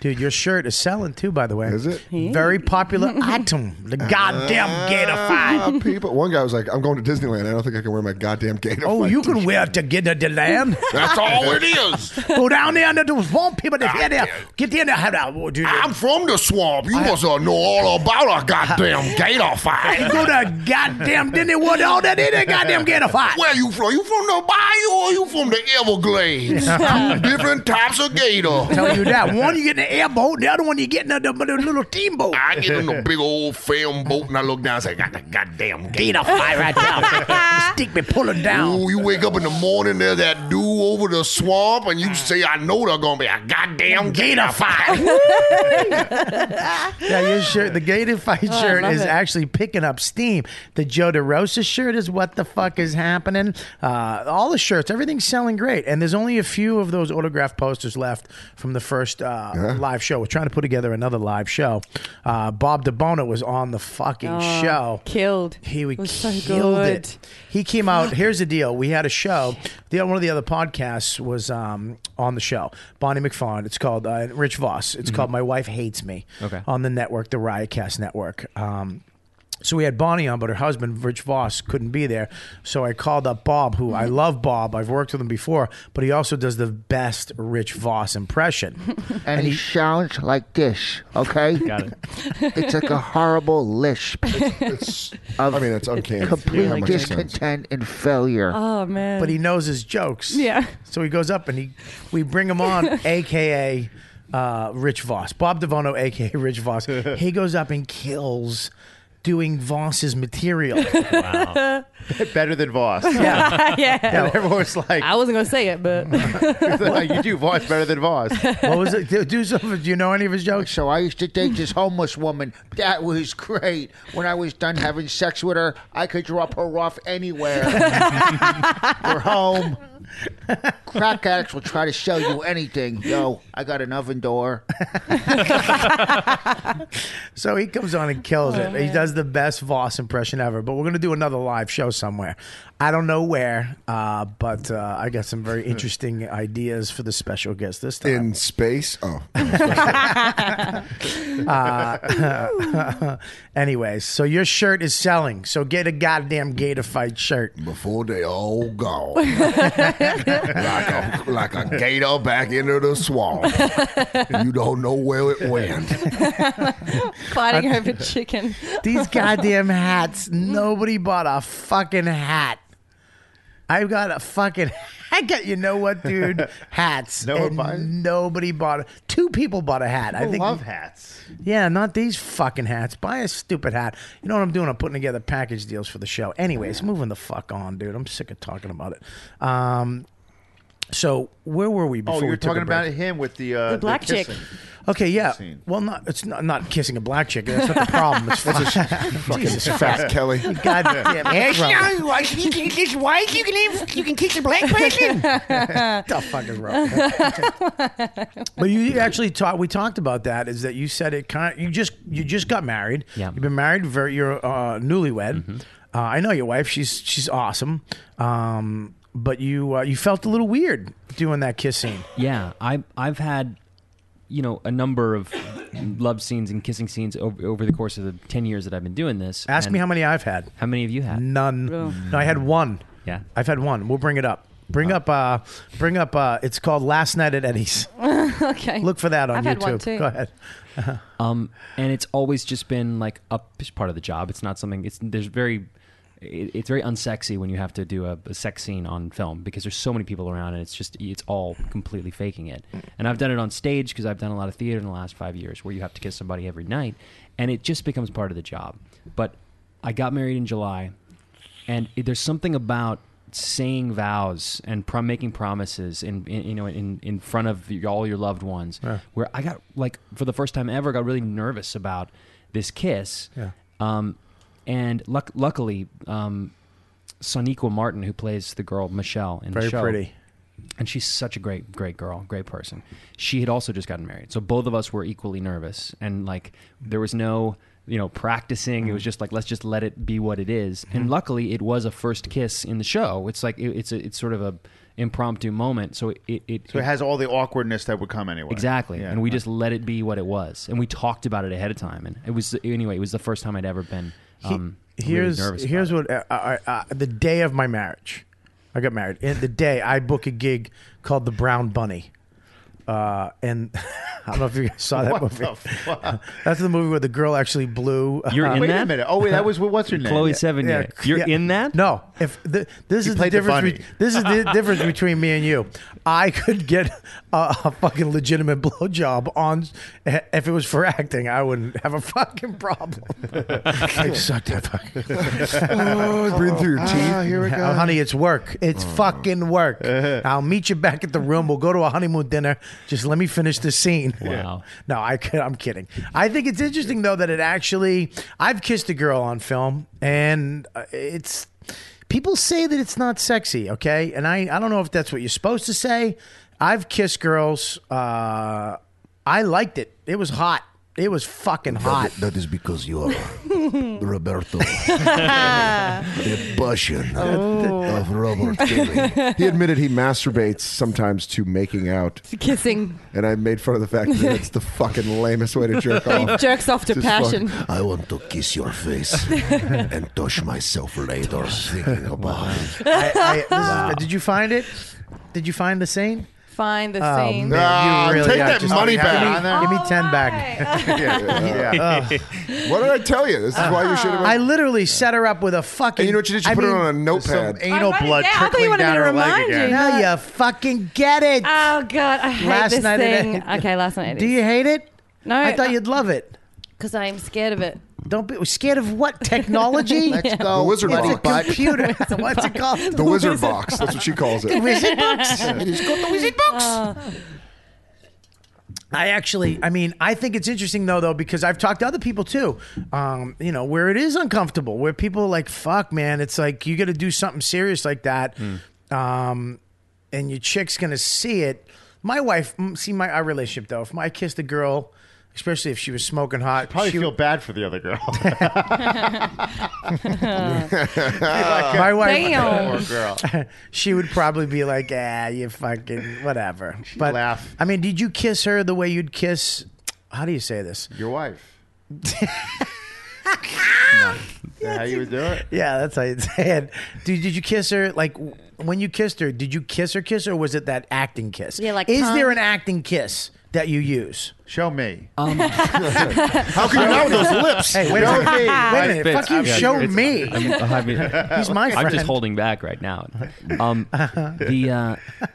Speaker 2: Dude, your shirt is selling too. By the way, is
Speaker 3: it
Speaker 2: <laughs> very popular item?
Speaker 3: <laughs>
Speaker 2: The goddamn gator
Speaker 3: Ah,
Speaker 2: fight.
Speaker 3: people. One guy was like, "I'm going to Disneyland. I don't think I can wear my goddamn gator."
Speaker 2: Oh,
Speaker 3: fight
Speaker 2: you can wear it to get to the land.
Speaker 3: That's all
Speaker 15: <laughs>
Speaker 3: it
Speaker 2: is. Go down there and those warm people that get there. <laughs> Get in there. How about, dude?
Speaker 15: I'm
Speaker 3: from the swamp.
Speaker 15: You must uh, know all about a
Speaker 2: <laughs>
Speaker 15: goddamn gator fight.
Speaker 2: You go to goddamn Disneywood, all that in a goddamn gator fight.
Speaker 15: Where you from? You from the bayou or you from the
Speaker 2: <laughs>
Speaker 15: Everglades? Two different types of gator.
Speaker 2: Tell
Speaker 3: <laughs>
Speaker 2: you that. One you get in the airboat, the other one you get in the, the, the little team boat.
Speaker 15: I get in the big old film boat and I look down and say, got the goddamn
Speaker 2: gator fight right <laughs> now. Stick me pulling down.
Speaker 15: Ooh, you wake up in the morning, there's that dude over the swamp, and you say, I know there's gonna be a goddamn gator fight.
Speaker 2: <laughs> Yeah, your shirt, the Gator Fight
Speaker 15: Oh, I
Speaker 2: shirt
Speaker 15: love
Speaker 2: is
Speaker 15: it.
Speaker 2: actually picking up steam. The Joe DeRosa shirt is what the fuck is happening. Uh, all the shirts, everything's selling great. And there's only a few of those autograph posters left from the first uh, live show. We're trying to put together another live show. Uh, Bob DeBono was on the fucking
Speaker 6: Oh,
Speaker 2: show.
Speaker 6: Killed.
Speaker 2: He would
Speaker 6: was so
Speaker 2: killed
Speaker 6: good.
Speaker 2: it. He came out. Here's the deal. We had a show. The one of the other podcasts was um, on the show. Bonnie McFarlane. It's called uh, Rich Voss. It's called My Wife Hates Me.
Speaker 1: Mm-hmm. Okay.
Speaker 2: On the network, the Riotcast network. Um, so we had Bonnie on, but her husband, Rich Voss, couldn't be there. So I called up Bob, who
Speaker 1: Mm-hmm.
Speaker 2: I love Bob. I've worked with him before, but he also does the best Rich
Speaker 1: <laughs>
Speaker 2: Voss impression. and,
Speaker 10: he sounds like this, okay?
Speaker 1: Got it.
Speaker 10: It's like a horrible lisp.
Speaker 6: <laughs>
Speaker 10: of
Speaker 3: I mean, it's uncanny.
Speaker 10: Complete
Speaker 3: How much it sounds.
Speaker 10: discontent and failure.
Speaker 6: Oh man.
Speaker 2: But
Speaker 6: <laughs>
Speaker 2: he knows his jokes.
Speaker 6: Yeah.
Speaker 2: So he goes up and he we bring him on, aka uh, Rich Voss. Bob Devono, aka
Speaker 12: <laughs>
Speaker 2: Rich Voss. He goes up and kills doing Voss's material.
Speaker 12: Wow. <laughs> Better than Voss.
Speaker 2: <laughs> Yeah.
Speaker 6: <laughs> yeah.
Speaker 12: everyone's
Speaker 6: <laughs>
Speaker 12: like,
Speaker 6: I wasn't gonna say it, but
Speaker 12: like, you do Voss better than Voss.
Speaker 2: What was it? Do, do something. Do you know any of his jokes?
Speaker 10: So I used to date this homeless woman. That was great. When I was done having sex with her, I could drop her off anywhere. We're home. Crack addicts will try to sell you anything. Yo, I got an oven door.
Speaker 2: So he comes on and kills
Speaker 10: Oh,
Speaker 2: it. He
Speaker 10: man.
Speaker 2: does the best Voss impression ever. But we're going to do another live show somewhere. I don't know where, uh, but uh, I got
Speaker 3: <laughs>
Speaker 2: some very interesting ideas for the special guest this time.
Speaker 3: in space. Oh,
Speaker 2: <laughs>
Speaker 3: <laughs>
Speaker 2: Uh, <laughs> anyways, so your shirt is selling. So get a goddamn Gator Fight shirt.
Speaker 3: Before they all gone.
Speaker 11: <laughs>
Speaker 3: like, a, like a gator back into the
Speaker 6: <laughs>
Speaker 3: swamp. you don't know where it went.
Speaker 6: fighting
Speaker 2: <laughs>
Speaker 6: over chicken.
Speaker 2: These goddamn hats. Nobody bought a fucking hat. I've got a fucking. <laughs> I got you know
Speaker 12: <laughs>
Speaker 2: what, dude? Hats.
Speaker 12: No one
Speaker 2: and
Speaker 12: bought it?
Speaker 2: Nobody bought it. Two people bought a hat. I
Speaker 12: People
Speaker 2: think
Speaker 12: love hats.
Speaker 2: Yeah, not these fucking hats. Buy a stupid hat. You know what I'm doing? I'm putting together package deals for the show. Anyways, moving the fuck on, dude. I'm sick of talking about it. Um, so where were we before?
Speaker 12: Oh, you
Speaker 2: we
Speaker 12: were
Speaker 2: took a
Speaker 12: talking
Speaker 2: break?
Speaker 12: about him with the uh, kissing.
Speaker 2: Okay, yeah. Well, not it's not, not kissing a black chick. That's not the problem. It's
Speaker 12: That's a
Speaker 2: fucking
Speaker 12: Jesus Christ,
Speaker 2: <laughs>
Speaker 12: Kelly.
Speaker 2: God damn
Speaker 15: Yes,
Speaker 2: it.
Speaker 7: <laughs>
Speaker 15: no, I- you can kiss white, you can even, you can kiss a black
Speaker 6: <laughs>
Speaker 15: person.
Speaker 2: the fucking wrong. but you actually taught. We talked about that. Is that you said it kind? Of, you just you just got married.
Speaker 1: Yeah. Mm-hmm.
Speaker 2: You've been married. Very, you're uh, newlywed. Uh, I know your wife. She's she's awesome. Um, but you uh, you felt a little weird doing that kiss scene.
Speaker 1: Yeah, I I've had you know a number of love scenes and kissing scenes over over the course of the ten years that I've been doing this.
Speaker 2: Ask
Speaker 1: and
Speaker 2: me how many I've had.
Speaker 1: How many have you had?
Speaker 2: None.
Speaker 1: Oh.
Speaker 2: No, I had one.
Speaker 1: Yeah.
Speaker 2: I've had one. We'll bring it up. Bring up. Uh, bring up. Uh, it's called Last Night at
Speaker 6: <laughs>
Speaker 2: Eddie's.
Speaker 6: okay.
Speaker 2: Mm-hmm. Look for that on
Speaker 6: I've
Speaker 2: YouTube.
Speaker 6: had one too.
Speaker 2: Go ahead.
Speaker 1: <laughs> Um, and it's always just been like a p- part of the job. It's not something. It's there's very. It, it's very unsexy when you have to do a, a sex scene on film because there's so many people around and it's just it's all completely faking it. And I've done it on stage because I've done a lot of theater in the last five years where you have to kiss somebody every night, and it just becomes part of the job. But I got married in July, and it- there's something about saying vows and prom- making promises in, in you know in in front of your- all your loved ones where I got like for the first time ever got really nervous about this kiss.
Speaker 2: Yeah.
Speaker 1: Um, and luck- luckily, um, Soniqua Martin, who plays the girl Michelle in
Speaker 2: Very
Speaker 1: the show,
Speaker 2: pretty.
Speaker 1: and she's such a great, great girl, great person. She had also just gotten married, so both of us were equally nervous, and like there was no, you know, practicing. It was just like let's just let it be what it is.
Speaker 12: Mm-hmm.
Speaker 1: And luckily, it was a first kiss in the show. It's like it, it's a, it's sort of a impromptu moment, so it it, it
Speaker 12: So it has all the awkwardness that would come anyway.
Speaker 1: Exactly,
Speaker 12: Yeah.
Speaker 1: and we just let it be what it was, and we talked about it ahead of time, and it was anyway. It was the first time I'd ever been um, really
Speaker 2: here's
Speaker 1: nervous.
Speaker 2: here's what uh, uh, uh, the day of my marriage, I got married. And the day I book a gig called the Brown Bunny, uh, and <laughs> I don't know if you guys saw
Speaker 12: <laughs>
Speaker 2: that
Speaker 12: What
Speaker 2: movie.
Speaker 12: the fuck?
Speaker 2: That's the movie where the girl actually blew.
Speaker 1: <laughs> You're in
Speaker 2: wait
Speaker 1: that?
Speaker 2: a minute. Oh wait, that was with- what's her name?
Speaker 1: Chloe Sevigny. You're in
Speaker 2: that? No. If the, this
Speaker 12: He
Speaker 2: is the
Speaker 12: played the
Speaker 2: difference.
Speaker 12: bunny.
Speaker 2: be- this is <laughs> the difference between me and you. I could get a, a fucking legitimate <laughs> blowjob on if it was for acting. I wouldn't have a fucking problem. I sucked that fucking.
Speaker 15: <laughs>
Speaker 11: Oh, breathe through your teeth.
Speaker 2: Ah, here we go. honey, it's work.
Speaker 17: Oh.
Speaker 2: It's
Speaker 17: <laughs>
Speaker 2: fucking work.
Speaker 17: Uh-huh.
Speaker 2: I'll meet you back at the room. We'll go to a honeymoon dinner. Just let me finish the scene.
Speaker 1: Wow.
Speaker 2: <laughs> no, I, kid- I'm kidding. I think it's interesting though that it actually. I've kissed a girl on film, and uh, it's. People say that it's not sexy, okay? And I, I don't know if that's what you're supposed to say. I've kissed girls. Uh, I liked it. It was hot. It was fucking hot.
Speaker 17: That is because you are <laughs> Roberto,
Speaker 2: <laughs>
Speaker 6: <laughs>
Speaker 17: the Russian of Robert
Speaker 11: Kelly. He admitted he masturbates sometimes to making out.
Speaker 6: Kissing.
Speaker 11: And I made fun of the fact that it's the fucking lamest way to jerk
Speaker 6: He
Speaker 11: off.
Speaker 6: jerks off to
Speaker 11: Just
Speaker 6: passion.
Speaker 11: fuck.
Speaker 17: I want to kiss your face
Speaker 3: <laughs>
Speaker 17: and touch myself
Speaker 2: <laughs>
Speaker 17: later, thinking about it.
Speaker 2: I,
Speaker 11: <laughs>
Speaker 2: I, this is- did you find it? Did you find the scene?
Speaker 6: Find the
Speaker 2: Oh,
Speaker 6: scene.
Speaker 2: man, you really
Speaker 11: take
Speaker 2: are
Speaker 11: that
Speaker 2: just-
Speaker 11: money
Speaker 2: give me-
Speaker 11: back.
Speaker 2: Give me ten
Speaker 11: <laughs>
Speaker 2: <laughs> back. <laughs> Yeah. Oh. Uh,
Speaker 11: What did I tell you? This is why you should have.
Speaker 2: I literally set her up with a fucking.
Speaker 11: And you know what you did? You
Speaker 2: I
Speaker 11: put
Speaker 2: mean,
Speaker 11: it on a notepad.
Speaker 6: I wrote it down. I thought you wanted me to remind you.
Speaker 2: Now
Speaker 6: No.
Speaker 2: you fucking get it.
Speaker 6: Oh God, I hate
Speaker 2: Last
Speaker 6: this
Speaker 2: night it-
Speaker 6: thing. okay, last night.
Speaker 2: Do you hate it?
Speaker 6: No,
Speaker 2: I thought you'd love it.
Speaker 6: Because I am scared of it.
Speaker 2: Don't be scared of
Speaker 6: <laughs>
Speaker 2: what technology.
Speaker 6: Let's Yeah. go,
Speaker 11: The wizard
Speaker 2: Oh, It's
Speaker 11: box.
Speaker 2: a computer. <laughs> What's it called?
Speaker 11: The wizard box. That's what she calls it.
Speaker 3: <laughs>
Speaker 2: The wizard box.
Speaker 11: It is called the wizard
Speaker 2: box. I actually, I mean, I think it's interesting though, though, because I've talked to other people too, um, you know, where it is uncomfortable, where people are like, fuck, man, it's like you got to do something serious like that, um, and your chick's gonna see it. My wife, mm, see my our relationship though. If I kissed a girl, especially if she was smoking hot,
Speaker 12: Probably
Speaker 2: she,
Speaker 12: feel bad for the other girl.
Speaker 2: <laughs> my wife,
Speaker 12: Damn. Poor girl.
Speaker 2: <laughs> she would probably be like, "Ah, you fucking whatever." But laugh. I mean, did you kiss her the way you'd kiss? How do you say this?
Speaker 12: Your
Speaker 2: <laughs>
Speaker 12: wife. Is that how you would do it?
Speaker 2: <laughs> Yeah, that's how you'd say it. Dude, did you kiss her? Like w- when you kissed her, did you kiss her kiss or was it that acting kiss?
Speaker 6: Yeah, like
Speaker 2: Is there
Speaker 6: tongue.
Speaker 2: an acting kiss that you use?
Speaker 12: Show me.
Speaker 11: <laughs>
Speaker 6: Um,
Speaker 11: How can you not with
Speaker 6: <laughs>
Speaker 11: those lips?
Speaker 2: Hey, wait a
Speaker 11: Show me.
Speaker 2: minute. <laughs> Wait a minute.
Speaker 1: It's-
Speaker 2: Fuck you.
Speaker 1: yeah,
Speaker 2: show
Speaker 1: it's-
Speaker 2: me.
Speaker 1: I mean, I mean,
Speaker 2: <laughs> He's my
Speaker 1: I'm
Speaker 2: friend.
Speaker 1: just holding back right now. Um, the uh,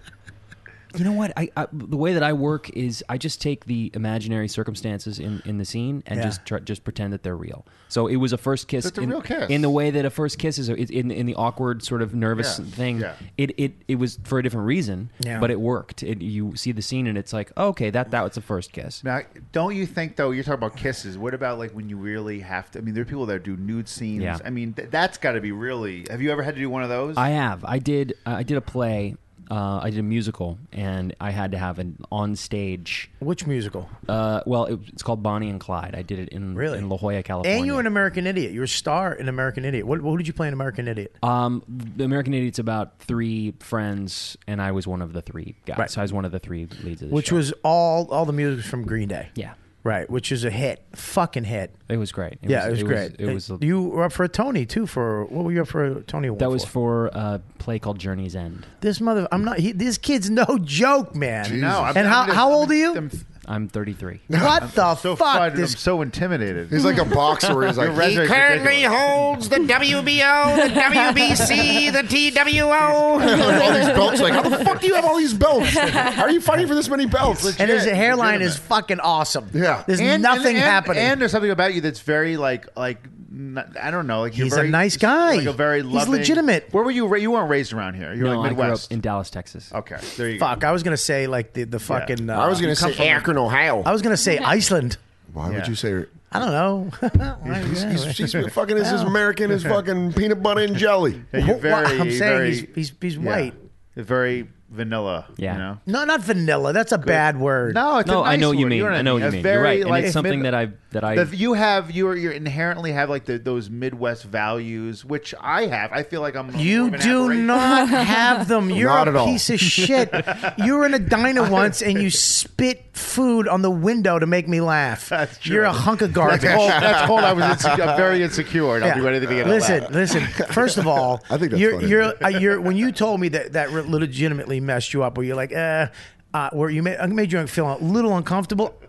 Speaker 1: you know what? I, I the way that I work is I just take the imaginary circumstances in, in the scene and
Speaker 12: Yeah.
Speaker 1: just try, just pretend that they're real. So it was a first kiss.
Speaker 12: That's a
Speaker 1: in,
Speaker 12: real kiss.
Speaker 1: in the way that a first kiss is a- it- in in the awkward sort of nervous
Speaker 12: Yeah,
Speaker 1: thing.
Speaker 12: yeah.
Speaker 1: It, it it was for a different reason,
Speaker 12: Yeah.
Speaker 1: but it worked. It, you see the scene and it's like okay, that that was the first kiss.
Speaker 12: Now, don't you think though? You're talking about kisses. What about like when you really have to? I mean, there are people that do nude scenes.
Speaker 1: Yeah.
Speaker 12: I mean, th- that's got to be really. Have you ever had to do one of those?
Speaker 1: I have. I did. I did a play. Uh, I did a musical, and I had to have an on stage.
Speaker 2: Which musical?
Speaker 1: Uh, well, it, it's called Bonnie and Clyde. I did it in in La Jolla, California.
Speaker 2: And you're an American Idiot. You're a star in American Idiot. What, what did you play in American Idiot?
Speaker 1: um, the American Idiot's about three friends, and I was one of the three guys. So I was one of the three leads of the
Speaker 2: Which
Speaker 1: show.
Speaker 2: was all all the music was from Green Day.
Speaker 1: Yeah.
Speaker 2: Right, which is a hit. Fucking hit.
Speaker 1: It was great. It was-
Speaker 2: yeah, it was
Speaker 1: it was-
Speaker 2: great.
Speaker 1: it was a-
Speaker 2: you were up for a Tony too for what were you up for a Tony award
Speaker 1: that was
Speaker 2: for?
Speaker 1: for a play called Journey's End.
Speaker 2: This mother, I'm not. He, this kid's no joke, man.
Speaker 1: Jesus. No, I'm-
Speaker 2: and how,
Speaker 1: I'm just-
Speaker 2: how old are you?
Speaker 1: I'm 33.
Speaker 2: What the
Speaker 12: so
Speaker 2: fuck?
Speaker 12: frightened,
Speaker 2: This
Speaker 12: I'm so intimidated.
Speaker 11: He's like a boxer
Speaker 12: <laughs>
Speaker 11: where he's like,
Speaker 12: Your resume's
Speaker 11: "He
Speaker 12: ridiculous." <laughs>
Speaker 15: holds the WBO, the WBC, the TWO.
Speaker 11: all these belts. Like, how
Speaker 10: <laughs>
Speaker 11: the fuck do you have all these belts? How are you fighting for this many belts?
Speaker 2: and his hairline is fucking awesome. Yeah, there's
Speaker 12: And-
Speaker 2: nothing
Speaker 12: and- and-
Speaker 2: happening.
Speaker 12: And there's something about you that's very like like n- I don't know. Like you're
Speaker 2: He's a
Speaker 12: very-
Speaker 2: nice guy.
Speaker 12: Like a very
Speaker 2: He's
Speaker 12: loving-
Speaker 2: legitimate.
Speaker 12: Where were you? ra- You weren't raised around here. You were
Speaker 2: No, I
Speaker 12: like
Speaker 2: grew up
Speaker 12: Midwest.
Speaker 1: in Dallas, Texas.
Speaker 12: Okay, there you
Speaker 2: Fuck, I was gonna say like the the fucking. Uh,
Speaker 12: I was gonna
Speaker 2: you come
Speaker 12: say
Speaker 2: from-
Speaker 12: Akron, Ohio.
Speaker 2: I was gonna say Iceland.
Speaker 3: Why would you say?
Speaker 2: I don't know.
Speaker 3: <laughs> He's, he's, he's been fucking as American
Speaker 2: <laughs>
Speaker 3: as fucking peanut butter and jelly.
Speaker 12: go. Yeah, you're very.
Speaker 2: I'm saying
Speaker 12: very-
Speaker 2: he's- he's- he's
Speaker 12: yeah.
Speaker 2: white.
Speaker 12: Very vanilla. Yeah. You know.
Speaker 2: No, not vanilla. That's a bad word.
Speaker 12: No, it's a
Speaker 1: no, I
Speaker 12: nice
Speaker 1: know what you
Speaker 12: word.
Speaker 1: mean.
Speaker 12: know
Speaker 1: I know what
Speaker 12: mean?
Speaker 1: you
Speaker 12: A
Speaker 1: mean.
Speaker 12: very,
Speaker 1: You're right, and
Speaker 12: like,
Speaker 1: it's something
Speaker 12: mid-
Speaker 1: that I that I
Speaker 12: The- you have you you inherently have like the, those Midwest values, which I have. I feel like I'm. more
Speaker 2: You
Speaker 12: of an
Speaker 2: do
Speaker 12: aberration. <laughs>
Speaker 2: not have them. You're
Speaker 12: Not at
Speaker 2: a
Speaker 12: all. <laughs>
Speaker 2: piece of shit. You were in a diner once and you spit food on the window to make me laugh. You're a hunk of garbage.
Speaker 12: That's all, that's all I was. Insecure. I'm very insecure, and I'll
Speaker 2: Yeah.
Speaker 12: do anything to get a
Speaker 2: Listen,
Speaker 12: laugh.
Speaker 2: listen. <laughs> First of all,
Speaker 12: I think that's
Speaker 2: you're
Speaker 12: funny.
Speaker 2: you're, uh, you're when you told me that that re- legitimately messed you up, where you're like, eh, uh, where you made, made you feel a little uncomfortable.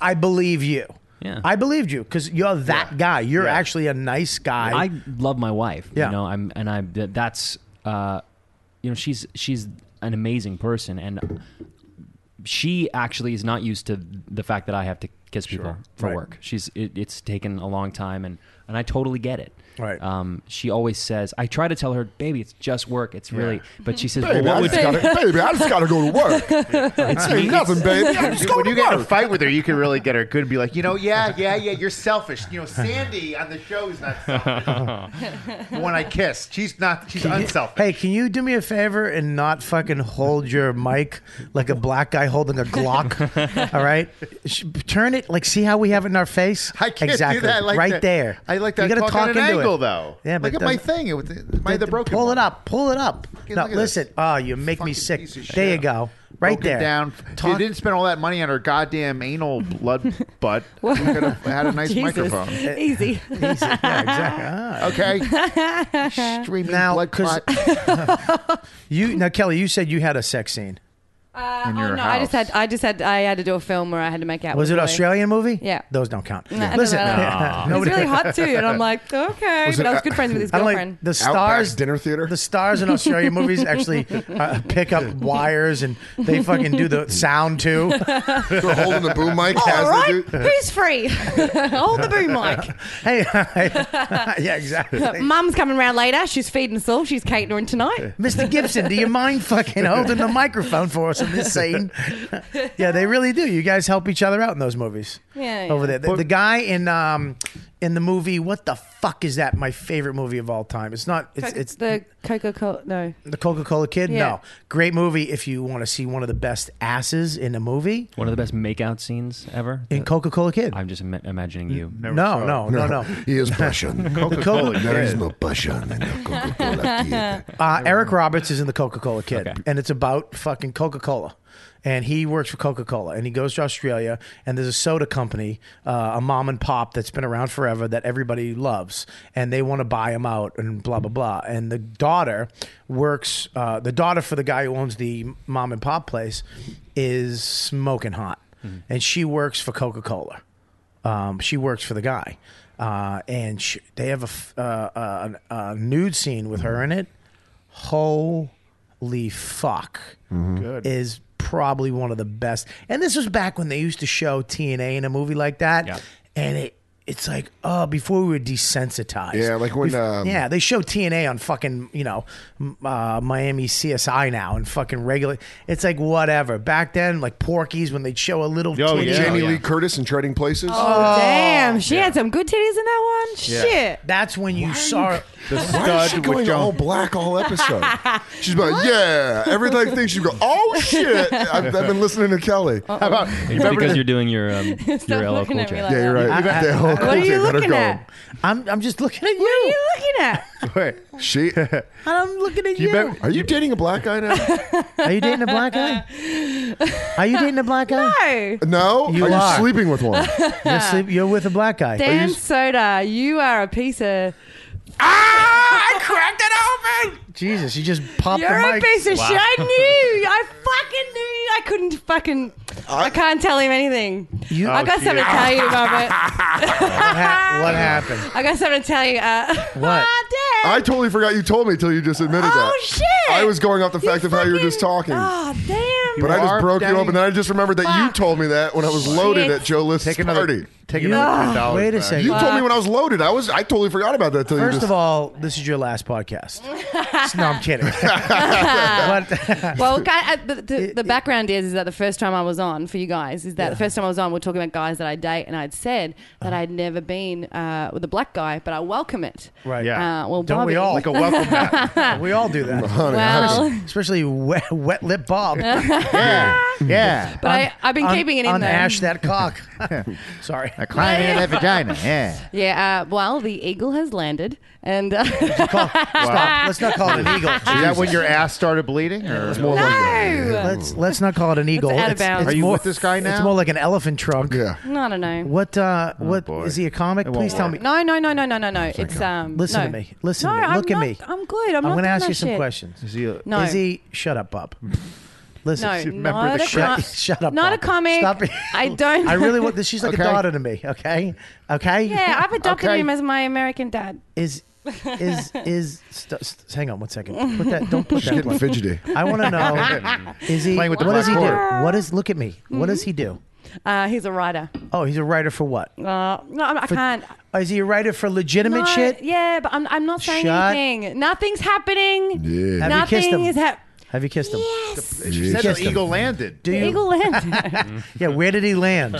Speaker 2: I believe you.
Speaker 1: Yeah.
Speaker 2: I believed you because you're that guy. You're actually a nice guy.
Speaker 1: I love my wife.
Speaker 2: Yeah.
Speaker 1: You know, I'm and I th- that's uh you know, she's she's an amazing person and she actually is not used to the fact that I have to kiss people for
Speaker 2: Right.
Speaker 1: work. She's it, it's taken a long time and and I totally get it.
Speaker 2: Right.
Speaker 1: Um she always says I try to tell her, "Baby, it's just work. It's really." But she says,
Speaker 3: Baby,
Speaker 1: well,
Speaker 3: I
Speaker 1: what
Speaker 3: just
Speaker 1: would <laughs>
Speaker 3: gotta, baby, I just gotta go to
Speaker 12: <laughs>
Speaker 3: work.
Speaker 1: It's
Speaker 3: Ain't
Speaker 1: me.
Speaker 3: nothing, baby. I'm just going
Speaker 12: when
Speaker 3: to
Speaker 12: you get in a
Speaker 3: work.
Speaker 12: fight with her, you can really get her good. and Be like, you know, yeah, yeah, yeah. You're selfish. You know, Sandy on the show is not
Speaker 15: <laughs>
Speaker 12: selfish. the one I kissed, she's not. She's unselfish.
Speaker 2: Hey, can you do me a favor and not fucking hold your mic like a black guy holding a
Speaker 12: <laughs>
Speaker 2: Glock? All right, Sh- turn it like see how we have it in our face. I
Speaker 12: can't do
Speaker 2: exactly
Speaker 12: that like
Speaker 2: right
Speaker 12: that.
Speaker 2: there.
Speaker 12: I like that
Speaker 2: You gotta
Speaker 12: talk
Speaker 2: talk,
Speaker 12: at an
Speaker 2: into
Speaker 12: angle,
Speaker 2: it.
Speaker 12: though.
Speaker 2: Yeah,
Speaker 12: Look
Speaker 2: but
Speaker 12: at my
Speaker 2: doesn't-
Speaker 12: thing. It was- am I the broken
Speaker 2: Pull
Speaker 12: one?
Speaker 2: it up. Pull it up.
Speaker 12: Okay,
Speaker 2: no,
Speaker 12: look at
Speaker 2: listen.
Speaker 12: this.
Speaker 2: Oh, you make me sick.
Speaker 12: piece of
Speaker 2: There
Speaker 12: shit.
Speaker 2: you go. <laughs> Right
Speaker 12: Broke it
Speaker 2: there.
Speaker 12: down. She
Speaker 2: Talk-
Speaker 12: didn't spend all that money on her goddamn anal
Speaker 2: <laughs>
Speaker 12: blood butt. we could have had a nice microphone.
Speaker 6: Easy.
Speaker 12: Okay.
Speaker 6: Streaming
Speaker 2: now, because <laughs> you now, Kelly, you said you had a sex scene.
Speaker 6: Uh,
Speaker 2: In
Speaker 6: oh,
Speaker 2: your
Speaker 6: no, I just
Speaker 2: house.
Speaker 6: had I just had I had to do a film where I had to make out.
Speaker 2: Was
Speaker 6: with
Speaker 2: it
Speaker 6: a boy.
Speaker 2: Australian movie?
Speaker 6: Yeah.
Speaker 2: Those don't count.
Speaker 6: No, no,
Speaker 2: Listen,
Speaker 6: no,
Speaker 3: <laughs>
Speaker 6: no. It was really hot too, and I'm like, okay, but I was good friends with his
Speaker 2: I don't like-
Speaker 6: girlfriend.
Speaker 2: the stars
Speaker 3: dinner theater.
Speaker 2: The stars in Australian movies
Speaker 6: <laughs>
Speaker 2: actually uh, pick up wires and they fucking do the sound
Speaker 6: <laughs>
Speaker 2: too.
Speaker 3: They're holding the boom mic
Speaker 6: Oh, All
Speaker 3: as
Speaker 6: right,
Speaker 3: they do.
Speaker 6: who's free? <laughs> Hold the boom mic.
Speaker 2: <laughs> Hey, yeah, <laughs>
Speaker 6: <laughs>
Speaker 2: exactly.
Speaker 6: Mum's coming round later. She's feeding us all. She's catering tonight.
Speaker 2: Mr. Gibson, do you mind fucking holding the microphone for us in this scene? yeah, they really do. You guys help each other out in those movies.
Speaker 6: <laughs> Yeah, yeah.
Speaker 2: Over there, the, the guy in um in the movie, what the fuck is that? My favorite movie of all time. It's not. It's
Speaker 6: Coca-
Speaker 2: it's
Speaker 6: the Coca Cola. No,
Speaker 2: The Coca Cola Kid?
Speaker 6: Yeah.
Speaker 2: No. Great movie if you want to see one of the best asses in a movie.
Speaker 1: One of the best makeout scenes ever
Speaker 2: In Coca Cola Kid.
Speaker 1: I'm <laughs> just ima- imagining you.
Speaker 2: No, no, no, no.
Speaker 3: He is passion.
Speaker 2: Coca-Cola
Speaker 3: There is
Speaker 2: Kid.
Speaker 3: no passion in the Coca-Cola Kid.
Speaker 2: Uh, Eric Roberts is in the Coca Cola Kid, and it's about fucking Coca Cola. And he works for Coca Cola, and he goes to Australia, and there's a soda company, uh, a mom and pop that's been around forever that everybody loves, and they want to buy him out, and blah blah blah. And the daughter works, uh, the daughter for the guy who owns the mom and pop place is smoking hot, and she works for Coca Cola. Um, she works for the guy, uh, and she, they have a, f- uh, uh, an- a nude scene with her in it. Holy fuck!
Speaker 3: Mm-hmm.
Speaker 15: Mm-hmm.
Speaker 12: Good.
Speaker 2: Is probably one of the best. And this was back when they used to show TNA in a movie like that, and it it's like oh, before we were desensitized.
Speaker 3: Yeah, like when,
Speaker 2: Bef-
Speaker 3: um,
Speaker 2: yeah, they show TNA on fucking you know m- uh, Miami CSI now and fucking regular. It's like whatever. Back then, like Porky's when they'd show a little.
Speaker 3: With
Speaker 2: titty-
Speaker 3: Jamie Lee Curtis in Trading Places.
Speaker 6: Oh, damn, she had some good titties in that one.
Speaker 3: Yeah.
Speaker 6: Shit.
Speaker 2: That's when you saw it.
Speaker 3: Why is she going all black all
Speaker 2: <laughs>
Speaker 3: episode? She's like, yeah, everything thinks you go. Oh shit! I've, I've been listening to Kelly. How about
Speaker 1: It's because you're doing your um,
Speaker 2: <laughs>
Speaker 1: your LL Cool J.
Speaker 3: yeah, you're right.
Speaker 2: I-
Speaker 3: The whole
Speaker 2: What
Speaker 3: Cool
Speaker 2: are you
Speaker 3: J, let her
Speaker 2: looking
Speaker 3: go.
Speaker 2: at? I'm I'm just looking at you. What
Speaker 6: are you looking at?
Speaker 12: Wait,
Speaker 3: <laughs> she.
Speaker 2: I'm looking at
Speaker 3: You
Speaker 2: you.
Speaker 3: bet- are you dating a black guy now?
Speaker 2: Are you dating a black guy? Are you dating a black guy?
Speaker 6: No.
Speaker 3: No.
Speaker 2: You
Speaker 3: are,
Speaker 2: are.
Speaker 3: you sleeping with one?
Speaker 2: <laughs> You're, sleep- you're with a black guy.
Speaker 6: Dan Soda, you are a piece of.
Speaker 2: Ah, I cracked it open. Jesus, you just popped
Speaker 6: You're
Speaker 2: the
Speaker 6: a
Speaker 2: mic.
Speaker 6: piece
Speaker 2: <laughs>
Speaker 6: of shit. I knew. I fucking knew. I couldn't fucking. I, can't tell him anything.
Speaker 3: Oh,
Speaker 6: You- I got something to tell you, Robert.
Speaker 2: <laughs> what happened?
Speaker 6: I got something to tell you. Uh,
Speaker 3: What? I totally forgot you told me till you just admitted that.
Speaker 6: Oh, shit.
Speaker 3: I was going off the fact of how you were just talking.
Speaker 6: oh, damn.
Speaker 3: But I just broke you
Speaker 6: Daddy.
Speaker 3: up, and then I just remembered that you told me that when I was loaded
Speaker 6: Shit.
Speaker 3: at Joe List's party.
Speaker 2: take You- another $10 Wait a back. second.
Speaker 3: You told me
Speaker 2: Fuck.
Speaker 3: when I was loaded. I was I totally forgot about that. Till you
Speaker 2: First
Speaker 3: just,
Speaker 2: of all, this is your last podcast. no,
Speaker 3: <laughs>
Speaker 2: I'm kidding. But-
Speaker 6: <laughs> well, guy, uh, the, the, the background is, is that the first time I was on for you guys is that the first time I was on, we're talking about guys that I date, and I'd said that
Speaker 2: Uh-huh.
Speaker 6: I'd never been uh, with a black guy, but I welcome it.
Speaker 2: Right.
Speaker 6: Yeah. Uh, well,
Speaker 2: don't we
Speaker 6: Bobby-
Speaker 2: all?
Speaker 6: Like a welcome <laughs>
Speaker 2: mat. we all do that.
Speaker 6: Well- <laughs> honey.
Speaker 2: especially wet, wet lip
Speaker 6: <laughs>
Speaker 2: Bob.
Speaker 6: Yeah,
Speaker 2: yeah.
Speaker 6: But I- I've been keeping it in there.
Speaker 2: Unash that
Speaker 6: <laughs>
Speaker 2: cock. <laughs> Sorry. A
Speaker 6: climb in <laughs> that vagina,
Speaker 2: Yeah.
Speaker 6: Yeah. Uh, well, the eagle has landed, and uh, <laughs>
Speaker 2: Stop. Let's not call it an eagle.
Speaker 12: Is that when your ass started
Speaker 2: <laughs>
Speaker 12: bleeding? Or?
Speaker 2: more
Speaker 6: no.
Speaker 2: Let's let's not call it an eagle.
Speaker 6: out of bounds. Are you
Speaker 2: more,
Speaker 6: with this guy
Speaker 2: It's
Speaker 6: now?
Speaker 2: more like an elephant trunk. Yeah.
Speaker 6: No, I don't know.
Speaker 2: What? Uh, what is he a comic?
Speaker 6: It won't
Speaker 2: Please tell me.
Speaker 6: No, no, no, no, no, no, no. It's um.
Speaker 2: Listen
Speaker 6: no.
Speaker 2: to me. Listen.
Speaker 6: No,
Speaker 2: to me.
Speaker 6: I'm
Speaker 2: Look
Speaker 6: not-
Speaker 2: at me.
Speaker 6: I'm good. I'm,
Speaker 2: I'm,
Speaker 6: not
Speaker 2: going to
Speaker 6: doing
Speaker 2: ask
Speaker 6: that
Speaker 2: you some
Speaker 6: shit.
Speaker 2: questions. Is he?
Speaker 6: No.
Speaker 2: Is he? Shut up, Bob. Listen. <laughs>
Speaker 6: No, <laughs> Remember not the a shut- com-
Speaker 2: shut up.
Speaker 6: not a
Speaker 2: Bob.
Speaker 6: comic.
Speaker 2: Stop it.
Speaker 6: I don't-
Speaker 2: I really
Speaker 6: <laughs>
Speaker 2: want this. She's like
Speaker 6: Okay.
Speaker 2: a daughter to me. Okay. Okay.
Speaker 6: Yeah, I've adopted
Speaker 2: Okay.
Speaker 6: him as my American dad.
Speaker 2: Is
Speaker 6: <laughs>
Speaker 2: is is st- st- hang on one second. Put that. Don't put
Speaker 6: She's
Speaker 2: that.
Speaker 6: getting
Speaker 2: one.
Speaker 6: fidgety.
Speaker 2: I want to know. Is he?
Speaker 6: Playing with the
Speaker 2: what does he
Speaker 6: black
Speaker 2: do?
Speaker 6: cord.
Speaker 2: What is? Look at me. What
Speaker 6: Mm-hmm.
Speaker 2: does he do?
Speaker 6: Uh, he's a writer.
Speaker 2: Oh, he's a writer for what?
Speaker 6: Uh, no, I'm, I
Speaker 2: For-
Speaker 6: can't.
Speaker 2: Oh, is he a writer for legitimate
Speaker 6: No,
Speaker 2: shit?
Speaker 6: Yeah, but I'm, I'm not saying
Speaker 2: Shut-
Speaker 6: anything. Nothing's happening.
Speaker 2: Yeah. Have you kissed
Speaker 6: Nothing
Speaker 2: him?
Speaker 6: is happening.
Speaker 2: Have you kissed him? Yes.
Speaker 12: She said the eagle landed.
Speaker 2: Do you?
Speaker 6: Eagle landed.
Speaker 2: <laughs> Yeah. Where did he
Speaker 6: <laughs>
Speaker 2: land?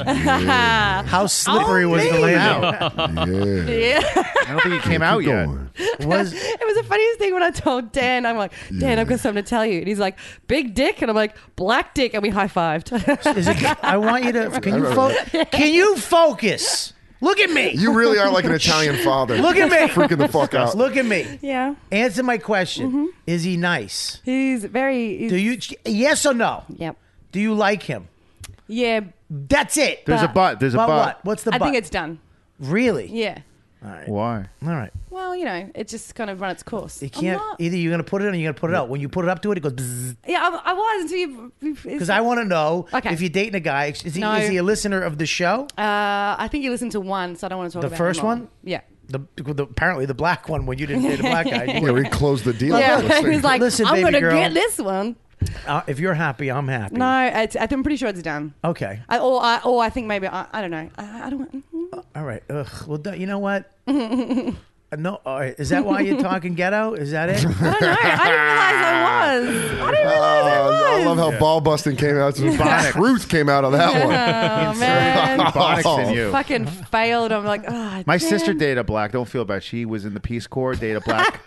Speaker 2: How slippery
Speaker 10: Oh,
Speaker 2: was the
Speaker 10: <laughs>
Speaker 6: me.
Speaker 2: landing?
Speaker 6: Yeah.
Speaker 12: I don't think he came out yet.
Speaker 2: Was
Speaker 6: it was the funniest thing when I told Dan. I'm like, Dan, I've got something to tell you. And he's like, big dick, and I'm like, black dick, and we high fived.
Speaker 2: Is
Speaker 6: <laughs>
Speaker 2: it? I want you to. Can you? Fo- can you focus? Look at me.
Speaker 3: You really are like an Italian father.
Speaker 2: Look at me.
Speaker 3: Freaking the fuck out.
Speaker 2: Look at me.
Speaker 6: Yeah. Mm-hmm.
Speaker 2: Answer my question. Is he nice?
Speaker 6: He's very.
Speaker 2: Do you? Yes or no?
Speaker 6: Yep.
Speaker 2: Do you like him?
Speaker 6: Yeah.
Speaker 2: That's it.
Speaker 12: There's a but. There's a but.
Speaker 2: What? What's the
Speaker 6: I
Speaker 2: but?
Speaker 6: think it's done.
Speaker 2: really.
Speaker 6: Yeah.
Speaker 2: All right.
Speaker 12: Why?
Speaker 2: All right.
Speaker 6: Well, you know, it just kind of run its course.
Speaker 2: You can't. Either you're gonna put it in or you're gonna put it out. When you put it up to it, it goes.
Speaker 6: Yeah, I, I was until you.
Speaker 2: Because I want to know
Speaker 6: Okay.
Speaker 2: if you're dating a guy. Is he,
Speaker 6: No.
Speaker 2: is he a listener of the show?
Speaker 6: Uh, I think you listened to one, so I don't want to talk
Speaker 2: The
Speaker 6: about
Speaker 2: first
Speaker 6: anymore.
Speaker 2: one?
Speaker 6: Yeah.
Speaker 2: The, the apparently the black one when you didn't date a black guy.
Speaker 3: <laughs> Yeah, we closed the deal.
Speaker 6: yeah, <laughs> he was like,
Speaker 2: Listen,
Speaker 6: I'm
Speaker 2: baby
Speaker 6: gonna
Speaker 2: girl.
Speaker 6: get this one.
Speaker 2: Uh, if you're happy, I'm happy.
Speaker 6: No, it's, I think- I'm pretty sure it's done.
Speaker 2: Okay.
Speaker 6: I, or, I, or I think maybe I, I don't know. I, I don't.
Speaker 2: All right. Ugh. Well, don't- you know
Speaker 6: <laughs>
Speaker 2: what? Uh, No. All right. Is that why you're talking ghetto? Is that
Speaker 6: <laughs>
Speaker 2: it? <laughs>
Speaker 6: I didn't realize I was. I didn't realize I was.
Speaker 3: Ah.
Speaker 12: Oh,
Speaker 3: I love how
Speaker 2: Yeah.
Speaker 3: ball busting came out. The
Speaker 2: Bonics.
Speaker 3: truth came out of that one.
Speaker 6: Oh, man.
Speaker 1: Oh.
Speaker 12: Bonics in you.
Speaker 6: Fucking failed. I'm like, oh,
Speaker 12: My
Speaker 6: damn.
Speaker 12: sister dated a black. Don't feel bad. She was in the Peace Corps. Dated a black.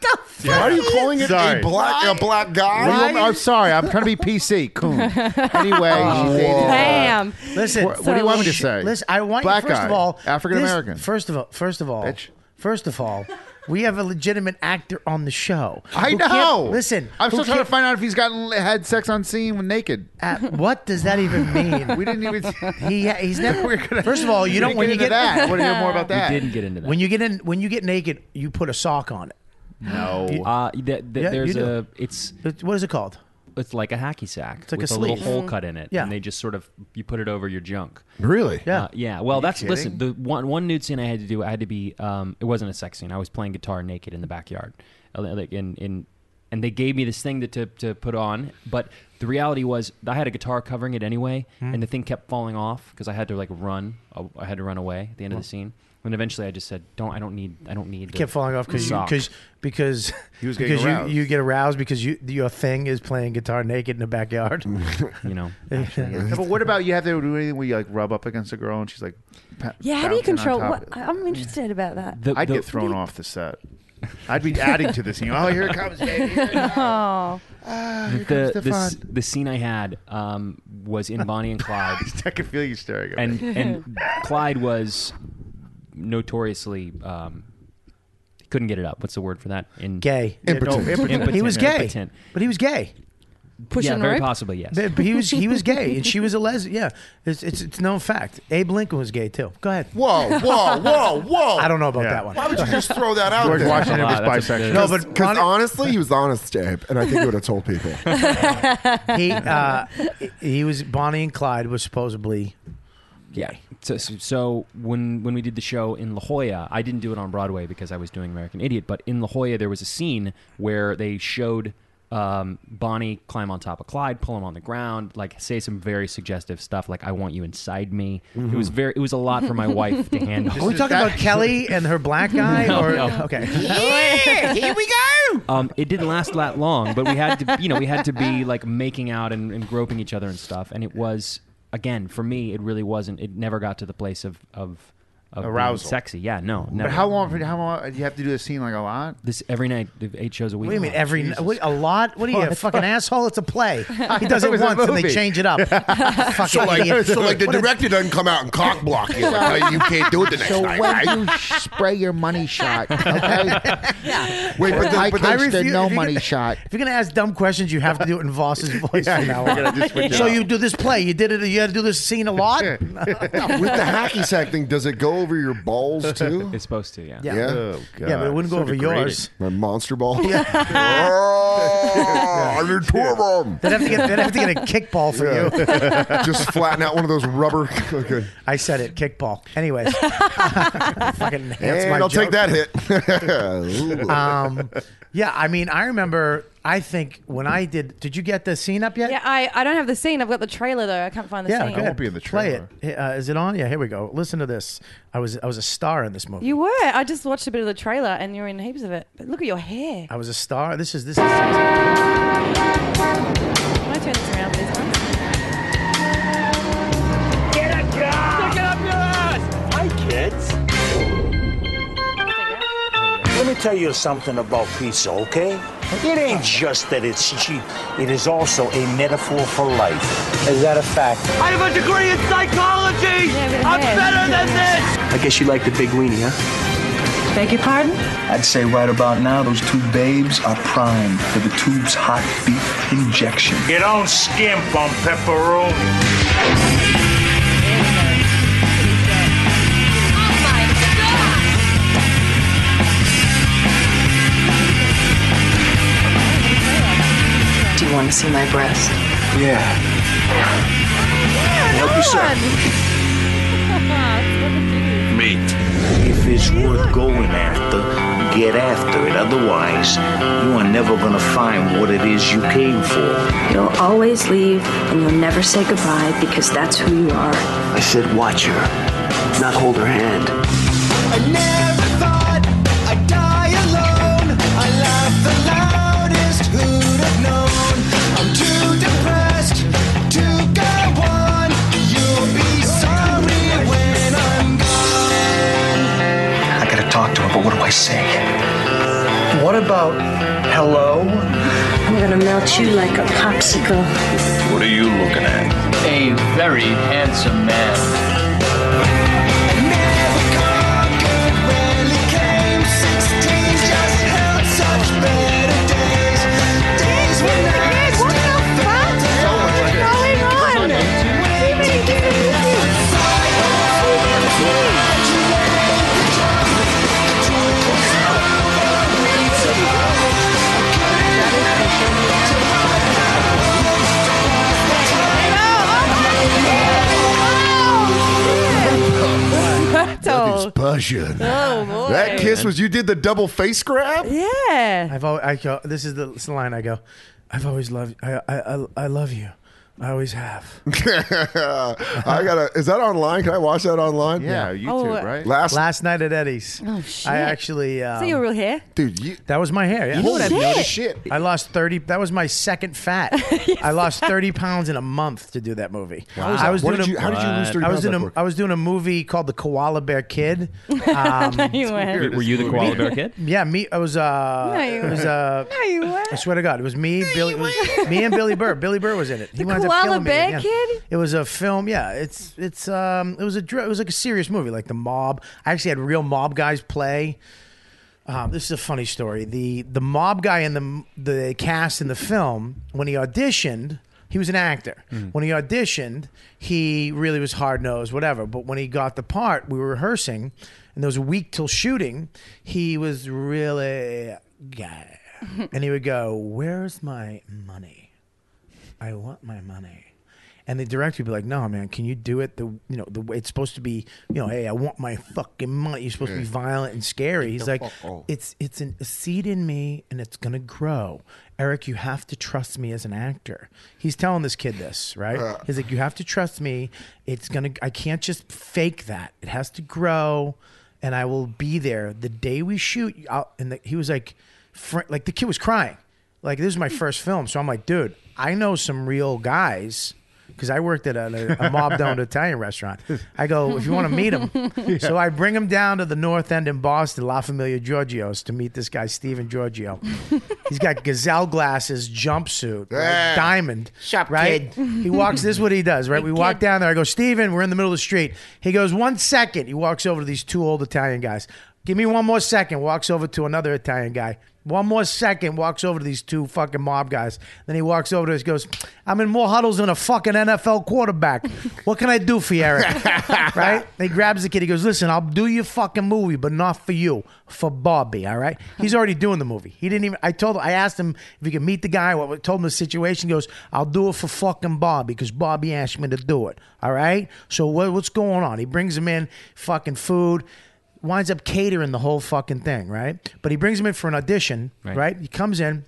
Speaker 3: Why are you calling it
Speaker 12: Sorry.
Speaker 3: a black a black guy?
Speaker 12: What do you want me- I'm sorry. I'm trying to be PC. Coon. <laughs> Anyway, she dated. uh,
Speaker 6: Damn.
Speaker 2: Listen.
Speaker 12: What- what do you want me to
Speaker 2: Shh.
Speaker 12: say?
Speaker 2: Listen. I want
Speaker 12: Black
Speaker 2: you, first of
Speaker 12: guy,
Speaker 2: all
Speaker 12: African American.
Speaker 2: this- First of all. First of all. First of all. We have a legitimate actor on the show.
Speaker 12: I
Speaker 2: who can't-
Speaker 12: know.
Speaker 2: Listen,
Speaker 12: I'm
Speaker 2: who
Speaker 12: still trying to
Speaker 2: can't-
Speaker 12: find out if he's gotten had sex on scene when naked.
Speaker 2: Uh, what does that even mean?
Speaker 12: <laughs> We didn't even.
Speaker 2: <laughs> He
Speaker 10: <laughs>
Speaker 2: he's never.
Speaker 12: We're gonna-
Speaker 2: <laughs> first of all,
Speaker 12: we
Speaker 2: you don't
Speaker 12: didn't
Speaker 2: when
Speaker 12: get into
Speaker 2: you get <laughs>
Speaker 12: that. I wanna hear more about We that. didn't
Speaker 1: get into that.
Speaker 2: When you get in, when you get naked, you put a sock on it.
Speaker 12: No.
Speaker 1: Uh, th- th-
Speaker 2: Yeah, you
Speaker 1: there's
Speaker 2: do.
Speaker 1: a. It's
Speaker 2: what is it called?
Speaker 1: It's like a hacky sack.
Speaker 2: It's like a
Speaker 1: with a, little
Speaker 2: sleeve.
Speaker 1: hole
Speaker 2: Mhm.
Speaker 1: cut in it,
Speaker 2: Yeah.
Speaker 1: and they just sort of you put it over your junk.
Speaker 3: Really?
Speaker 1: Yeah. yeah. Well,
Speaker 2: you
Speaker 1: that's
Speaker 2: kidding?
Speaker 1: listen. The one one nude scene I had to do, I had to be. Um, it wasn't a sex scene. I was playing guitar naked in the backyard, Uh, like in in, and they gave me this thing to to, to put on. But the reality was, I had a guitar covering it anyway,
Speaker 16: Hmm.
Speaker 1: and the thing kept falling off because I had to like run. I- I had to run away at the end of the scene. And eventually, I just said, "Don't. I don't need. I don't need."
Speaker 2: It kept falling off because
Speaker 1: sock."
Speaker 2: because because
Speaker 1: He
Speaker 2: <laughs>
Speaker 1: was getting
Speaker 2: because you,
Speaker 1: aroused.
Speaker 2: you get aroused because you your thing is playing guitar naked in the <laughs> backyard.
Speaker 1: you know.
Speaker 12: No, but what about you have to do anything where you like rub up against a girl and she's like, pa-
Speaker 6: Yeah, how do you
Speaker 12: bouncing on
Speaker 6: control?
Speaker 12: top
Speaker 6: What,
Speaker 12: of it?
Speaker 6: I- I'm interested about that.
Speaker 12: I'd get thrown off the set. I'd be adding to this. You know, oh, here it <laughs> comes.
Speaker 6: <laughs> oh.
Speaker 7: Ah,
Speaker 1: the, the, s- the scene I had um, was in Bonnie and Clyde.
Speaker 12: <laughs> I can feel you staring at
Speaker 1: and,
Speaker 12: me.
Speaker 1: And Clyde was notoriously um, he couldn't get it up. What's the word for that? In
Speaker 2: Gay. Impotent. He was gay. But he was gay.
Speaker 1: yeah, very possibly yes.
Speaker 2: But but he was he was gay and she was a <laughs> lesbian. Yeah, it's it's, it's known fact. Abe Lincoln was gay too. Go ahead.
Speaker 3: Whoa, whoa, whoa, whoa!
Speaker 2: I don't know about that one.
Speaker 3: Why would you just throw that out?
Speaker 12: George
Speaker 3: there?
Speaker 12: Washington was That's a-
Speaker 3: No,
Speaker 12: bisexual. No,
Speaker 3: but
Speaker 12: but
Speaker 3: because honestly, he was honest, Abe, and I think he would have told
Speaker 2: <laughs>
Speaker 3: people.
Speaker 2: he uh, he was Bonnie and Clyde was supposedly
Speaker 1: Yeah. So, so, so when when we did the show in La Jolla, I didn't do it on Broadway because I was doing American Idiot. But in La Jolla, there was a scene where they showed um, Bonnie climb on top of Clyde, pull him on the ground, like say some very suggestive stuff, like "I want you inside me." It was very. It was a lot for my wife to handle.
Speaker 2: Mm-hmm. Are we talking about Kelly and her black
Speaker 1: <laughs>
Speaker 2: guy?
Speaker 1: No,
Speaker 2: or
Speaker 1: no.
Speaker 2: okay,
Speaker 1: Yeah, here
Speaker 2: we go.
Speaker 1: Um, it didn't last that long, but we had to, you know, we had to be like making out and, and groping each other and stuff. And it was, again, for me, it really wasn't. It never got to the place of of, of being
Speaker 12: Arousal.
Speaker 1: sexy. Yeah, no, never.
Speaker 12: But how long? How long? You have to do this scene like a lot.
Speaker 1: This every night, eight shows a week.
Speaker 2: What do you mean every what, a lot? What are you,
Speaker 1: Oh,
Speaker 2: a
Speaker 1: that's
Speaker 2: fucking
Speaker 1: fun.
Speaker 2: asshole? It's a play. He
Speaker 1: thought
Speaker 2: does
Speaker 1: it
Speaker 2: it
Speaker 1: was a
Speaker 2: once and they
Speaker 1: movie.
Speaker 2: change it up.
Speaker 10: <laughs>
Speaker 2: Fucking
Speaker 15: So like,
Speaker 2: <laughs> idiot.
Speaker 15: so like the
Speaker 2: What a-
Speaker 15: director doesn't come out and cock block you. Like, "No, you can't do it the next
Speaker 12: so
Speaker 15: night,
Speaker 12: when
Speaker 15: right?
Speaker 12: you spray your
Speaker 10: <laughs>
Speaker 12: money shot, okay?
Speaker 2: Wait,
Speaker 12: Or
Speaker 2: but then-
Speaker 12: I
Speaker 2: but then-
Speaker 12: catch
Speaker 2: I
Speaker 12: the
Speaker 2: refuse-
Speaker 12: no
Speaker 2: if you
Speaker 12: money
Speaker 2: can-
Speaker 12: shot.
Speaker 2: If you're gonna ask dumb questions, you have to do it in Voss's voice
Speaker 12: Yeah,
Speaker 2: from now
Speaker 12: you gotta
Speaker 2: on.
Speaker 12: just switch it
Speaker 2: So
Speaker 12: up.
Speaker 2: you do this play. You did it. You had to do this scene a lot. <laughs>
Speaker 3: With the hacky sack thing, does it go over your balls too?
Speaker 1: It's supposed to, yeah.
Speaker 2: Yeah. Yeah, but it wouldn't go over yours.
Speaker 3: My monster ball.
Speaker 15: Oh, I need two of them.
Speaker 2: They'd have to get, they'd
Speaker 7: <laughs>
Speaker 2: have to get a kickball for
Speaker 3: Yeah.
Speaker 2: you.
Speaker 3: Just flatten out one of those rubber. Okay.
Speaker 2: I said it, kickball. Anyways,
Speaker 3: <laughs>
Speaker 2: fucking enhance
Speaker 3: And
Speaker 2: my
Speaker 3: I'll take that
Speaker 2: joke.
Speaker 3: hit. <laughs>
Speaker 2: <laughs> um, yeah, I mean, I remember. I think when I did, did you get the scene up yet?
Speaker 6: Yeah, I, I don't have the scene. I've got the trailer though. I can't find the
Speaker 2: yeah,
Speaker 6: scene.
Speaker 2: go ahead. Play it. Hey, Uh, is it on? Yeah, here we go. Listen to this. I was I was a star in this movie.
Speaker 6: You were. I just watched a bit of the trailer, and you're in heaps of it. But look at your hair.
Speaker 2: I was a star. This is this
Speaker 6: Oh,
Speaker 2: is. Can
Speaker 6: I turn this around, please?
Speaker 8: Get a job! Stick it up your ass! Hi, kids. Let me tell you something about pizza, okay? It ain't just that it's cheap, it is also a metaphor for life. Is that a fact?
Speaker 16: I have a degree in psychology. I'm better than this.
Speaker 8: I guess you like the big weenie, huh?
Speaker 16: Beg your pardon?
Speaker 8: I'd say right about now, those two babes are primed for the tube's hot beef injection. You don't skimp on pepperoni.
Speaker 18: Do you want to see my breast?
Speaker 8: Yeah. Help yourself. Meat. If it's worth going after, get after it. Otherwise, you are never going to find what it is you came for.
Speaker 19: You'll always leave and you'll never say goodbye because that's who you are.
Speaker 8: I said, watch her, not hold her hand.
Speaker 16: I never thought I'd die alone. I laugh the loudest. Who'd have known? I'm too depressed to go on. You'll be sorry when I'm
Speaker 8: I got to talk to her, but what do I say? What about hello?
Speaker 19: I'm gonna melt you like a popsicle.
Speaker 8: What are you looking at?
Speaker 16: a very handsome man.
Speaker 6: Nothing's
Speaker 3: <laughs> passion.
Speaker 6: Oh,
Speaker 2: <laughs>
Speaker 6: boy.
Speaker 3: That kiss was you did the double face grab.
Speaker 6: Yeah.
Speaker 2: I've always, I go, this is the this is the line I go. I've always loved. I I I, I love you. I always have.
Speaker 3: <laughs> I gotta. Is that online? Can I watch that online?
Speaker 2: Yeah, Yeah.
Speaker 6: YouTube, Oh, right?
Speaker 3: Last
Speaker 2: Last night at Eddie's.
Speaker 6: Oh shit.
Speaker 2: I actually. Um,
Speaker 6: See your real hair. <laughs>
Speaker 3: dude, you,
Speaker 2: that was my hair. Yeah.
Speaker 6: You know what I've Shit. noticed?
Speaker 3: Shit.
Speaker 2: I lost thirty. That was my second
Speaker 6: <laughs>
Speaker 2: fat. I lost thirty pounds in a month to do that movie.
Speaker 3: How is
Speaker 2: I
Speaker 3: that?
Speaker 2: was
Speaker 3: What
Speaker 2: doing
Speaker 3: did
Speaker 2: a-
Speaker 3: you- how did you lose 30
Speaker 2: I was
Speaker 3: pounds
Speaker 2: doing
Speaker 3: that
Speaker 2: a,
Speaker 3: quick?
Speaker 2: I was doing a movie called The Koala Bear
Speaker 6: <laughs>
Speaker 2: Kid. um,
Speaker 6: You It's went. weird.
Speaker 1: Were you the
Speaker 2: me-
Speaker 1: koala bear kid?
Speaker 2: Yeah, me. I was. Uh,
Speaker 6: No, you
Speaker 2: it was.
Speaker 6: weren't.
Speaker 2: Uh,
Speaker 6: No, you weren't.
Speaker 2: I swear to God, it was me, Billy, it was me and Billy Burr. Billy Burr was in it. He
Speaker 6: The
Speaker 2: winds up
Speaker 6: Koala
Speaker 2: killing me
Speaker 6: Bear
Speaker 2: again.
Speaker 6: Kid?
Speaker 2: It was a film. Yeah, it's it's um it was a dr- it was like a serious movie, like the mob. I actually had real mob guys play. Um, this is a funny story. The the mob guy in the the cast in the film when he auditioned, he was an actor. When he auditioned, he really was hard nosed, whatever. But when he got the part, we were rehearsing, and there was a week till shooting. He was really gay, and he would go, "Where's my money? I want my money." and the director would be like, "No, man, can you do it the you know the way it's supposed to be? You know, hey, I want my fucking money. You're supposed to be
Speaker 16: Yeah.
Speaker 2: violent and scary." He's
Speaker 16: the
Speaker 2: like,
Speaker 16: fuck out.
Speaker 2: "It's it's an, a seed in me, and it's gonna grow." Eric, you have to trust me as an actor. He's telling this kid this, right? He's like, "You have to trust me. It's gonna. I can't just fake that. It has to grow." And I will be there the day we shoot. I'll, and the, he was like, fr- like the kid was crying. Like this is my first film, so I'm like, dude, I know some real guys because I worked at a, a mob-owned Italian restaurant. I go, if you want to meet him,
Speaker 16: Yeah.
Speaker 2: so I bring him down to the North End in Boston, La Familia Giorgio's, to meet this guy Stephen Giorgio. He's got gazelle glasses, jumpsuit, right?
Speaker 16: Yeah.
Speaker 2: diamond, Shop right?
Speaker 16: kid.
Speaker 2: He walks. This is what he does, right? we walk down there. I go, Steven, we're in the middle of the street. He goes, one second. He walks over to these two old Italian guys. Give me one more second. Walks over to another Italian guy. One more second. Walks over to these two fucking mob guys. Then he walks over to us. Goes, I'm in more huddles than a fucking NFL quarterback. What can I do for you, Eric? right? He grabs the kid. He goes, Listen, I'll do your fucking movie, but not for you, for Bobby. All right? He's already doing the movie. He didn't even. I told him. I asked him if he could meet the guy. What told him the situation. He goes, I'll do it for fucking Bobby because Bobby asked me to do it. All right. So what, what's going on? He brings him in fucking food. Winds up catering the whole fucking thing, right? But he brings him in for an audition,
Speaker 16: Right.
Speaker 2: right? He comes in.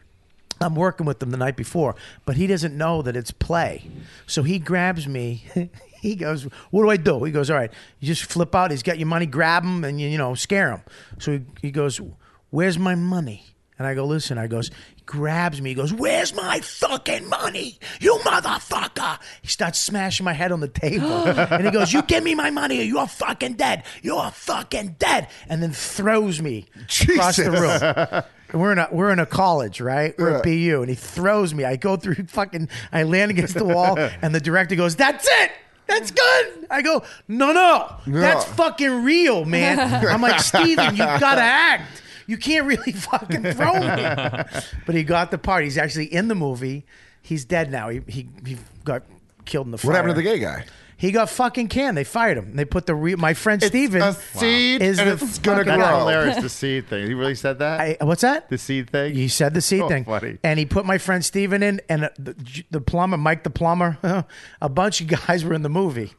Speaker 2: I'm working with them the night before, but he doesn't know that it's play. So he grabs me. <laughs> he goes, "What do I do?" He goes, "All right, you just flip out. He's got your money. Grab him and you, you know scare him." So he, he goes, "Where's my money?" And I go, "Listen." I goes, he grabs me. He goes, "Where's my fucking money, you motherfucker?" He starts smashing my head on the table,
Speaker 16: <laughs>
Speaker 2: and he goes, "You give me my money, or you're fucking dead. You're fucking dead." And then throws me across the
Speaker 16: Jesus.
Speaker 2: room. And We're in a we're in a college, right? We're at
Speaker 16: Yeah.
Speaker 2: BU, and he throws me. I go through fucking. I land against
Speaker 16: <laughs>
Speaker 2: the wall, and the director goes, "That's it." That's good. I go, no, no, that's
Speaker 16: Yeah.
Speaker 2: fucking real,
Speaker 16: <laughs>
Speaker 2: man. <laughs> I'm like, Steven, you <laughs> gotta act. You can't really <laughs> fucking throw me.
Speaker 3: <laughs>
Speaker 2: But he got the part. He's actually in the movie. He's dead now. He he, he got killed in the fire.
Speaker 3: What happened to the gay guy?
Speaker 2: He got fucking canned. They fired him. They put the re- my friend Steven
Speaker 12: seed
Speaker 2: is
Speaker 12: and
Speaker 2: the
Speaker 12: it's gonna
Speaker 2: fucking-
Speaker 12: grow. That's hilarious, <laughs> the seed thing. He really said that?
Speaker 2: I, what's that?
Speaker 12: The seed thing?
Speaker 2: He said the seed
Speaker 12: So
Speaker 2: thing.
Speaker 12: funny.
Speaker 2: And he put my friend Steven in, and uh, the, the plumber, Mike the plumber, <laughs> a bunch of guys were in the movie.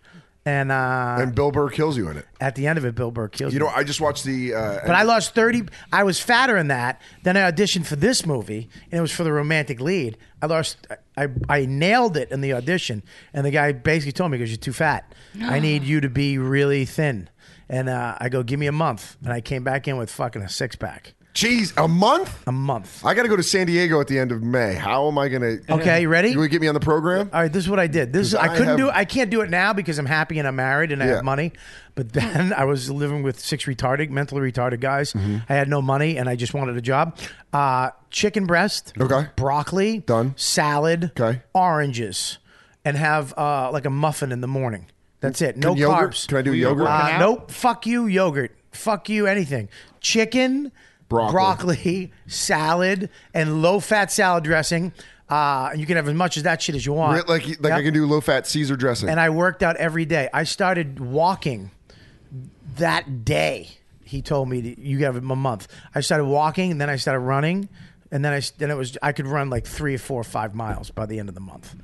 Speaker 2: And uh,
Speaker 3: and Bill Burr kills you in it.
Speaker 2: At the end of it, Bill Burr kills
Speaker 3: You know,
Speaker 2: me.
Speaker 3: I just watched the. Uh,
Speaker 2: But I lost 30. I was fatter in that. Then I auditioned for this movie, and it was for the romantic lead. I lost. I, I nailed it in the audition, and the guy basically told me, "Because you're too fat. I need you to be really thin." And uh, I go, "Give me a month," and I came back in with fucking a six pack.
Speaker 3: Jeez, a month?
Speaker 2: A month.
Speaker 3: I got to go to San Diego at the end of May. How am I going to?
Speaker 2: Okay, you ready?
Speaker 3: You would get me on the program?
Speaker 2: All right, this is what I did. This is, I
Speaker 3: 'Cause I
Speaker 2: couldn't
Speaker 3: have-
Speaker 2: do. I can't do it now because I'm happy and I'm married and I
Speaker 3: Yeah.
Speaker 2: have money. But then <laughs> I was living with six retarded, mentally retarded guys.
Speaker 3: Mm-hmm.
Speaker 2: I had no money and I just wanted a job. Uh, chicken breast, okay, broccoli, done, salad, okay, oranges, and have uh, like a muffin in the morning. That's it. No
Speaker 3: Can yogurt-
Speaker 2: carbs.
Speaker 3: can I do Will yogurt?
Speaker 2: Uh,
Speaker 3: work out?
Speaker 2: nope. Fuck you, yogurt. Fuck you, anything. Chicken,
Speaker 3: Broccoli.
Speaker 2: broccoli, salad, and low-fat salad dressing. Uh, and you can have as much of that shit as you want.
Speaker 3: Re- Like, like
Speaker 2: Yep.
Speaker 3: I can do low fat Caesar dressing.
Speaker 2: And I worked out every day. I started walking that day. He told me that you have a month. I started walking, and then I started running, and then I then it was I could run like three or four or five miles by the end of the month.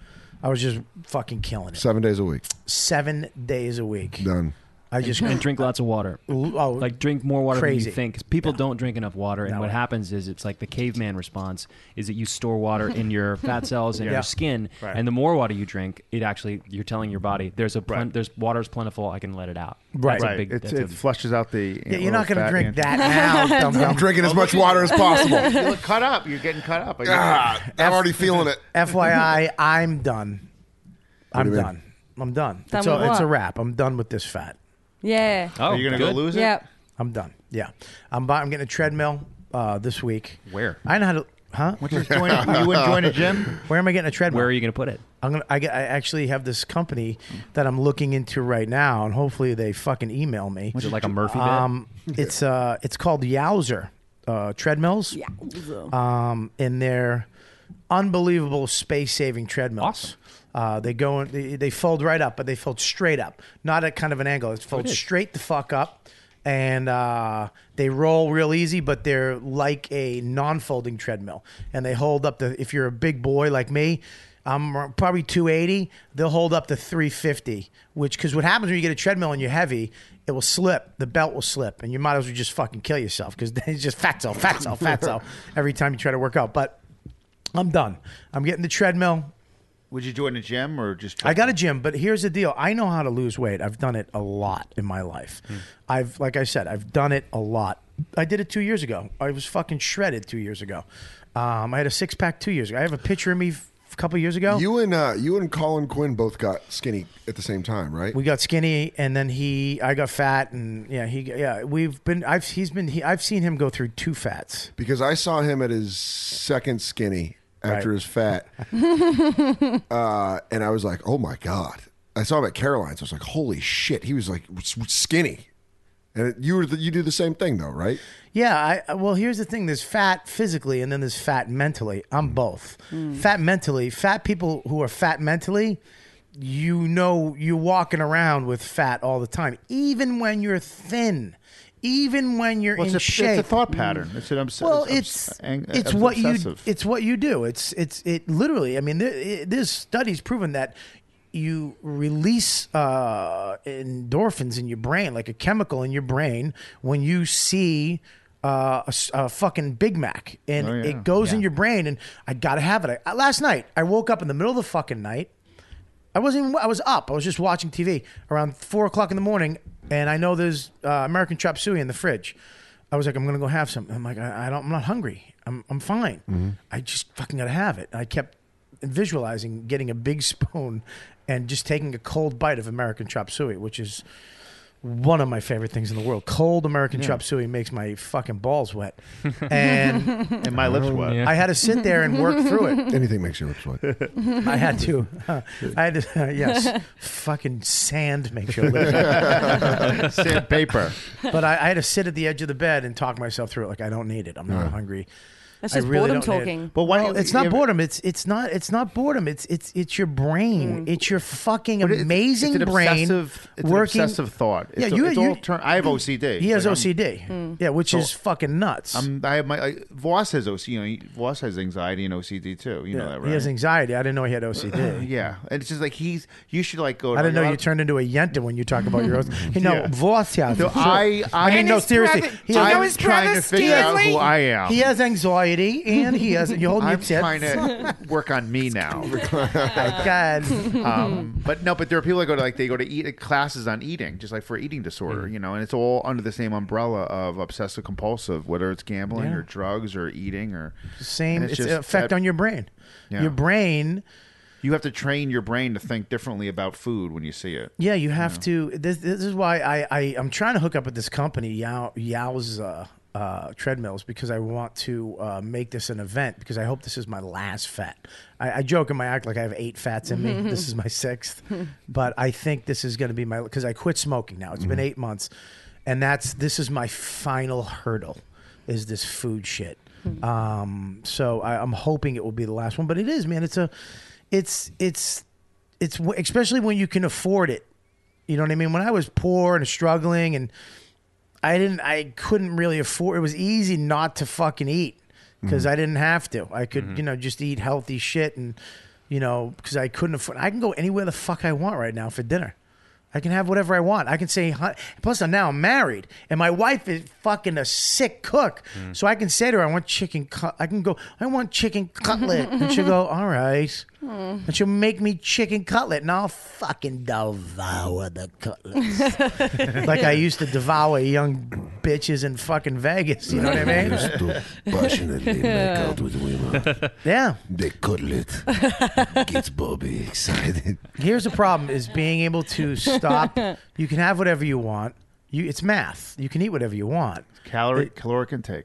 Speaker 2: I was just fucking killing it.
Speaker 3: Seven days a week.
Speaker 2: Seven days a week.
Speaker 3: Done.
Speaker 2: I just
Speaker 1: and drink lots of water.
Speaker 2: Oh,
Speaker 1: like drink more water than
Speaker 2: crazy.
Speaker 1: you think. 'Cause People don't drink enough water, and what happens is it's like the caveman response: is that you store water in <laughs> your fat cells and
Speaker 12: Yeah.
Speaker 1: your skin,
Speaker 12: Right.
Speaker 1: and the more water you drink, it actually you're telling your body there's a plen- there's water's plentiful. I can let it out.
Speaker 12: Right.
Speaker 1: That's a
Speaker 12: Right.
Speaker 1: big,
Speaker 12: It's-
Speaker 1: that's a-
Speaker 12: it flushes out the.
Speaker 1: Yeah, you're not
Speaker 12: little
Speaker 1: gonna
Speaker 12: fat
Speaker 1: drink
Speaker 12: in-
Speaker 1: that
Speaker 12: <laughs>
Speaker 1: now, dum-dum.
Speaker 3: I'm drinking as much water as possible.
Speaker 12: you look cut up. You're getting cut up.
Speaker 3: Ah, I'm already feeling
Speaker 2: <laughs>
Speaker 3: it.
Speaker 10: <laughs>
Speaker 2: FYI, I'm done.
Speaker 3: What do
Speaker 2: I'm
Speaker 3: you mean?
Speaker 2: done. I'm done.
Speaker 6: Done
Speaker 2: it's, a,
Speaker 6: with
Speaker 2: it's a
Speaker 6: what?
Speaker 2: wrap. I'm done with this fat.
Speaker 6: Yeah.
Speaker 1: Oh,
Speaker 6: Yep.
Speaker 2: I'm done. Yeah, I'm. bu- I'm getting a treadmill uh, this week.
Speaker 1: Where?
Speaker 2: I know how to. Huh?
Speaker 12: What you join- you wouldn't join a gym?
Speaker 2: <laughs> Where am I getting a treadmill?
Speaker 1: Where are you going to put it?
Speaker 2: I'm gonna. I, get- I actually have this company that I'm looking into right now, and hopefully they fucking email me.
Speaker 1: Is it like a Murphy bed?
Speaker 2: Um, it's uh, it's called Yowzer uh, treadmills. Yowzer. Um, and they're unbelievable space-saving treadmills. Uh, they go in, they, they fold right up, but they fold straight up, not at kind of an angle. It's fold
Speaker 12: it is.
Speaker 2: straight the fuck up, and uh, they roll real easy, but they're like a non-folding treadmill, and they hold up the. If you're a big boy like me. I'm probably 280. They'll hold up to 350, which because what happens when you get a treadmill and you're heavy, it will slip. The belt will slip, and you might as well just fucking kill yourself because then <laughs> it's just fat cell, fat cell, fat cell every time you try to work out. But I'm done. I'm getting the treadmill.
Speaker 12: Would you join a gym or just?
Speaker 2: I got a gym, but here's the deal. I know how to lose weight. I've done it a lot in my life. I've, like I said, I've done it a lot. I did it two years ago. I was fucking shredded two years ago. Um, I had a six pack two years ago. I have a picture of me f- a couple years ago.
Speaker 3: You and uh, you and Colin Quinn both got skinny at the same time, right?
Speaker 2: We got skinny, and then he, I got fat, and yeah, he, yeah, we've been, I've, he's been, he, I've seen him go through two fats.
Speaker 3: Because I saw him at his second skinny after
Speaker 2: Right.
Speaker 3: his
Speaker 2: <laughs>
Speaker 3: fat,
Speaker 2: Mm-hmm.
Speaker 3: uh, and I was like, "Oh my god!" I saw him at Caroline's. I was like, "Holy shit!" He was like s- skinny, and it, you were the, you do the same
Speaker 2: <laughs>
Speaker 3: thing though, right?
Speaker 2: Yeah, I- I well, here's the thing: there's fat physically, and then there's fat mentally.
Speaker 12: Hmm.
Speaker 2: I'm both.
Speaker 3: Mm.
Speaker 2: Fat mentally, fat people who are fat mentally, you know, you're walking around with fat all the time, even when you're thin, even when you're
Speaker 12: Well, it's
Speaker 2: in
Speaker 12: a- it's a
Speaker 2: shape.
Speaker 12: thought pattern. It's an obs-
Speaker 2: Well,
Speaker 12: it's
Speaker 2: it's
Speaker 12: obs- ang-
Speaker 2: it's
Speaker 12: obs-
Speaker 2: what
Speaker 12: obsessive.
Speaker 2: you it's what you do. It's it's it literally. I mean, there, it, there's studies proven that. You release uh, endorphins in your brain, like a chemical in your brain, when you see uh, a, s- a fucking Big Mac, and
Speaker 12: Oh, yeah.
Speaker 2: it goes in your brain. And I gotta have it. I, last night, I woke up in the middle of the fucking night. I wasn't. Even, I was up. I was just watching TV around four o'clock in the morning, and I know there's uh, American chop suey in the fridge. I was like, I'm gonna go have some. I'm like, I, I don't. I'm not hungry. I'm I'm fine. I just fucking gotta have it. And I kept visualizing getting a big <laughs> spoon and just taking a cold bite of American chop suey, which is one of my favorite things in the world. Cold American
Speaker 12: Yeah.
Speaker 2: chop suey makes my fucking balls wet, and
Speaker 12: <laughs> And my lips wet.
Speaker 2: I had to sit there and work through it.
Speaker 3: Oh, <laughs> Anything makes your lips wet.
Speaker 2: I had to. <laughs> I had to. uh, yes, fucking sand makes you
Speaker 12: <laughs>
Speaker 2: live.
Speaker 12: Sandpaper.
Speaker 2: But I, I had to sit at the edge of the bed and talk myself through it. Like I don't need it. I'm not hungry.
Speaker 6: That's
Speaker 2: I
Speaker 6: just
Speaker 2: really
Speaker 6: boredom
Speaker 2: don't need it.
Speaker 6: talking.
Speaker 12: But why
Speaker 2: Well,
Speaker 12: don't
Speaker 2: it's
Speaker 12: you
Speaker 2: not
Speaker 12: ever-
Speaker 2: boredom. It's it's not it's not boredom. It's it's it's your
Speaker 6: Mm.
Speaker 2: brain. It's your fucking
Speaker 12: But it-
Speaker 2: amazing
Speaker 12: it's an
Speaker 2: brain
Speaker 12: obsessive- it's an
Speaker 2: working
Speaker 12: obsessive thought.
Speaker 2: yeah,
Speaker 12: It's a-
Speaker 2: you,
Speaker 12: it's
Speaker 2: you
Speaker 12: all turn- I have OCD.
Speaker 2: He has
Speaker 12: Like, I'm-
Speaker 2: OCD.
Speaker 6: Mm.
Speaker 2: Yeah, which
Speaker 12: So-
Speaker 2: is fucking nuts.
Speaker 12: I'm, I have my I, Voss has OCD. You know, he- Voss has anxiety and OCD too. You know
Speaker 2: Yeah,
Speaker 12: that, right?
Speaker 2: He has anxiety. I didn't know he had OCD.
Speaker 12: <clears throat> yeah, and it's just like he's. You should like go. To
Speaker 2: I
Speaker 12: like,
Speaker 2: didn't know
Speaker 12: a
Speaker 2: you
Speaker 12: lot
Speaker 2: turned into a yenta when you talk about
Speaker 12: <laughs>
Speaker 2: your own. You know,
Speaker 12: Yeah.
Speaker 2: Voss, yeah.
Speaker 12: No,
Speaker 2: for sure.
Speaker 12: I- I-
Speaker 2: mean,
Speaker 12: And
Speaker 2: no,
Speaker 12: his
Speaker 2: seriously.
Speaker 12: brother- do you know his I'm trying brother to figure out Stanley? who I am.
Speaker 2: He has anxiety and he has. You hold
Speaker 12: I'm
Speaker 2: your tits.
Speaker 12: trying
Speaker 2: <laughs>
Speaker 12: to work on me now.
Speaker 2: God.
Speaker 12: um, but no, but there are people that go to like they go to eat uh, classes on eating, just like for eating disorder,
Speaker 2: Mm.
Speaker 12: you know, and it's all under the same umbrella of obsessive compulsive, whether it's gambling
Speaker 2: Yeah.
Speaker 12: or drugs or eating or
Speaker 2: Same.
Speaker 12: and
Speaker 2: It's,
Speaker 12: just
Speaker 2: effect
Speaker 12: that-
Speaker 2: on your brain.
Speaker 12: Yeah.
Speaker 2: Your brain.
Speaker 12: You have to train your brain to think differently about food when you see it.
Speaker 2: Yeah, you have to. This, this is why I, I I'm trying to hook up with this company Yao, Yao's uh, uh, treadmills because I want to uh, make this an event because I hope this is my last fat. I, I joke in my act like I have eight fats in me. this is my sixth, but I think this is going to be my because I quit smoking now. It's been eight months, and that's this is my final hurdle is this food shit. Um, so I, I'm hoping it will be the last one, but it is, man. It's a, it's it's it's w- especially when you can afford it. You know what I mean? When I was poor and struggling, and I didn't, I couldn't really afford. It was easy not to fucking eat because I didn't have to. I could, you know, just eat healthy shit and, you know, because I couldn't afford. I can go anywhere the fuck I want right now for dinner. I can have whatever I want. I can say, "Hon-" plus I'm now married and my wife is fucking a sick cook. So I can say to her, I want chicken, cut. I can go, I want chicken cutlet. and she'll go, all right.
Speaker 6: Mm.
Speaker 2: And she'll make me chicken cutlet and I'll fucking devour the cutlets. like I used to devour young bitches in fucking Vegas. You know what I mean? <laughs>
Speaker 16: passionately make out with women.
Speaker 2: Yeah.
Speaker 16: The cutlet gets Bobby excited.
Speaker 2: Here's the problem: is being able to stop. You can have whatever you want. You, it's math. You can eat whatever you want.
Speaker 12: Calorie caloric intake.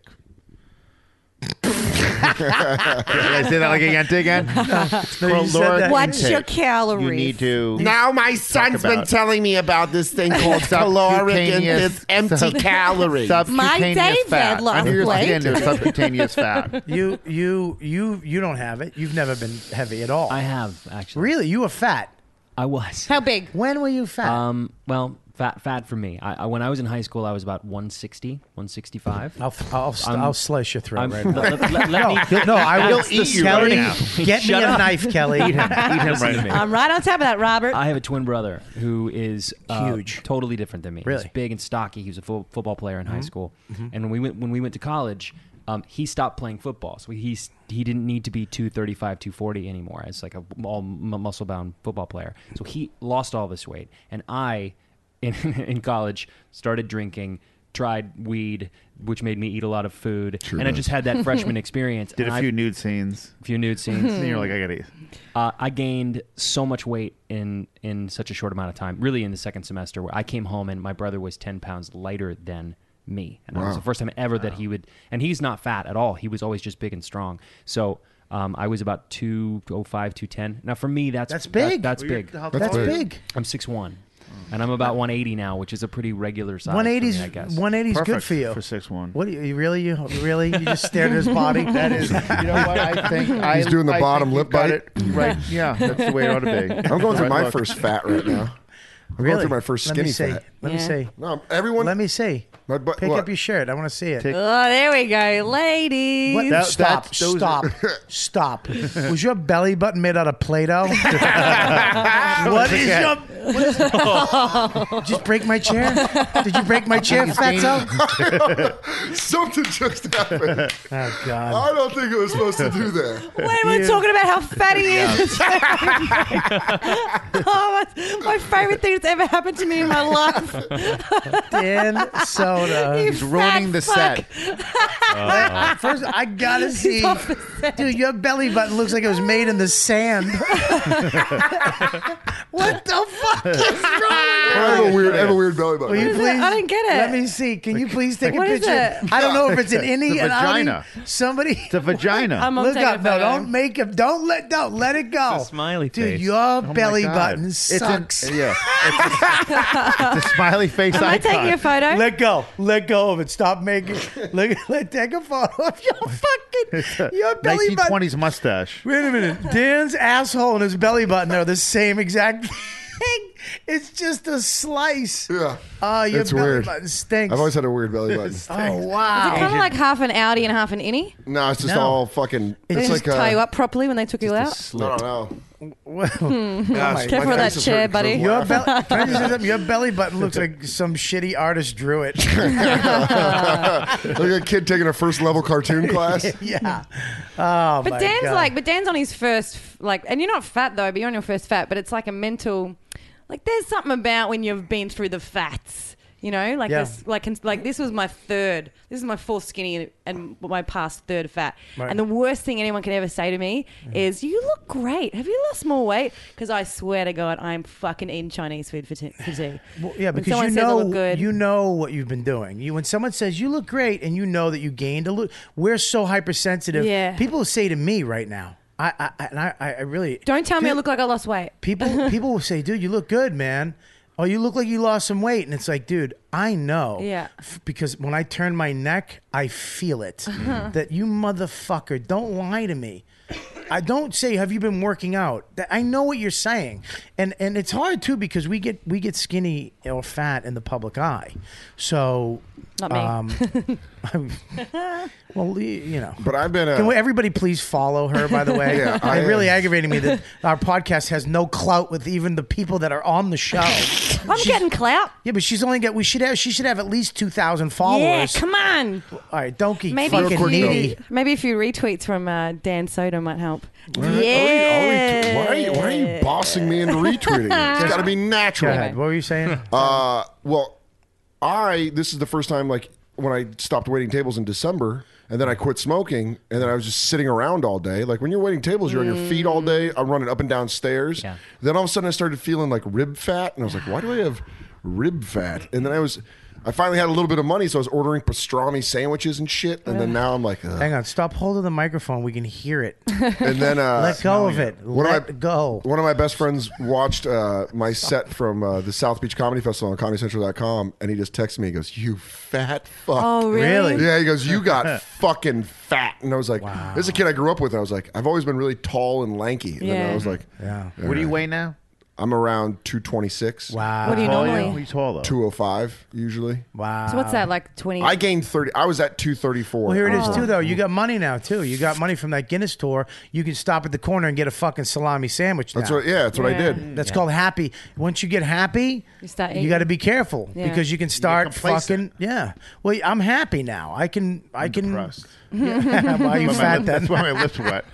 Speaker 2: I
Speaker 12: say that like a yente again?
Speaker 2: <laughs> No, you said that.
Speaker 12: Caloric
Speaker 2: What's your
Speaker 12: intake. You need to
Speaker 15: Now my son's been
Speaker 12: about-
Speaker 15: telling me about this
Speaker 12: <laughs>
Speaker 15: thing called caloric and
Speaker 12: Subcutaneous-
Speaker 15: this empty
Speaker 12: sub-
Speaker 15: calorie.
Speaker 12: Subcutaneous fat. Under your skin, there's subcutaneous fat.
Speaker 2: <laughs> You, you, you, you don't have it. You've never been heavy at all. I
Speaker 1: have actually.
Speaker 2: Really, you were fat.
Speaker 1: I was.
Speaker 6: How big?
Speaker 2: When were you fat?
Speaker 1: Um, well, fat, fat for me. I, I, when I was in high school, I was about 160, 165.
Speaker 2: I'll, I'll, I'll slice your
Speaker 1: <laughs>
Speaker 2: throat right now.
Speaker 1: Let, let- let
Speaker 2: No,
Speaker 1: me,
Speaker 2: you'll- no, I will eat you right
Speaker 1: Kelly,
Speaker 2: now. Get me
Speaker 1: shut
Speaker 2: a
Speaker 1: up.
Speaker 2: knife,
Speaker 1: <laughs>
Speaker 2: Kelly. Eat him. Eat him
Speaker 1: Listen
Speaker 2: right
Speaker 1: to
Speaker 2: now.
Speaker 1: me.
Speaker 6: I'm right on top of that, Robert.
Speaker 1: I have a twin brother who is huge, totally different than me. He was
Speaker 2: Really?
Speaker 1: big and stocky. He was a fo- football player in high
Speaker 2: Mhm.
Speaker 1: school,
Speaker 2: Mhm.
Speaker 1: and when we went when we went to college, um, he stopped playing football. So he he didn't need to be 235, 240 anymore as like a all muscle bound football player. So he lost all this weight, and I in <laughs> in college started drinking. Tried weed, which made me eat a lot of food, and I
Speaker 12: does.
Speaker 1: just had that freshman experience.
Speaker 12: Did
Speaker 1: and
Speaker 12: a
Speaker 1: I-
Speaker 12: few nude scenes.
Speaker 1: A few nude
Speaker 12: <laughs>
Speaker 1: scenes.
Speaker 12: and you're like, I gotta.
Speaker 1: uh, I gained so much weight in in such a short amount of time. Really, in the second semester, where I came home and my brother was ten pounds lighter than me, and it was
Speaker 12: Wow.
Speaker 1: the first time ever that he would. And he's not fat at all. He was always just big and strong. So. Um, I was about 205, 210. Now, for me, that's
Speaker 2: That's
Speaker 1: that-
Speaker 2: big.
Speaker 1: that's
Speaker 2: Well, you're-
Speaker 1: big.
Speaker 2: how tall That's are you? Oh. big.
Speaker 1: I'm 6'1", and I'm about 180 now, which is a pretty regular size. for me,
Speaker 2: 180 is
Speaker 1: I guess.
Speaker 2: 180 is good
Speaker 1: Perfect
Speaker 2: for you.
Speaker 1: for
Speaker 12: six one.
Speaker 2: What do you, you really you really you just stared at his body?
Speaker 12: <laughs> That is- you know what, I
Speaker 2: <laughs>
Speaker 12: think I- He's doing the I bottom think lip you've got bite. it right. Yeah, that's the way it ought to be.
Speaker 3: <laughs> I'm going through
Speaker 12: Right
Speaker 3: my
Speaker 12: look.
Speaker 3: first fat right now. I'm going
Speaker 2: Really?
Speaker 3: through my first
Speaker 2: Let
Speaker 3: skinny
Speaker 2: me see.
Speaker 3: fat.
Speaker 2: Let me see.
Speaker 3: No, everyone.
Speaker 2: Let me see. Pick
Speaker 3: what?
Speaker 2: up your shirt. I want to see it.
Speaker 6: Oh, there we go, ladies.
Speaker 2: What? stop! stop!
Speaker 3: <laughs>
Speaker 2: stop! Was your belly button made out of
Speaker 6: <laughs>
Speaker 2: Play-Doh? <laughs> what is your? What is, just break my chair? Did you break my chair, <laughs> Fatso?
Speaker 3: <laughs> Something just
Speaker 12: <laughs>
Speaker 3: happened.
Speaker 2: Oh God!
Speaker 3: I don't think it was supposed to do
Speaker 6: <laughs>
Speaker 3: that.
Speaker 6: Wait, we're talking about how fat he is. <laughs> oh, my, my favorite thing that's ever happened to me in my life.
Speaker 2: Dan Soda.
Speaker 6: You He's ruining fat the fuck.
Speaker 2: Uh, <laughs> First, I gotta see, dude. Your belly button looks like it was made in the
Speaker 6: <laughs>
Speaker 2: sand. what the fuck is
Speaker 3: I have
Speaker 2: wrong? with
Speaker 3: a
Speaker 2: you?
Speaker 3: weird, <laughs> I have a weird belly
Speaker 12: <laughs>
Speaker 2: Will
Speaker 3: button.
Speaker 2: you please?
Speaker 6: I didn't get it.
Speaker 2: Let me see. Can you please take
Speaker 6: What
Speaker 2: a
Speaker 6: is
Speaker 2: picture?
Speaker 6: it?
Speaker 2: I don't know if it's an innie.
Speaker 12: It's a
Speaker 2: an outie.
Speaker 12: vagina.
Speaker 2: Somebody. It's
Speaker 12: a vagina.
Speaker 6: I'm gonna
Speaker 2: Look
Speaker 6: take a
Speaker 2: up. No,
Speaker 12: <laughs>
Speaker 6: photo.
Speaker 2: don't make him. Don't let. Don't let it go.
Speaker 1: It's a smiley
Speaker 2: Dude,
Speaker 1: face.
Speaker 2: your
Speaker 1: Oh my
Speaker 2: belly
Speaker 1: God.
Speaker 2: button
Speaker 1: It's an-
Speaker 2: sucks. <laughs>
Speaker 12: yeah.
Speaker 2: Uh-huh.
Speaker 12: It's a smiley face
Speaker 6: Am I
Speaker 12: icon.
Speaker 6: taking a photo?
Speaker 2: Let go. Let go of it. Stop making. <laughs> Let, let take a photo of your
Speaker 12: It's
Speaker 2: fucking
Speaker 12: a
Speaker 2: your belly button.
Speaker 12: 1920s mustache.
Speaker 2: Wait a minute. Dan's asshole and his belly button are the same exact thing. It's just a slice. Yeah. Oh, your
Speaker 3: It's
Speaker 2: belly
Speaker 3: weird.
Speaker 2: button stinks.
Speaker 3: I've always had a weird belly button.
Speaker 2: oh
Speaker 6: Is
Speaker 2: wow.
Speaker 6: it kind of like half an Audi and half an innie?
Speaker 3: No, it's just
Speaker 2: No.
Speaker 3: all fucking. It's
Speaker 6: They didn't
Speaker 3: like
Speaker 6: just tie you
Speaker 3: uh,
Speaker 6: up properly when they took you out?
Speaker 3: I
Speaker 12: <laughs>
Speaker 3: don't know.
Speaker 6: Hmm.
Speaker 3: Yeah, it's-
Speaker 6: Careful
Speaker 3: my
Speaker 6: with that
Speaker 3: face is
Speaker 6: chair,
Speaker 3: hurting 'cause
Speaker 6: buddy.
Speaker 3: I'm
Speaker 2: Oh
Speaker 6: <laughs>
Speaker 2: Your,
Speaker 3: laughing.
Speaker 2: bel- can I just say something? Your belly button looks like some shitty artist drew
Speaker 3: <laughs>
Speaker 2: it.
Speaker 3: like a kid taking a first level
Speaker 12: <laughs>
Speaker 3: cartoon class.
Speaker 2: yeah. Oh,
Speaker 6: But
Speaker 2: my
Speaker 6: Dan's
Speaker 3: uh,
Speaker 2: God.
Speaker 6: like, but Dan's on his first, f- like, and you're not fat though, but you're on your first fat, but it's like a mental, like, there's something about when you've been through the fats, you know, like
Speaker 20: Yeah.
Speaker 6: this, like, cons- like this was my third, <laughs> this is my fourth skinny and my past third fat,
Speaker 20: Right.
Speaker 6: and the worst thing anyone can ever say to me is, "You look great. Have you lost more weight?" Because I swear to God, I'm fucking eating Chinese food for, t- for tea.
Speaker 2: Well, <laughs> yeah,
Speaker 6: When
Speaker 2: because
Speaker 6: someone
Speaker 2: you
Speaker 6: says I
Speaker 2: know
Speaker 6: look good,
Speaker 2: you know what you've been doing. You when someone says you look great and you know that you gained a little, we're so hypersensitive.
Speaker 6: Yeah.
Speaker 2: People say to me right now, I I I- and I, I I really
Speaker 6: don't tell me I
Speaker 2: Dude,
Speaker 6: look like I lost weight. <laughs>
Speaker 2: People people will say, dude, you look good, man. Oh, you look like you lost some weight, and it's like, dude, I know.
Speaker 6: Yeah.
Speaker 2: F- Because when I turn my neck, I feel
Speaker 6: <laughs>
Speaker 2: it.
Speaker 3: Mm-hmm.
Speaker 6: Mhm.
Speaker 2: That you motherfucker, don't lie to me. I don't say, have you been working out? That I know what you're saying, and and it's hard too because we get we get skinny or fat in the public eye. So
Speaker 6: Not me. <laughs>
Speaker 2: I'm- <laughs> well, y- you know.
Speaker 3: But I've been. Uh,
Speaker 2: Can we, everybody please follow her, by the
Speaker 3: <laughs>
Speaker 2: way?
Speaker 3: Yeah, I
Speaker 2: it really
Speaker 3: am.
Speaker 2: aggravated
Speaker 3: <laughs>
Speaker 2: me that our podcast has no clout with even the people that are on the show.
Speaker 6: <laughs> I'm getting clout.
Speaker 2: Yeah, but she's only got. We should have. She should have at least two thousand followers.
Speaker 6: Yeah, come on.
Speaker 2: All right, don't get
Speaker 6: Maybe
Speaker 2: fucking
Speaker 6: if, you,
Speaker 2: needy.
Speaker 6: maybe a few retweets from uh, Dan Soda might help.
Speaker 3: All right, Oh,
Speaker 6: Yeah.
Speaker 3: I'll read- I'll read- why, are you, why are you bossing me into retweeting? it? It's got to be natural.
Speaker 2: <laughs> Go ahead. What were you saying?
Speaker 3: <laughs> Uh, well, I this is the first time like when I stopped waiting tables in December, and then I quit smoking, and then I was just sitting around all day. Like when you're waiting tables, you're on your feet all day. I'm running up and down stairs. Then all of a sudden, I started feeling like rib fat, and I was like, "Why do I have rib fat?" And then I was. I finally had a little bit of money, so I was ordering pastrami sandwiches and shit. And then now I'm like, Ugh.
Speaker 2: Hang on. Stop holding the microphone. We can hear
Speaker 6: <laughs>
Speaker 2: it.
Speaker 3: and then uh,
Speaker 2: let go of it.
Speaker 3: One
Speaker 2: Let
Speaker 3: of my,
Speaker 2: go.
Speaker 3: One of my best friends watched uh, my set from uh, the South Beach Comedy Festival on ComedyCentral.com, and he just texted me. He goes, "You fat fuck."
Speaker 6: Oh, really? Really?
Speaker 3: Yeah. He goes, "You
Speaker 2: <laughs>
Speaker 3: got fucking fat," and I was like, "This is a kid I grew up with." And I was like, "I've always been really tall and lanky," and then
Speaker 12: Yeah.
Speaker 3: I was like,
Speaker 2: "Yeah."
Speaker 12: What do you weigh now?
Speaker 3: I'm around 226. Wow.
Speaker 6: What do you How tall are normally- you?
Speaker 3: Are you tall though? 205 usually.
Speaker 2: Wow.
Speaker 6: So what's that like? Twenty. Oh.
Speaker 3: I gained 30. I was at 234.
Speaker 2: Well, here it
Speaker 3: Oh.
Speaker 2: is too, though. You got money now too. You got money from that Guinness tour. You can stop at the corner and get a fucking salami sandwich.
Speaker 3: That's
Speaker 2: now.
Speaker 3: what- yeah, that's what I Yeah. did.
Speaker 2: That's
Speaker 3: Yeah.
Speaker 2: called happy. Once you get happy,
Speaker 6: You start
Speaker 2: you
Speaker 6: eating.
Speaker 2: got to be careful
Speaker 6: Yeah.
Speaker 2: because you can
Speaker 6: You get
Speaker 2: start fucking
Speaker 6: complacent.
Speaker 2: yeah. Well, I'm happy now. I can. I can. <laughs> Yeah, why are
Speaker 12: That's why
Speaker 2: you
Speaker 12: my
Speaker 2: fat?
Speaker 12: lip-
Speaker 2: then?
Speaker 12: that's why
Speaker 2: <laughs>
Speaker 12: my lips wet.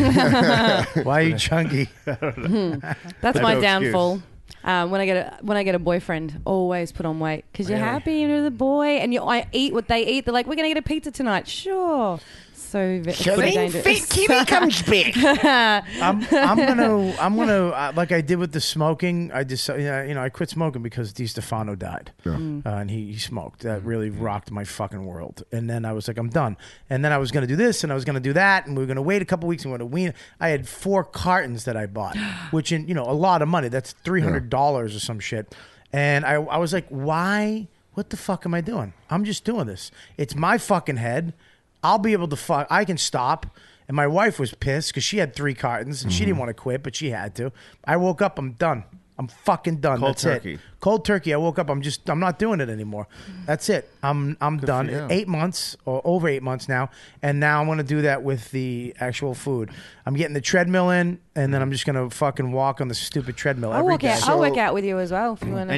Speaker 2: why are you chunky? <laughs>
Speaker 6: Mhm. That's my downfall. Um, when I get a when I get a boyfriend, always put on weight because you're
Speaker 2: Really?
Speaker 6: happy and you're the boy, and you I eat what they eat. They're like, we're gonna get a pizza tonight, sure. So, ve- so
Speaker 16: Killing
Speaker 6: dangerous.
Speaker 16: fit Kimmy comes
Speaker 6: <laughs>
Speaker 2: <laughs>
Speaker 16: back.
Speaker 2: I'm, I'm gonna, I'm gonna, uh, like I did with the smoking. I just, you know, I quit smoking because Di Stefano died,
Speaker 16: Mm.
Speaker 2: uh,
Speaker 12: Mm-hmm.
Speaker 2: and he, he smoked. That really rocked my fucking world. And then I was like, I'm done. And then I was gonna do this, and I was gonna do that, and we were gonna wait a couple weeks, and we were gonna wean. I had four cartons that
Speaker 12: <gasps>
Speaker 2: I bought, which in you know a lot of money. That's three hundred dollars or some shit. And I, I was like, why? What the fuck am I doing? I'm just doing this. It's my fucking head. I'll be able to fuck. I can stop. And my wife was pissed because she had three cartons and she
Speaker 12: Mm-hmm.
Speaker 2: didn't want to quit, but she had to. I woke up. I'm done. I'm fucking done.
Speaker 12: Cold
Speaker 2: That's it.
Speaker 12: turkey.
Speaker 2: Cold turkey. I woke up. I'm just. I'm not doing it anymore. That's it. I'm. I'm done.
Speaker 12: you.
Speaker 2: Eight months or over eight months now, and now I'm gonna do that with the actual food. I'm getting the treadmill in, and then I'm just gonna fucking walk on the stupid treadmill
Speaker 6: I'll
Speaker 2: every
Speaker 6: work
Speaker 2: day.
Speaker 6: out. I'll work out with you as well if you want.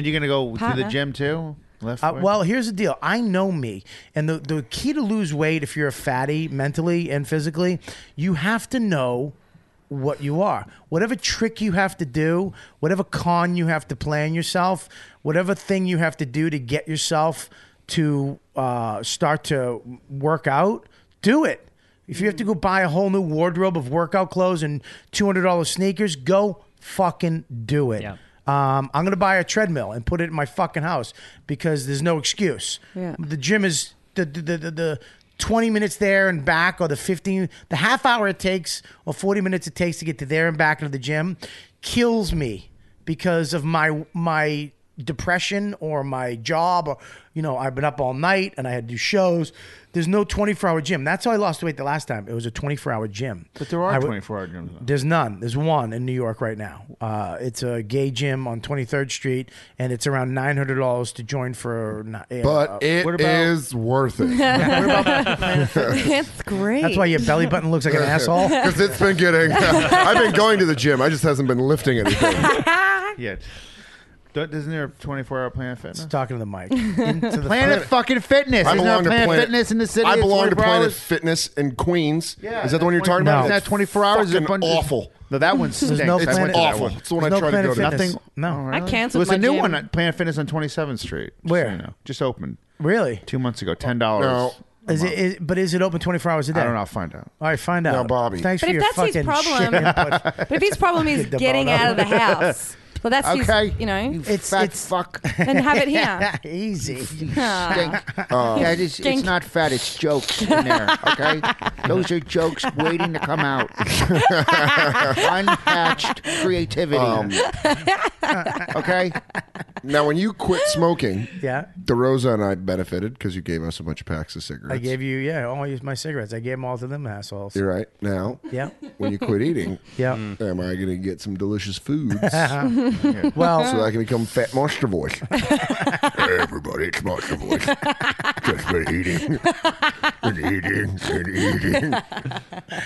Speaker 6: <laughs> Partner.
Speaker 2: too? Left
Speaker 6: foot?
Speaker 2: Mm. Uh, well, here's the deal. I know me, and the the key to lose weight if you're a fatty mentally and physically, you have to know what you are. Whatever trick you have to do, whatever con you have to play on yourself, whatever thing you have to do to get yourself to uh, start to work out, do it. If you have to go buy a whole new wardrobe of workout clothes and two hundred dollars sneakers, go fucking do it. Um, I'm gonna buy a treadmill and put it in my fucking house because there's no excuse.
Speaker 6: Yeah.
Speaker 2: The gym is the the, the the the 20 minutes there and back, or the 15, the half hour it takes, or 40 minutes it takes to get to there and back into the gym, kills me because of my my depression or my job or you know I've been up all night and I had to do shows. There's no 24 hour gym. That's how I lost weight the last time. It was a 24 hour gym.
Speaker 12: But there are
Speaker 2: I would-
Speaker 12: 24 hour gyms. though.
Speaker 2: there's none. There's one in New York right now. Uh, it's a gay gym on 23rd Street, and it's around nine hundred dollars to join for. ni- uh,
Speaker 3: But it is
Speaker 2: what about-
Speaker 3: worth it.
Speaker 6: <laughs>
Speaker 3: <laughs>
Speaker 6: That's great.
Speaker 2: That's why your belly button looks like an asshole.
Speaker 3: Because it's been getting.
Speaker 2: <laughs>
Speaker 3: I've been going to the gym. I just hasn't been lifting anything.
Speaker 12: Yet. Don't- Isn't there a 24 hour Planet Fitness?
Speaker 2: talking to
Speaker 12: <laughs>
Speaker 2: the mic.
Speaker 12: Planet fucking Fitness.
Speaker 3: I
Speaker 12: There's
Speaker 3: belong
Speaker 12: no
Speaker 3: to
Speaker 12: Planet
Speaker 3: Planet
Speaker 12: Fitness in the city.
Speaker 3: I
Speaker 12: It's
Speaker 3: belong to
Speaker 12: 24
Speaker 3: Planet
Speaker 12: hours.
Speaker 3: Fitness in Queens.
Speaker 12: Yeah,
Speaker 3: is that the one you're
Speaker 12: that's
Speaker 3: talking
Speaker 12: 24
Speaker 3: about?
Speaker 12: Isn't that 24 hours? There's a
Speaker 3: Fucking
Speaker 12: bunch of-
Speaker 3: awful.
Speaker 12: No, that one
Speaker 3: There's
Speaker 12: stinks.
Speaker 3: no
Speaker 12: That's
Speaker 3: Planet
Speaker 12: awful.
Speaker 3: Fitness. It's the one I There's no tried to go Planet to. Fitness.
Speaker 12: Nothing.
Speaker 2: No.
Speaker 6: I canceled
Speaker 12: There's a
Speaker 6: my
Speaker 12: new
Speaker 6: gym.
Speaker 12: one at Planet Fitness on 27th Street. just so
Speaker 2: Where?
Speaker 12: you know. Just opened.
Speaker 2: Really?
Speaker 12: Two months ago. Ten dollars.
Speaker 2: Is it, is, but is it open 24 hours a day?
Speaker 12: I don't know. I'll find out.
Speaker 2: All right, find out.
Speaker 12: Now, Bobby.
Speaker 2: Thanks
Speaker 6: But
Speaker 2: for
Speaker 6: if
Speaker 2: your
Speaker 6: that's
Speaker 2: fucking
Speaker 6: his problem-
Speaker 2: shit input.
Speaker 6: But if his problem is
Speaker 2: Get the
Speaker 6: getting
Speaker 2: bone
Speaker 6: out of the
Speaker 2: out.
Speaker 6: house, well, that's
Speaker 12: Okay.
Speaker 6: his. You know,
Speaker 2: it's it's
Speaker 12: fuck.
Speaker 6: Then have
Speaker 2: <laughs>
Speaker 6: it here.
Speaker 2: <laughs> Easy.
Speaker 12: <laughs>
Speaker 6: Ah.
Speaker 12: Yeah,
Speaker 10: yeah, it's, it's
Speaker 6: Stink.
Speaker 10: not fat. It's jokes in there.
Speaker 2: <laughs>
Speaker 10: Okay, those are jokes waiting to come
Speaker 12: <laughs>
Speaker 10: out. Unhatched creativity. <laughs>
Speaker 3: Um,
Speaker 2: <laughs>
Speaker 10: okay.
Speaker 3: Now, when you quit smoking,
Speaker 2: yeah,
Speaker 3: DeRosa and I benefited because you gave us a bunch of packs of cigarettes.
Speaker 2: I gave you, yeah, all your- my cigarettes. I gave them all to them assholes.
Speaker 3: You're right. Now,
Speaker 2: Yeah.
Speaker 3: when you quit eating,
Speaker 2: <laughs> yeah, Mm.
Speaker 3: am I going to get some delicious
Speaker 2: <laughs>
Speaker 3: foods?
Speaker 2: Well-
Speaker 3: so that I can become Fat Monster
Speaker 2: <laughs>
Speaker 3: Voice. hey, everybody, it's Monster Voice. Just been eating and eating and eating.
Speaker 2: <laughs>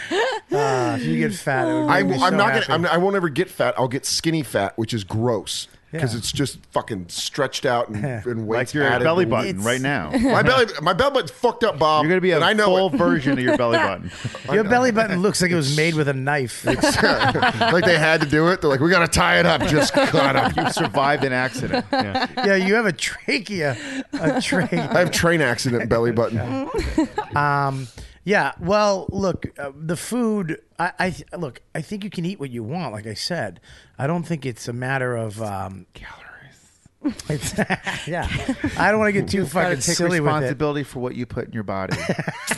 Speaker 2: Ah, if you get fat, it would
Speaker 3: I,
Speaker 2: make me
Speaker 3: am
Speaker 2: so
Speaker 3: not gonna.
Speaker 2: happy.
Speaker 3: I'm, I won't ever get fat. I'll get skinny fat, which is gross because
Speaker 2: Yeah.
Speaker 3: it's just fucking stretched out
Speaker 2: <laughs>
Speaker 3: and, and
Speaker 12: Like
Speaker 3: weights.
Speaker 12: your
Speaker 3: added
Speaker 12: belly
Speaker 3: and-
Speaker 12: button It's- right now.
Speaker 3: My belly, my belly button's fucked up, Bob. You're gonna be
Speaker 12: a
Speaker 3: I know
Speaker 12: full
Speaker 3: it.
Speaker 12: version of your
Speaker 3: <laughs>
Speaker 12: belly button.
Speaker 2: Your belly button looks like it was made with a knife.
Speaker 3: <laughs> uh, like
Speaker 2: <laughs>
Speaker 3: they had to do it. They're like, we gotta tie it up. Just cut up.
Speaker 12: You survived an accident. Yeah.
Speaker 2: yeah, you have a trachea.
Speaker 3: <laughs>
Speaker 2: A trachea.
Speaker 3: I have train
Speaker 2: <laughs>
Speaker 3: accident belly button.
Speaker 2: um, yeah. Well, look, uh, the food. I, I th- look. I think you can eat what you want. Like I said, I don't think it's a matter of um, calories. yeah. <laughs> I don't want to get too
Speaker 12: You've gotta
Speaker 2: fucking
Speaker 12: take
Speaker 2: silly with it.
Speaker 12: responsibility for what you put in your
Speaker 2: <laughs>
Speaker 12: body.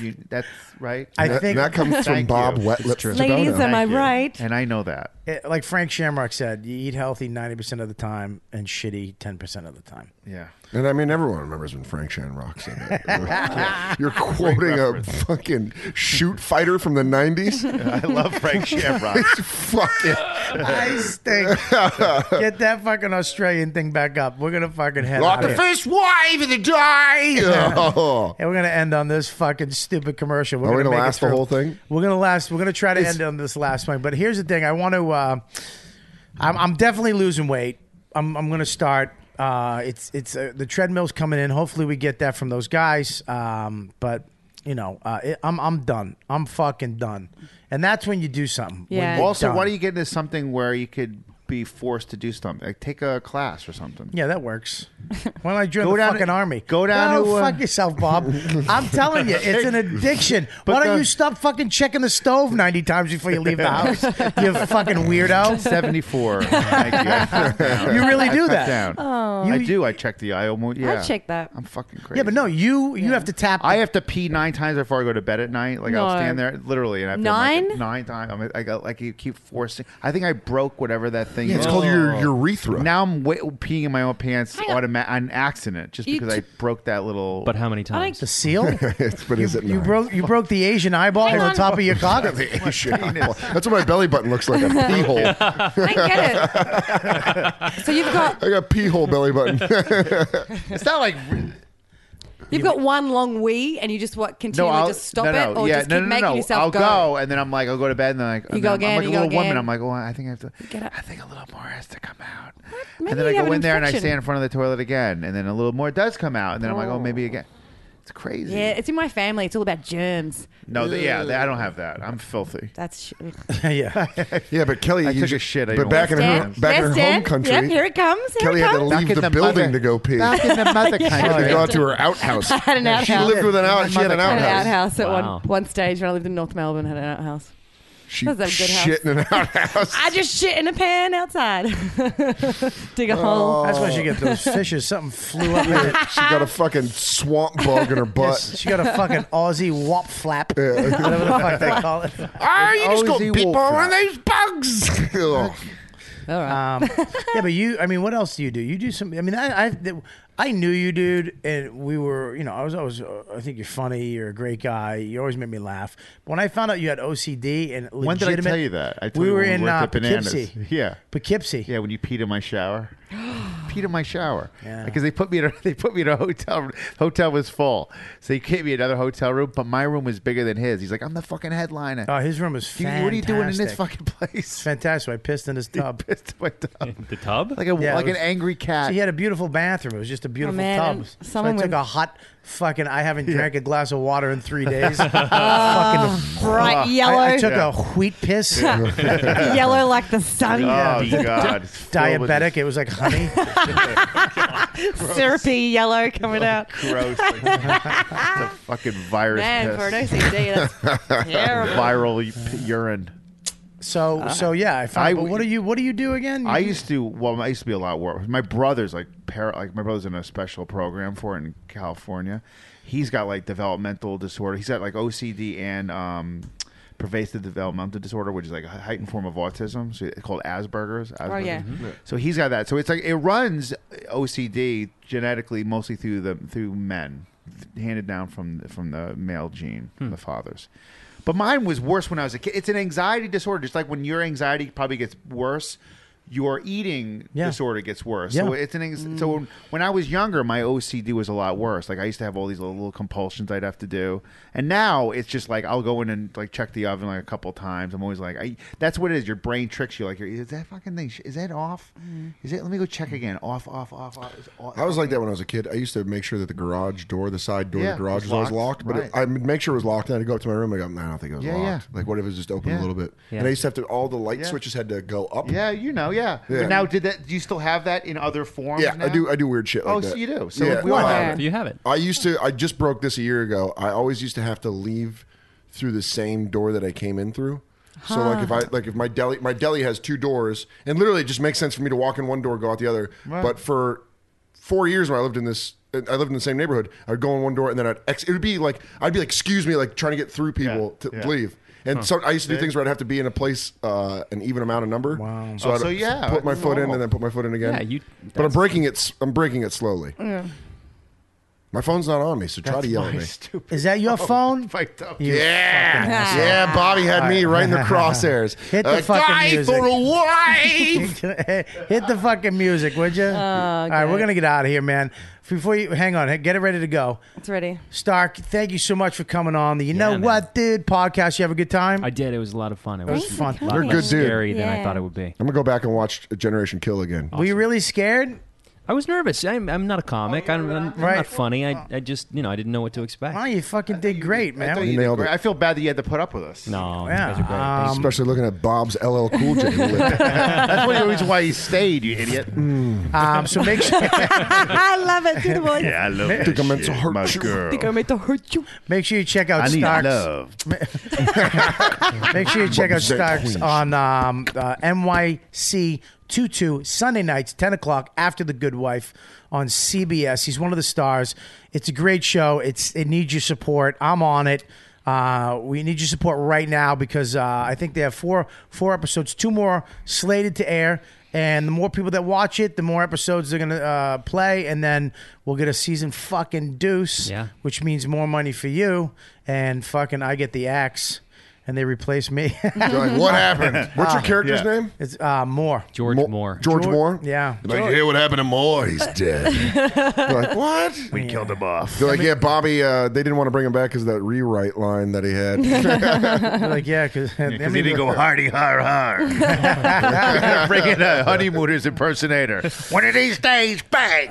Speaker 12: you, that's right.
Speaker 2: I think- That comes from
Speaker 12: Thank
Speaker 2: Bob
Speaker 12: you.
Speaker 2: Wetlips Ladies, Sedona. am I
Speaker 12: Thank you.
Speaker 2: right?
Speaker 12: And I know that.
Speaker 2: It- like Frank Shamrock said, you eat healthy 90% of the time and shitty 10% of the time.
Speaker 12: Yeah.
Speaker 3: And I mean, <laughs> everyone remembers when Frank Shanrock said
Speaker 12: <laughs>
Speaker 3: that. <laughs> You're quoting a fucking shoot fighter from the 90s.
Speaker 12: <laughs> I love
Speaker 3: <laughs>
Speaker 12: Frank Shamrock.
Speaker 3: Fuck it.
Speaker 2: I
Speaker 3: <laughs>
Speaker 2: stink. Get that fucking Australian thing back up. We're going to fucking head
Speaker 15: Like
Speaker 2: out
Speaker 15: the
Speaker 2: here.
Speaker 15: first wife of the
Speaker 10: <laughs>
Speaker 15: day.
Speaker 3: <laughs>
Speaker 2: <laughs> and we're gonna end on this fucking stupid commercial. We're
Speaker 3: Are we
Speaker 2: gonna
Speaker 3: gonna
Speaker 2: make it
Speaker 3: last the
Speaker 2: through.
Speaker 3: whole thing?
Speaker 2: We're gonna last. We're gonna try to
Speaker 3: It's-
Speaker 2: end on this last one. But here's the thing: I want to. Uh, I'm, I'm definitely losing weight. I'm, I'm gonna start. Uh, it's it's uh, the treadmill's coming in. Hopefully, we get that from those guys. Um, but you know, uh, it, I'm I'm done. I'm fucking done. And that's when you do something. when you're
Speaker 12: Also,
Speaker 2: done.
Speaker 12: why do you get into something where you could be forced to do something? Like take a class or something.
Speaker 2: Yeah,
Speaker 3: <laughs>
Speaker 2: that works. Why don't I join
Speaker 12: Go
Speaker 2: the
Speaker 12: down-
Speaker 2: fucking army?
Speaker 12: go down
Speaker 2: No,
Speaker 12: to, uh,
Speaker 2: fuck
Speaker 12: <laughs>
Speaker 2: yourself, Bob. I'm telling you, it's an addiction.
Speaker 12: But
Speaker 2: Why don't
Speaker 12: the-
Speaker 2: you stop fucking checking the stove 90 times before you
Speaker 12: <laughs>
Speaker 2: leave the house? You fucking weirdo. <laughs>
Speaker 12: 74. Thank you.
Speaker 2: You really
Speaker 12: I
Speaker 2: do
Speaker 12: cut
Speaker 2: that.
Speaker 12: Down.
Speaker 2: Oh.
Speaker 12: I
Speaker 2: You-
Speaker 12: do. I check the I almost. <laughs>
Speaker 2: I'd
Speaker 12: Yeah.
Speaker 2: check
Speaker 12: that. I'm fucking crazy.
Speaker 2: Yeah, but no, you you have to tap.
Speaker 12: I have to pee nine times before I go to bed at night. Like I'll
Speaker 2: No.
Speaker 12: stand there literally, and I feel
Speaker 2: Nine?
Speaker 12: like nine times. I'm, I got like you keep forcing. I think I broke whatever that thing.
Speaker 3: Yeah,
Speaker 12: is.
Speaker 3: it's called your urethra.
Speaker 12: Now I'm wa peeing in my own pants automa- on accident just
Speaker 2: You
Speaker 12: because I
Speaker 2: t-
Speaker 12: broke that little.
Speaker 1: But how many
Speaker 2: I like-
Speaker 12: <laughs>
Speaker 2: The seal?
Speaker 3: but is it
Speaker 2: You broke you broke the Asian eyeball
Speaker 3: Hang
Speaker 2: on the
Speaker 3: on.
Speaker 2: top
Speaker 12: <laughs>
Speaker 2: of your cock.
Speaker 3: The Asian eyeball. That's what my belly button looks like a pee hole. <laughs>
Speaker 6: So you've got
Speaker 3: I got pee hole belly
Speaker 12: <laughs>
Speaker 3: button.
Speaker 12: it's not like
Speaker 6: you've got one long wee, and you just what continually
Speaker 12: I'll-
Speaker 6: just stop
Speaker 12: no, no,
Speaker 6: it, or
Speaker 12: yeah,
Speaker 6: just
Speaker 12: no,
Speaker 6: keep
Speaker 12: no, no,
Speaker 6: making
Speaker 12: no.
Speaker 6: yourself
Speaker 12: I'll go. and then I'm like, I'll go to bed, and then like,
Speaker 6: You go
Speaker 12: I'm, I'm
Speaker 6: again,
Speaker 12: like
Speaker 6: you
Speaker 12: a
Speaker 6: go
Speaker 12: little woman.
Speaker 6: again.
Speaker 12: I'm like, well, I think I have to. Get up. I think a little more has to come out. and then
Speaker 6: you
Speaker 12: I
Speaker 6: have
Speaker 12: go
Speaker 6: an
Speaker 12: in there and I
Speaker 6: infection.
Speaker 12: stand in front of the toilet again, and then a little more does come out, and then I'm like, oh,
Speaker 6: Oh.
Speaker 12: maybe again. It's crazy.
Speaker 6: Yeah, it's in my family. It's all about germs.
Speaker 12: No, th- yeah, th-
Speaker 6: Ugh.
Speaker 12: I don't have that. I'm filthy.
Speaker 6: that's. Sh-
Speaker 2: yeah,
Speaker 3: yeah, but Kelly,
Speaker 12: I
Speaker 3: you
Speaker 12: took a
Speaker 3: ju-
Speaker 12: shit.
Speaker 3: But
Speaker 12: I didn't
Speaker 3: back in
Speaker 12: want
Speaker 3: her
Speaker 12: to.
Speaker 3: back in her
Speaker 6: Yes,
Speaker 3: home
Speaker 6: Dad.
Speaker 3: country,
Speaker 6: Yep, here it comes. Here
Speaker 3: Kelly
Speaker 6: it
Speaker 3: had
Speaker 6: comes.
Speaker 3: to leave the, building to go pee.
Speaker 6: Back <laughs> in the mother
Speaker 3: She had
Speaker 6: country.
Speaker 3: to go out to her outhouse.
Speaker 6: I had an outhouse.
Speaker 3: She lived with an out. She had an
Speaker 6: I
Speaker 3: outhouse.
Speaker 6: Had an outhouse at
Speaker 3: Wow.
Speaker 6: one, one stage when I lived in North Melbourne. Had an outhouse.
Speaker 3: She
Speaker 6: That was a good house.
Speaker 3: shit in an outhouse.
Speaker 6: I just shit in a pan outside. <laughs> Dig a hole.
Speaker 2: That's why she
Speaker 3: <laughs>
Speaker 2: get those fishes. Something flew up. in it.
Speaker 3: Oh. she got a fucking swamp bug in her butt.
Speaker 2: Yes, she got
Speaker 3: <laughs>
Speaker 2: a fucking Aussie wop flap. Whatever the fuck they call it.
Speaker 3: Ah,
Speaker 15: Oh, you just got
Speaker 2: Aussie
Speaker 15: bit by
Speaker 2: wolf
Speaker 15: one of
Speaker 2: flap.
Speaker 15: those bugs.
Speaker 2: Um, yeah, but you, I mean, what else do you do? You do some, I mean, I, I, I knew you, dude, and we were, you know, I was always, uh, I think you're funny, you're a great guy, you always make me laugh. But when I found out you had OCD and legitimate,
Speaker 12: When did I tell you that? I told
Speaker 2: we
Speaker 12: you
Speaker 2: were
Speaker 12: when
Speaker 2: in
Speaker 12: worked
Speaker 2: uh,
Speaker 12: at Bananas.
Speaker 2: Poughkeepsie.
Speaker 12: Yeah,
Speaker 2: Poughkeepsie.
Speaker 12: Yeah, when you peed in my shower. <gasps> peed in my shower. Yeah, because they put me in a, <laughs> they put me in a hotel. room. Hotel was full, so they gave me another hotel room. But my room was bigger than his. He's like, I'm the fucking headliner.
Speaker 2: Oh, his room is
Speaker 12: Dude,
Speaker 2: fantastic.
Speaker 12: what are you doing in this fucking place?
Speaker 2: Fantastic. So I pissed in
Speaker 12: <laughs>
Speaker 2: his tub.
Speaker 12: pissed in my tub.
Speaker 1: The tub?
Speaker 12: Like a like an angry cat.
Speaker 2: So he had a beautiful bathroom. It was just a beautiful
Speaker 6: Oh, man,
Speaker 2: tub.
Speaker 6: and
Speaker 2: So I
Speaker 6: someone
Speaker 2: took
Speaker 6: would-
Speaker 2: a hot fucking. I haven't drank a glass of water in
Speaker 12: <laughs>
Speaker 2: three days.
Speaker 6: <laughs> Oh, bright
Speaker 2: I- I,
Speaker 6: yellow.
Speaker 2: took
Speaker 6: Yeah.
Speaker 2: a wheat
Speaker 3: <laughs>
Speaker 2: piss.
Speaker 6: Yeah. <laughs> Yellow like the sun.
Speaker 2: Yeah. <laughs>
Speaker 6: Oh,
Speaker 12: God.
Speaker 2: It's filled with Diabetic. It was like honey.
Speaker 3: <laughs>
Speaker 6: Syrupy yellow
Speaker 3: Oh,
Speaker 6: coming
Speaker 2: <laughs>
Speaker 6: out.
Speaker 12: Gross. Like, it's a fucking virus
Speaker 6: Man,
Speaker 12: piss.
Speaker 6: for an OCD,
Speaker 12: <laughs>
Speaker 6: that's terrible. Uh-huh.
Speaker 12: Viral u- urine.
Speaker 2: So so yeah, I found.
Speaker 12: I-
Speaker 2: but what do you what do you do again?
Speaker 12: I used to. Well, I used to be a lot worse. My brother's like, para, like my brother's in a special program for it in California. He's got like developmental disorder. He's got like OCD and um, pervasive developmental disorder, which is like a heightened form of autism. So it's called Asperger's.
Speaker 6: Oh, yeah.
Speaker 12: Asperger's.
Speaker 6: Mhm.
Speaker 12: So he's got that. So it's like it runs OCD genetically, mostly through the through men, handed down from from the male gene,
Speaker 17: Hmm.
Speaker 12: from the fathers. But mine was worse when I was a kid. It's an anxiety disorder, just like when your anxiety probably gets worse, your eating
Speaker 17: Yeah.
Speaker 12: disorder gets worse.
Speaker 17: Yeah.
Speaker 12: So it's an anx- so when, when I was younger, my OCD was a lot worse. Like I used to have all these little, little compulsions I'd have to do, and now it's just like I'll go in and like check the oven like a couple times. I'm always like, I, that's what it is. Your brain tricks you. Like, is that fucking thing? Is that off?
Speaker 2: Mm.
Speaker 12: Is it? Let me go check again. Off, off, off, off. It's off.
Speaker 3: I was like that when I was a kid. I used to make sure that the garage door, the side door,
Speaker 12: Yeah,
Speaker 3: of the garage
Speaker 12: it
Speaker 3: was always
Speaker 12: was
Speaker 3: locked.
Speaker 12: locked,
Speaker 3: But
Speaker 12: right.
Speaker 3: I would make sure it was locked, and I'd go up to my room. and I go, "Nah, I don't think it was
Speaker 12: Yeah,
Speaker 3: locked.
Speaker 12: yeah.
Speaker 3: Like what if it was just open
Speaker 12: Yeah.
Speaker 3: a little bit?
Speaker 12: Yeah.
Speaker 3: And I used to have to all the light
Speaker 12: Yeah.
Speaker 3: switches had to go up.
Speaker 12: Yeah, you know, yeah.
Speaker 3: Yeah.
Speaker 12: But now, did that? Do you still have that in other forms?
Speaker 3: Yeah,
Speaker 12: now?
Speaker 3: I do. I do weird shit. Like
Speaker 12: Oh,
Speaker 3: that.
Speaker 12: so you do. So we all
Speaker 3: I
Speaker 12: have it. You have it.
Speaker 3: I used to. I just broke this a year ago. I always used to have to leave through the same door that I came in through. So like if I like if my deli my deli has two doors and literally it just makes sense for me to walk in one door go out the other.
Speaker 12: Right.
Speaker 3: But for four years when I lived in this. I lived in the same neighborhood. I'd go in one door and then I'd ex- it would be like I'd be like excuse me like trying to get through people to
Speaker 12: yeah.
Speaker 3: leave. And
Speaker 12: Huh.
Speaker 3: so I used to do
Speaker 12: See?
Speaker 3: things where I'd have to be in a place uh, an even amount of number. Wow. So
Speaker 12: Oh,
Speaker 3: I'd
Speaker 12: so yeah,
Speaker 3: put my
Speaker 12: it's
Speaker 3: foot in
Speaker 12: normal.
Speaker 3: and then put my foot in again.
Speaker 12: Yeah, you-
Speaker 3: But I'm breaking it. s- I'm breaking it slowly.
Speaker 12: Yeah.
Speaker 3: My phone's not on me, so try to yell at me.
Speaker 2: Is that
Speaker 12: Oh,
Speaker 2: your phone? You
Speaker 6: <laughs>
Speaker 2: fucking
Speaker 3: Yeah,
Speaker 2: asshole.
Speaker 3: yeah. Bobby had me
Speaker 2: All
Speaker 3: right
Speaker 2: <laughs>
Speaker 3: in the crosshairs.
Speaker 2: Hit
Speaker 12: Uh,
Speaker 2: the
Speaker 3: A
Speaker 2: fucking
Speaker 3: guy
Speaker 2: music.
Speaker 3: for a
Speaker 2: Hit the fucking music, would
Speaker 6: Oh,
Speaker 2: you? All right, we're
Speaker 6: God.
Speaker 2: gonna get out of here, man. Before you hang on, get it ready to go.
Speaker 6: It's ready.
Speaker 2: Stark, thank you so much for coming on. The you know
Speaker 1: man.
Speaker 2: what, dude? Podcast. You have a good time.
Speaker 1: I did. It was a lot of fun. It
Speaker 2: That
Speaker 1: was,
Speaker 2: was fun.
Speaker 1: A lot
Speaker 3: You're a
Speaker 1: less
Speaker 3: good dude.
Speaker 1: Scary than I
Speaker 2: Yeah.
Speaker 1: thought it would be.
Speaker 3: I'm gonna go back and watch Generation Kill again.
Speaker 2: Were you really scared?
Speaker 1: I was nervous. I'm, I'm not a comic. I'm, I'm, I'm not funny. I, I just you know I didn't know what to expect.
Speaker 2: Oh, you fucking did great, man.
Speaker 1: thought you You did nailed great. it.
Speaker 12: I feel bad that you had to put up with us.
Speaker 1: No,
Speaker 12: Yeah,
Speaker 1: you guys are great. Thank
Speaker 2: um,
Speaker 1: you.
Speaker 3: Especially looking at Bob's LL Cool J.
Speaker 12: <laughs> That's one of the reasons why he stayed, you idiot.
Speaker 2: <laughs> Um, so make sure.
Speaker 6: I love it. Do the voice.
Speaker 12: Yeah, I love
Speaker 2: Think
Speaker 12: that
Speaker 2: I'm meant
Speaker 12: shit,
Speaker 2: to hurt
Speaker 12: my
Speaker 2: you.
Speaker 12: girl.
Speaker 6: Think I meant to hurt you.
Speaker 2: Make sure you check out
Speaker 12: I need
Speaker 2: Starks.
Speaker 12: love.
Speaker 2: <laughs> Make sure you check out
Speaker 12: Represent
Speaker 2: Starks
Speaker 12: Queens.
Speaker 2: on um, uh, NYC 22 Sunday nights, 10 o'clock after The Good Wife on CBS. He's one of the stars. It's a great show. It's It needs your support. I'm on it. Uh, we need your support right now because uh, I think they have four four episodes, two more slated to air. And the more people that watch it, the more episodes they're gonna uh, play, and then we'll get a season fucking deuce,
Speaker 1: Yeah.
Speaker 2: which means more money for you. And fucking, I get the axe and they replaced me. <laughs>
Speaker 3: like, "What happened? What's your character's
Speaker 2: Ah, Yeah.
Speaker 3: name?"
Speaker 2: It's uh, Moore.
Speaker 1: George Moore.
Speaker 3: George Moore? <laughs>
Speaker 2: Yeah.
Speaker 3: Like, you hear what happened to Moore? He's
Speaker 2: <laughs>
Speaker 3: dead. They're like, what?
Speaker 12: We killed him off.
Speaker 3: They're like, yeah, Bobby, uh, they didn't want to bring him back because that rewrite line that he
Speaker 2: <laughs>
Speaker 6: <laughs>
Speaker 3: had. <laughs>
Speaker 2: They're like, yeah, because
Speaker 12: he didn't go hardy har
Speaker 2: <laughs>
Speaker 3: <laughs>
Speaker 12: har. Bring in a honeymooners impersonator. One of these days, bang.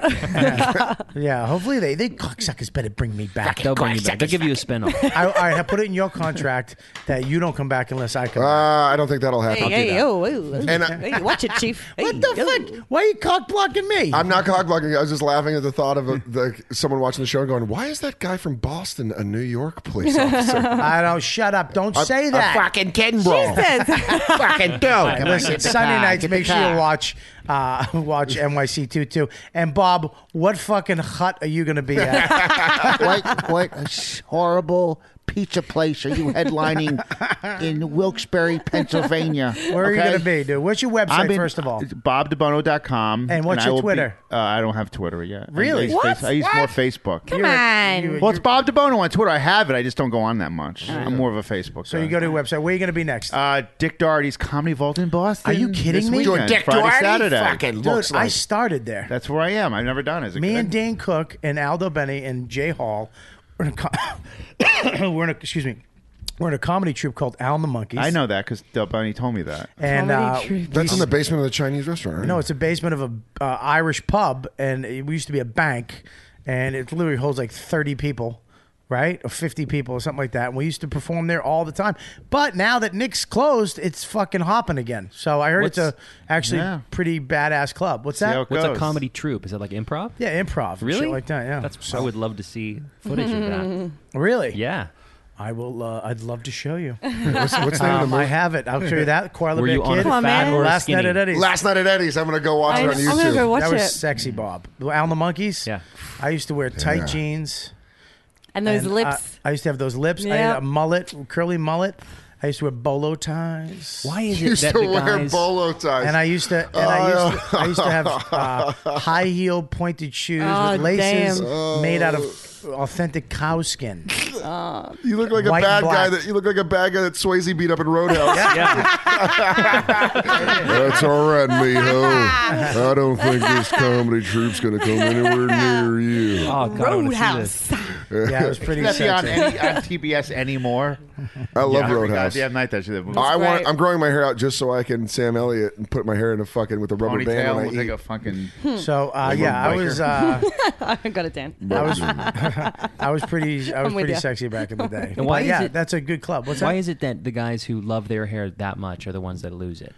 Speaker 2: Yeah, hopefully they they cocksuckers better bring me back.
Speaker 1: They'll bring you back. They'll give you a spin off.
Speaker 2: <laughs> I, all right, I put it in your contract that you don't come back unless I come.
Speaker 3: Uh, I don't think that'll
Speaker 2: happen.
Speaker 6: Hey, hey,
Speaker 2: <laughs>
Speaker 6: oh, oh, oh. hey, oh. watch it, Chief.
Speaker 2: what the fuck? Why are you cock blocking me?
Speaker 3: I'm not cock blocking. I was just laughing at the thought of a, the, someone watching the show and going, why is that guy from Boston a New York
Speaker 2: <laughs>
Speaker 3: police officer?
Speaker 2: I don't. Shut up! Don't
Speaker 3: I-
Speaker 2: say
Speaker 3: I'm
Speaker 2: that.
Speaker 3: fucking kidding, bro.
Speaker 2: <laughs> fucking
Speaker 3: do.
Speaker 2: All right,
Speaker 3: Come on,
Speaker 2: Listen,
Speaker 3: get the
Speaker 2: Sunday
Speaker 3: car,
Speaker 2: nights.
Speaker 3: get the
Speaker 2: Make sure you
Speaker 3: car.
Speaker 2: watch uh, <laughs> watch NYC two two. And Bob, what fucking hut are you gonna be
Speaker 20: <laughs>
Speaker 2: at?
Speaker 20: what what horrible pizza place are you headlining
Speaker 12: <laughs>
Speaker 20: in
Speaker 2: <laughs>
Speaker 20: Wilkes-Barre, Pennsylvania?
Speaker 2: Where are you
Speaker 20: Okay?
Speaker 2: gonna be, dude? What's your website
Speaker 20: I'm in-
Speaker 2: first of all?
Speaker 12: It's bobdebono.com.
Speaker 2: And what's
Speaker 12: I
Speaker 2: your
Speaker 12: will be-
Speaker 2: Twitter?
Speaker 12: uh, I don't have Twitter yet. I-
Speaker 2: Really?
Speaker 12: I use,
Speaker 2: What?
Speaker 12: face- I use
Speaker 2: What?
Speaker 12: more Facebook.
Speaker 2: Come You're a- on. you're-
Speaker 12: well, it's Bob DeBono on Twitter. I have it. I just don't go on that much.
Speaker 2: Alright.
Speaker 12: I'm more of a Facebook.
Speaker 2: So you go to your website. Where are you going to be next?
Speaker 12: Uh, Dick Doherty's Comedy Vault in Boston.
Speaker 2: Are you
Speaker 12: this
Speaker 2: kidding me?
Speaker 12: weekend, Friday, Saturday.
Speaker 2: Dude, I started there.
Speaker 12: That's where I am. I've never done it. Is it
Speaker 2: Me
Speaker 12: good?
Speaker 2: and Dane Cook and Aldo Benny and Jay Hall were in a, co- <coughs> we're in a excuse me, we're in a comedy troupe called Al and the Monkeys.
Speaker 12: I know that because Del Bunny told me that.
Speaker 2: And uh,
Speaker 3: That's in the
Speaker 2: basement.
Speaker 3: basement of <laughs> the Chinese restaurant, right?
Speaker 2: No, it's a basement of a uh, Irish pub, and it used to be a bank, and it literally holds like thirty people, right, or fifty people, or something like that. And we used to perform there all the time. But now that Nick's closed, it's fucking hopping again. So I heard it's
Speaker 1: What's-
Speaker 2: a actually
Speaker 1: Yeah.
Speaker 2: pretty badass club. What's that?
Speaker 1: What's a comedy troupe? Is that like improv?
Speaker 2: Yeah, improv. and
Speaker 1: Really?
Speaker 2: shit like that. Yeah.
Speaker 1: That's. I would love to see footage of that.
Speaker 2: <laughs> Really?
Speaker 1: Yeah.
Speaker 2: I will. Uh, I'd love to show you.
Speaker 3: What's- what's the name of the
Speaker 2: Um,
Speaker 3: movie?
Speaker 2: I have it. I'll show you that. Koala
Speaker 1: Were
Speaker 2: Bear
Speaker 1: you on
Speaker 2: Kid.
Speaker 1: it Come on, fat man. or
Speaker 2: Last night
Speaker 1: skinny?
Speaker 2: at Eddie's.
Speaker 3: Last night at Eddie's. I'm going to go watch it on YouTube.
Speaker 2: that was sexy, Bob. Al the monkeys. Yeah. I used to wear tight
Speaker 3: Yeah.
Speaker 2: jeans.
Speaker 6: And those
Speaker 2: I-
Speaker 6: lips.
Speaker 2: I, used to have those lips. I
Speaker 6: Yeah.
Speaker 2: had a mullet, curly mullet. I used to wear bolo ties. Why
Speaker 1: is
Speaker 3: <laughs> You used to wear bolo ties.
Speaker 2: And I used to, and I, used to I used
Speaker 3: <laughs>
Speaker 2: to have uh, high heel pointed shoes
Speaker 3: Oh,
Speaker 2: with laces
Speaker 3: damn.
Speaker 2: made out of authentic cow skin.
Speaker 3: You look like a
Speaker 2: White
Speaker 3: bad
Speaker 2: and
Speaker 3: guy
Speaker 2: black.
Speaker 3: that you look like a bad guy that Swayze beat up in
Speaker 2: <laughs>
Speaker 3: Roadhouse. That's all right, mijo. I don't think this comedy troupe's going to come anywhere near you.
Speaker 1: Oh
Speaker 12: God, I wanna see Roadhouse.
Speaker 2: Yeah, it was pretty
Speaker 12: That's on,
Speaker 2: sexy.
Speaker 12: any, on TBS anymore.
Speaker 3: I love
Speaker 12: every
Speaker 3: Roadhouse.
Speaker 12: Goddamn night that's that movie.
Speaker 3: I want. I'm growing my hair out just so I can Sam Elliott and put my hair in a fucking with a rubber
Speaker 12: Ponytail
Speaker 3: band when I
Speaker 12: will
Speaker 3: eat.
Speaker 12: take a fucking-
Speaker 2: So uh,
Speaker 3: Little
Speaker 2: yeah, I
Speaker 3: biker.
Speaker 2: was uh,
Speaker 6: <laughs> I got it, Dan.
Speaker 2: I
Speaker 6: <laughs>
Speaker 2: was <laughs> I was pretty I was
Speaker 6: I'm with
Speaker 2: pretty
Speaker 6: ya.
Speaker 2: sexy back in the
Speaker 6: <laughs>
Speaker 2: day.
Speaker 1: And why
Speaker 2: But
Speaker 1: is
Speaker 2: yeah,
Speaker 1: it-
Speaker 2: that's a good club. What's
Speaker 1: Why
Speaker 2: that?
Speaker 1: is it that the guys who love their hair that much are the ones that lose it?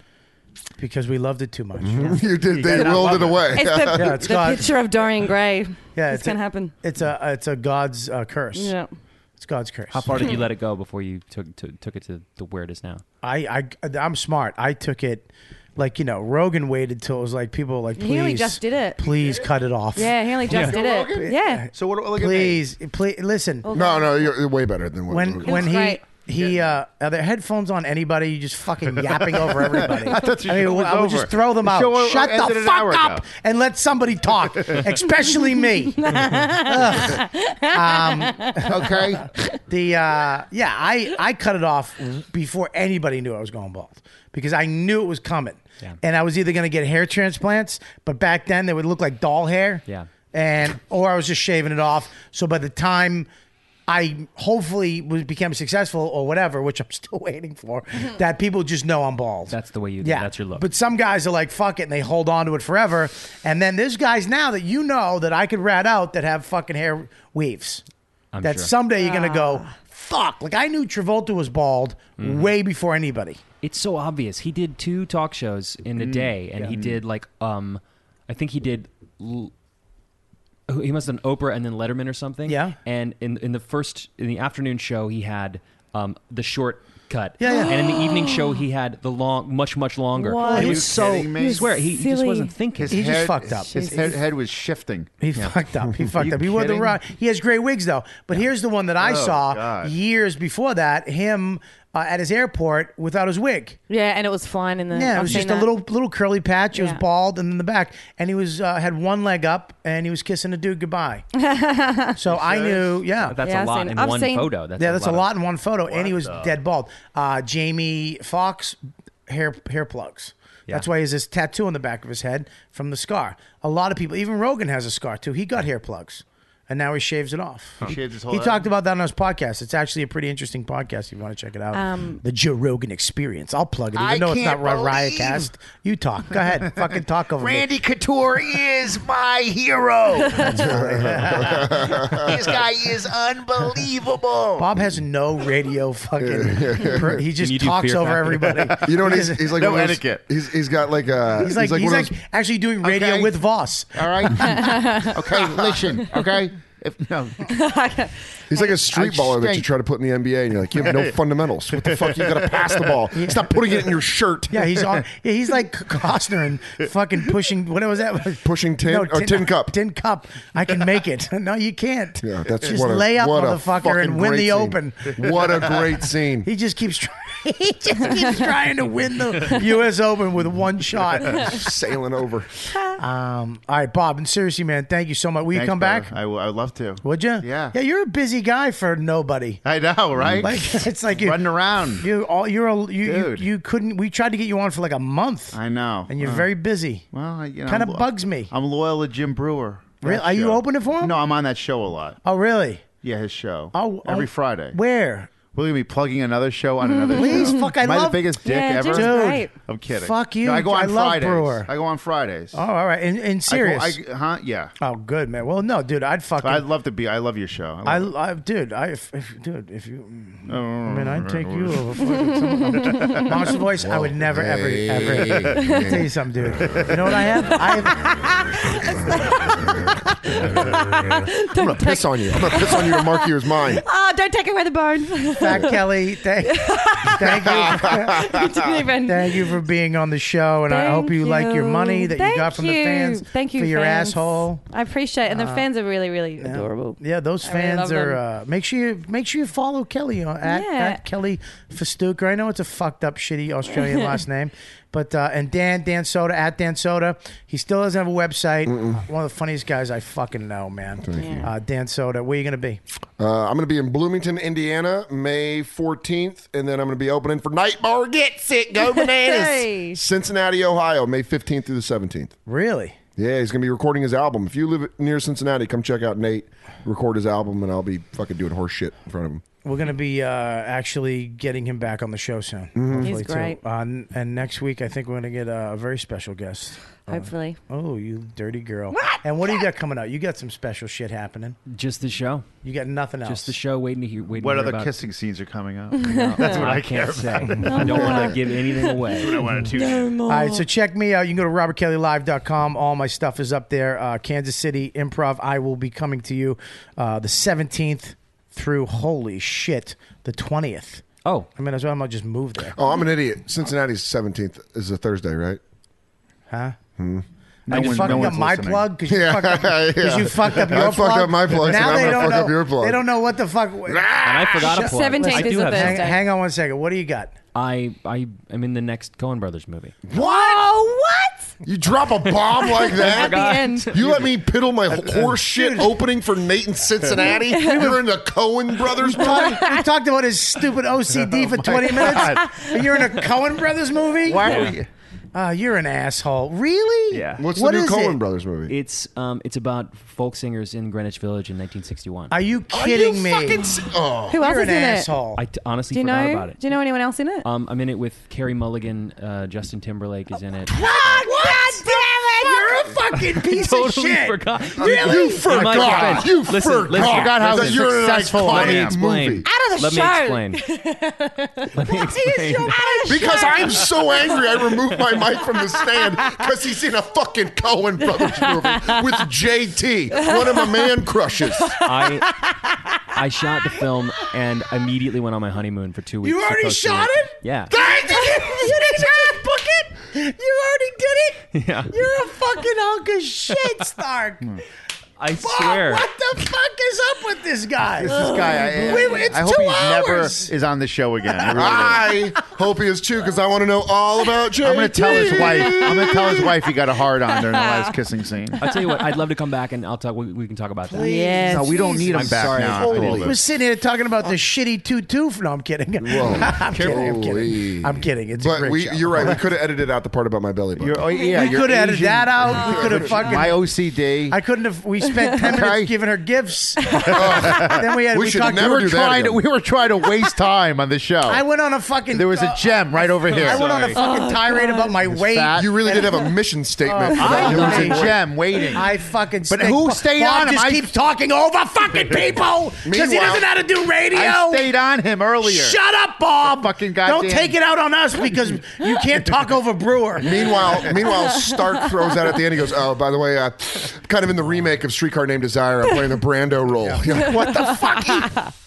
Speaker 2: because we loved it too
Speaker 1: <laughs>
Speaker 2: much.
Speaker 3: You did. They
Speaker 2: gotta
Speaker 3: willed
Speaker 2: love
Speaker 3: it away.
Speaker 6: It's the,
Speaker 2: Yeah, it's
Speaker 6: the
Speaker 2: got-
Speaker 6: picture of Dorian Gray.
Speaker 2: <laughs> Yeah,
Speaker 6: it's, gonna
Speaker 2: a,
Speaker 6: happen.
Speaker 2: It's a it's a God's uh, curse.
Speaker 6: Yeah.
Speaker 2: it's God's curse.
Speaker 1: How far did you let it go before you took to, took it to the where it is now?
Speaker 2: I I I'm smart. I took it. Like you know, Rogan waited till it was like people were like,
Speaker 6: He
Speaker 2: please,
Speaker 6: only just did it.
Speaker 2: Please cut it off.
Speaker 6: Yeah, he only just did it. Yeah.
Speaker 12: So what? Look
Speaker 2: please, please listen.
Speaker 6: Okay. No, no,
Speaker 2: you're
Speaker 3: way better than what
Speaker 2: when
Speaker 3: Rogan
Speaker 2: when
Speaker 3: was.
Speaker 2: he.
Speaker 3: Right.
Speaker 2: He uh, are there headphones on anybody? You just fucking yapping over everybody.
Speaker 12: <laughs> I thought the
Speaker 2: mean,
Speaker 12: show was
Speaker 2: I would
Speaker 12: over.
Speaker 2: just throw them
Speaker 12: The
Speaker 2: out.
Speaker 12: show
Speaker 2: Shut
Speaker 12: ended
Speaker 2: the
Speaker 12: an hour
Speaker 2: fuck
Speaker 12: ago.
Speaker 2: up and let somebody talk,
Speaker 12: <laughs>
Speaker 2: especially me. Ugh. um, okay. The uh, yeah, I I cut it off before anybody knew I was going bald because I knew it was coming,
Speaker 1: Yeah.
Speaker 2: and I was either going to get hair transplants, but back then they would look like doll hair,
Speaker 1: Yeah.
Speaker 2: and or I was just shaving it off. So by the time I hopefully was, became successful or whatever, which I'm <laughs> still waiting
Speaker 1: <laughs>
Speaker 2: for, that people just know I'm bald.
Speaker 1: That's the way you do. That's your look.
Speaker 2: But some guys are like, fuck it, and they hold on to it forever. And then there's guys now that you know that I could rat out that have fucking hair weaves.
Speaker 1: I'm
Speaker 2: that
Speaker 1: sure. Ah.
Speaker 2: someday you're gonna go, fuck. Like I knew Travolta was bald
Speaker 1: Mm-hmm.
Speaker 2: way before anybody.
Speaker 1: It's so obvious. He did two talk shows in the
Speaker 2: Mm,
Speaker 1: day, and
Speaker 2: yeah.
Speaker 1: he
Speaker 2: Mm.
Speaker 1: did like um, I think he did. L- oh, he must have done Oprah and then Letterman or something. Yeah. And in in the first in the afternoon show, he had um the short cut.
Speaker 2: Yeah, yeah.
Speaker 1: And in the evening
Speaker 12: <gasps>
Speaker 1: show, he had the long, much much longer.
Speaker 2: What?
Speaker 1: And
Speaker 2: Are
Speaker 1: It
Speaker 2: you
Speaker 1: was so.
Speaker 2: kidding me?
Speaker 1: I swear, he just
Speaker 2: Silly.
Speaker 1: wasn't thinking.
Speaker 2: His He just head- fucked up.
Speaker 12: His head, head was shifting.
Speaker 2: He <laughs> fucked up. He fucked
Speaker 12: You
Speaker 2: up. He wore the
Speaker 12: kidding?
Speaker 2: right. He has great wigs though. But here's the one that I
Speaker 12: Oh,
Speaker 2: saw
Speaker 12: God.
Speaker 2: years before that. Him uh, at his airport without his wig.
Speaker 6: Yeah, and it was fine in the.
Speaker 2: Yeah,
Speaker 6: I've
Speaker 2: it was
Speaker 6: seen
Speaker 2: just a
Speaker 6: that. <laughs>
Speaker 2: little little curly patch. It
Speaker 6: Yeah.
Speaker 2: was bald and in the back, and he was uh, had one leg up, and he was kissing a dude goodbye. so I knew, yeah,
Speaker 1: That's Yeah, a I've lot seen- in I've one seen- photo. That's
Speaker 2: yeah,
Speaker 1: a
Speaker 2: that's
Speaker 1: lot
Speaker 2: a
Speaker 1: of-
Speaker 2: lot in one photo, and he was
Speaker 1: the-
Speaker 2: dead bald. Uh, Jamie Fox hair hair plugs. That's
Speaker 1: Yeah.
Speaker 2: why he has this tattoo on the back of his head from the scar. A lot of people, even Rogan has a scar too. He got hair plugs, and now he shaves it off.
Speaker 12: He shaved his whole
Speaker 2: He
Speaker 12: head?
Speaker 2: talked about that on his podcast. It's actually a pretty interesting podcast. If you want to check it out,
Speaker 6: Um,
Speaker 2: the Joe Rogan Experience. I'll plug it, even
Speaker 20: I
Speaker 2: though it's not
Speaker 20: can't
Speaker 2: Riot
Speaker 20: believe-
Speaker 2: Cast. You talk. Go ahead. Fucking talk over
Speaker 20: Randy Couture is my hero.
Speaker 2: me.
Speaker 20: this guy is unbelievable.
Speaker 2: Bob has no
Speaker 3: <laughs>
Speaker 2: radio fucking. per- he just
Speaker 3: Can you do
Speaker 2: talks
Speaker 3: Fear
Speaker 2: over
Speaker 3: Factor?
Speaker 2: everybody.
Speaker 3: <laughs> You know what?
Speaker 2: He
Speaker 3: He's,
Speaker 2: just-
Speaker 3: he's like one of those- He's, he's got like a.
Speaker 2: He's like he's like,
Speaker 3: one of those-
Speaker 2: actually doing radio with Voss.
Speaker 12: All
Speaker 2: <laughs>
Speaker 12: right.
Speaker 2: okay,
Speaker 12: listen. Okay.
Speaker 3: <laughs>
Speaker 12: If, no.
Speaker 3: He's like a street baller that you
Speaker 12: think-
Speaker 3: try to put in the NBA, and you're like, you have
Speaker 2: <laughs>
Speaker 3: no fundamentals. What the fuck? You got to pass the ball.
Speaker 2: Yeah.
Speaker 3: Stop putting it in your shirt.
Speaker 2: Yeah, he's on. Yeah, he's like Costner and fucking pushing. What was that?
Speaker 3: Pushing tin- or tin
Speaker 2: cup. Tin cup. I can make it. <laughs> No, you can't.
Speaker 3: Yeah, that's
Speaker 2: just
Speaker 3: what a-
Speaker 2: lay up,
Speaker 3: what a
Speaker 2: motherfucker,
Speaker 3: fucking
Speaker 2: and win
Speaker 3: great
Speaker 2: the
Speaker 3: scene.
Speaker 2: open.
Speaker 3: What a great scene.
Speaker 2: <laughs> he just keeps. Trying, he just keeps trying to win <laughs> the U.S. Open with one shot.
Speaker 3: <laughs> Sailing over.
Speaker 2: Um. All right, Bob. And seriously, man, thank you so much. Will you
Speaker 12: Thanks,
Speaker 2: come
Speaker 12: brother.
Speaker 2: back?
Speaker 12: I will- I would love to.
Speaker 2: Would you? Yeah. Yeah, you're a busy guy for nobody.
Speaker 12: I know, right?
Speaker 2: Like <laughs> it's like you running
Speaker 12: around.
Speaker 2: You all you're a, you, you
Speaker 12: Dude.
Speaker 2: you couldn't. We tried to get you on for like a month.
Speaker 12: I know.
Speaker 2: And you're
Speaker 12: Uh,
Speaker 2: very busy.
Speaker 12: Well, you know,
Speaker 2: kind
Speaker 12: I'm-
Speaker 2: of bugs me.
Speaker 12: I'm loyal to Jim Brewer.
Speaker 2: Really? Are you
Speaker 12: opening
Speaker 2: for him?
Speaker 12: No, I'm on that show a lot.
Speaker 2: Oh, really?
Speaker 12: Yeah, his show.
Speaker 2: Oh,
Speaker 12: every
Speaker 2: oh,
Speaker 12: Friday.
Speaker 2: Where?
Speaker 12: We're gonna be plugging another show on another.
Speaker 2: Please,
Speaker 12: show.
Speaker 2: fuck, I
Speaker 12: Am I the
Speaker 2: love-
Speaker 12: biggest dick
Speaker 2: Yeah,
Speaker 12: ever.
Speaker 2: Jim's Dude. great.
Speaker 12: I'm kidding.
Speaker 2: Fuck you,
Speaker 12: No, I go on
Speaker 2: I love
Speaker 12: Fridays.
Speaker 2: Brewer.
Speaker 12: I go on Fridays.
Speaker 2: Oh, all right. And,
Speaker 12: I go-
Speaker 2: and serious.
Speaker 12: I- huh? Yeah.
Speaker 2: oh, good man. Well, no, dude. I'd fucking.
Speaker 12: I'd love to be. I love your show.
Speaker 2: I,
Speaker 12: love
Speaker 2: I, dude, I, if, if, dude, if you,
Speaker 12: it. Oh,
Speaker 2: I mean, I'd take
Speaker 12: <laughs>
Speaker 2: you over fucking someone. Monster voice, I would never, ever, ever. I'll tell you something, dude. You know what I have? I have
Speaker 3: I'm gonna piss on you. I'm gonna piss on you and mark you as
Speaker 6: <laughs>
Speaker 3: mine.
Speaker 6: Ah, don't take away the bone.
Speaker 2: <laughs> Fat Kelly, thank, thank you.
Speaker 6: Didn't even-
Speaker 2: thank you for being on the show, and I
Speaker 6: Thank
Speaker 2: hope you, like your money
Speaker 6: you.
Speaker 2: that
Speaker 6: Thank
Speaker 2: you got from the
Speaker 6: you.
Speaker 2: fans.
Speaker 6: Thank you
Speaker 2: for your
Speaker 6: fans.
Speaker 2: asshole.
Speaker 6: I appreciate, it. and the
Speaker 2: Uh,
Speaker 6: fans are really, really adorable.
Speaker 2: Yeah, those
Speaker 6: I really
Speaker 2: fans
Speaker 6: love
Speaker 2: are.
Speaker 6: them.
Speaker 2: Uh, make sure you make sure you follow Kelly on, at,
Speaker 6: Yeah.
Speaker 2: at Kelly Festuca. I know it's a fucked up, shitty
Speaker 6: <laughs>
Speaker 2: Australian last name, but uh, and Dan Dan Soda at Dan Soda. He still doesn't have a website. One of the funniest guys I fucking know, man. Uh, Dan Soda, where you gonna be?
Speaker 3: Uh, I'm going to be in Bloomington, Indiana, May 14th, and then I'm going to be opening for Nightbar Get Sick, Go Bananas,
Speaker 6: Hey.
Speaker 3: Cincinnati, Ohio, May 15th through the 17th.
Speaker 2: Really?
Speaker 3: Yeah, he's going to be recording his album. If you live near Cincinnati, come check out Nate, record his album, and I'll be fucking doing horse shit in front of him.
Speaker 2: We're gonna be uh, actually getting him back on the show soon.
Speaker 3: Mhm.
Speaker 2: hopefully,
Speaker 6: Mm-hmm. He's
Speaker 2: too.
Speaker 6: great.
Speaker 2: Uh, n- and next week, I think we're gonna get uh, a very special guest. Uh,
Speaker 6: Hopefully.
Speaker 2: oh, you dirty girl! And what do you got coming out? You got some special shit happening.
Speaker 1: Just the show.
Speaker 2: You got nothing else.
Speaker 1: Just the show. Waiting to hear. Waiting
Speaker 12: What
Speaker 1: to hear
Speaker 12: other
Speaker 1: about.
Speaker 12: kissing scenes are coming
Speaker 1: <laughs>
Speaker 12: up? That's what I,
Speaker 1: I can't
Speaker 12: care about.
Speaker 2: <laughs>
Speaker 1: say. I don't
Speaker 12: <laughs>
Speaker 1: wanna give anything away.
Speaker 12: That's what I
Speaker 1: <laughs>
Speaker 12: wanted to.
Speaker 2: All right, so check me out. You can go to robertkellylive.com. All my stuff is up there. Uh, Kansas City Improv. I will be coming to you uh, the 17th through, holy shit, the 20th.
Speaker 1: Oh,
Speaker 2: I mean, as well, I'm gonna just move there.
Speaker 3: Oh, I'm an idiot. Cincinnati's 17th is a Thursday, right?
Speaker 2: Huh?
Speaker 3: Hmm.
Speaker 2: No you one- fucked no up one's my listening. plug? 'Cause you fucked
Speaker 3: <laughs>
Speaker 2: up- 'cause you fucked up
Speaker 3: I
Speaker 2: your
Speaker 3: fucked
Speaker 2: plug?
Speaker 3: up my plug.
Speaker 2: Now
Speaker 3: so
Speaker 2: they
Speaker 3: I'm
Speaker 2: don't
Speaker 3: gonna fuck up
Speaker 2: know-
Speaker 3: your plug.
Speaker 2: They don't know what the fuck. And I
Speaker 1: forgot a plug. 17th I do is a have-
Speaker 2: hang,
Speaker 1: Thursday.
Speaker 2: hang on one second. What do you got?
Speaker 1: I I am in the next Coen Brothers
Speaker 2: <laughs>
Speaker 1: movie.
Speaker 6: <laughs>
Speaker 2: Whoa! What?
Speaker 3: You drop a bomb like
Speaker 1: <laughs> At
Speaker 3: that?
Speaker 1: the end.
Speaker 3: You let me piddle my horse shit opening for Nate in
Speaker 1: <laughs>
Speaker 2: <laughs>
Speaker 3: Cincinnati? You're in the Cohen Brothers
Speaker 2: we
Speaker 3: movie? Oh
Speaker 2: talked, we talked about his stupid
Speaker 3: <laughs>
Speaker 2: OCD for 20
Speaker 3: God.
Speaker 2: minutes. But You're in a Cohen Brothers movie?
Speaker 3: Why are Yeah. we-
Speaker 2: Ah, you're an asshole. Really?
Speaker 1: Yeah.
Speaker 2: What is it?
Speaker 3: Brothers movie?
Speaker 1: It's um, it's about folk singers in Greenwich Village in 1961.
Speaker 2: Are you kidding me?
Speaker 3: Oh.
Speaker 6: Who else
Speaker 2: oh, You're an
Speaker 6: is in
Speaker 2: asshole.
Speaker 1: I t- honestly
Speaker 6: Do you
Speaker 1: forgot
Speaker 6: know?
Speaker 1: about it.
Speaker 6: Do you know anyone else
Speaker 2: <laughs>
Speaker 6: in it?
Speaker 1: Um, I'm in it with Carrie Mulligan. Uh, Justin Timberlake is in it.
Speaker 2: Oh, God damn it! You're
Speaker 1: <laughs>
Speaker 2: a fucking piece
Speaker 1: totally
Speaker 2: of shit.
Speaker 1: forgot.
Speaker 2: Really?
Speaker 1: In my
Speaker 3: Ah,
Speaker 1: defense- listen, Listen, listen. Let me explain.
Speaker 2: Out of
Speaker 1: Let
Speaker 2: the show.
Speaker 1: me
Speaker 3: <laughs>
Speaker 1: explain. Let me explain.
Speaker 15: Because
Speaker 3: I'm so angry, I
Speaker 15: removed my mic
Speaker 3: from the stand because he's in a fucking Cohen Brothers movie
Speaker 1: <laughs>
Speaker 3: with JT,
Speaker 15: one
Speaker 2: <laughs>
Speaker 15: of my man crushes.
Speaker 2: Uh,
Speaker 1: I I shot the film and immediately went on my honeymoon for two weeks.
Speaker 15: You
Speaker 1: to
Speaker 15: already
Speaker 1: Costa
Speaker 15: shot
Speaker 1: Rica.
Speaker 15: it?
Speaker 1: Yeah.
Speaker 2: Thank you. You didn't just book it. You already did it.
Speaker 1: Yeah.
Speaker 2: You're a fucking hunk of shit, Stark.
Speaker 1: I
Speaker 2: Fuck,
Speaker 1: swear.
Speaker 2: what the fuck is up with this guy?
Speaker 12: It's this guy. I,
Speaker 2: Wait, wait, it's
Speaker 12: I hope
Speaker 2: two
Speaker 12: he never
Speaker 2: hours.
Speaker 12: is on the show again. I really do.
Speaker 3: I hope he is too because I want to know all about JT.
Speaker 12: I'm gonna tell his wife. I'm gonna tell his wife he got a hard on during the last kissing scene.
Speaker 1: I'll tell you
Speaker 2: <laughs>
Speaker 1: what. I'd love to come back and I'll talk. We, we can talk about that.
Speaker 2: Please. Yes.
Speaker 12: No, we don't need him
Speaker 1: I'm
Speaker 12: back
Speaker 1: sorry.
Speaker 12: now.
Speaker 1: I didn't-
Speaker 2: We're sitting here talking
Speaker 3: <laughs>
Speaker 2: about the shitty two-two. No, I'm kidding. <laughs> I'm kidding. I'm kidding. I'm kidding. It's a
Speaker 3: but
Speaker 2: great
Speaker 3: we,
Speaker 2: show.
Speaker 3: you're right. We
Speaker 2: <laughs>
Speaker 3: could have edited out the part about my belly button.
Speaker 12: oh, yeah,
Speaker 2: we
Speaker 12: you're
Speaker 2: could have edited
Speaker 12: Asian.
Speaker 2: that out. We could have fucking.
Speaker 12: My OCD.
Speaker 2: I couldn't have. We
Speaker 12: <laughs>
Speaker 2: spent ten minutes giving her gifts. Oh. then we had. We, talked.
Speaker 12: Oh. we were trying to, we were trying to waste time on the show.
Speaker 2: I went on a fucking.
Speaker 12: there was a gem right over here.
Speaker 2: I went on a fucking tirade about my weight.
Speaker 3: You really did have a mission statement. for that.
Speaker 12: there was a gem waiting.
Speaker 2: I fucking.
Speaker 12: But
Speaker 2: stink.
Speaker 12: who
Speaker 2: Bob-
Speaker 12: stayed
Speaker 2: Bob
Speaker 12: on him?
Speaker 2: Just
Speaker 12: I-
Speaker 2: keeps talking over
Speaker 12: <laughs>
Speaker 2: fucking people because he
Speaker 12: Meanwhile,
Speaker 2: doesn't know how to do radio.
Speaker 12: I stayed on him earlier.
Speaker 2: Shut up, Bob.
Speaker 12: fucking
Speaker 2: Don't
Speaker 12: goddamn-
Speaker 2: take it out on us because you
Speaker 12: <laughs>
Speaker 2: can't talk over Brewer. <laughs>
Speaker 3: Meanwhile, meanwhile, Stark throws out at the end. He goes, "Oh, by the way, uh, kind of in the remake of Streetcar Named Desire, I'm playing the Brando role." <laughs> You're like, what the
Speaker 6: <laughs>
Speaker 3: fuck?
Speaker 2: <laughs>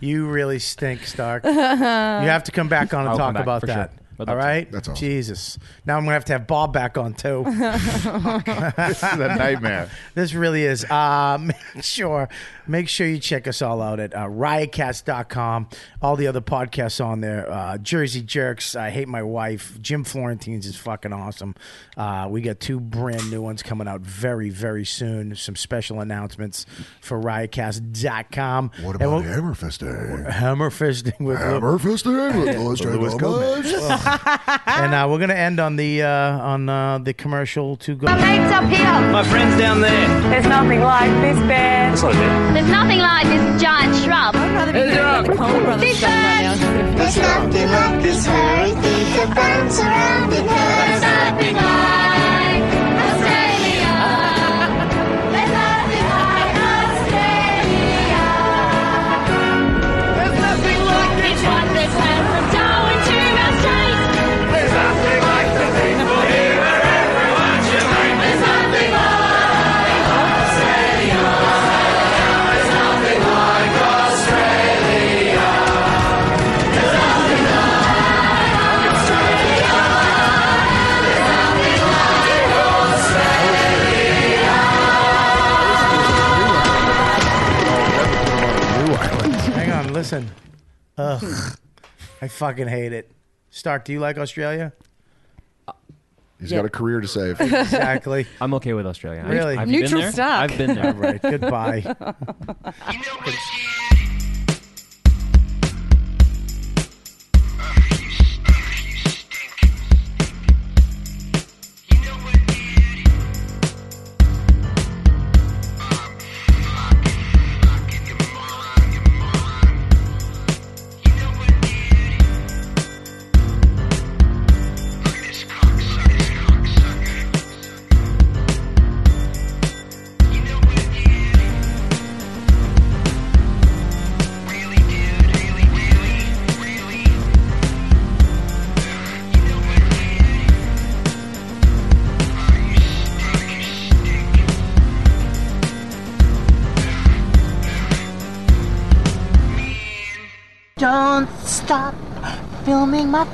Speaker 2: You really stink, Stark. you have to come back on and
Speaker 3: Uh, I'll come
Speaker 2: talk
Speaker 3: back,
Speaker 2: about
Speaker 3: for
Speaker 2: that.
Speaker 3: sure. I'd love
Speaker 2: All
Speaker 3: to.
Speaker 2: right.
Speaker 3: That's all.
Speaker 2: Jesus. Now I'm gonna have to have Bob back
Speaker 12: <laughs>
Speaker 2: on too.
Speaker 12: this is a nightmare.
Speaker 2: <laughs> This really is. Uh, <laughs> make sure, make sure you check us all out at uh, riotcast.com. All the other podcasts on there. Uh, Jersey Jerks. I hate my wife. Jim Florentine's is fucking awesome. Uh, we got two brand new ones coming out very, very soon. Some special announcements for riotcast.com. What about
Speaker 15: hammer fisting?
Speaker 2: Hammer fisting with
Speaker 15: Hammer fisting
Speaker 2: <laughs>
Speaker 15: with Louis J.
Speaker 2: Louis
Speaker 15: Gomez.
Speaker 2: and uh, we're gonna end on the uh, on uh, the commercial to go.
Speaker 7: It's up here.
Speaker 2: My friends down there.
Speaker 7: There's nothing like this bed.
Speaker 2: That's not it.
Speaker 7: There's nothing like this giant shrub. I'd rather
Speaker 6: be Hey, doing Doc. the Coen Brothers show right
Speaker 7: now. There's nothing like this earthy, the fence surrounding us. There's nothing like Australia. There's nothing like Australia. There's nothing like this one that stands from Darwin to Rouse Chase. There's nothing like the people here where everyone's your mate. There's nothing like Australia. There's nothing like Australia. There's nothing like Australia. There's nothing like Australia.
Speaker 2: Hang on, listen. Ugh, I fucking hate it. Stark, do you like Australia?
Speaker 3: He's got a career to save.
Speaker 2: <laughs> Exactly.
Speaker 1: I'm okay with Australia. I-
Speaker 2: Really?
Speaker 1: I've been there. I've been there.
Speaker 2: <laughs> All right, goodbye.
Speaker 1: <laughs>
Speaker 7: Don't stop filming my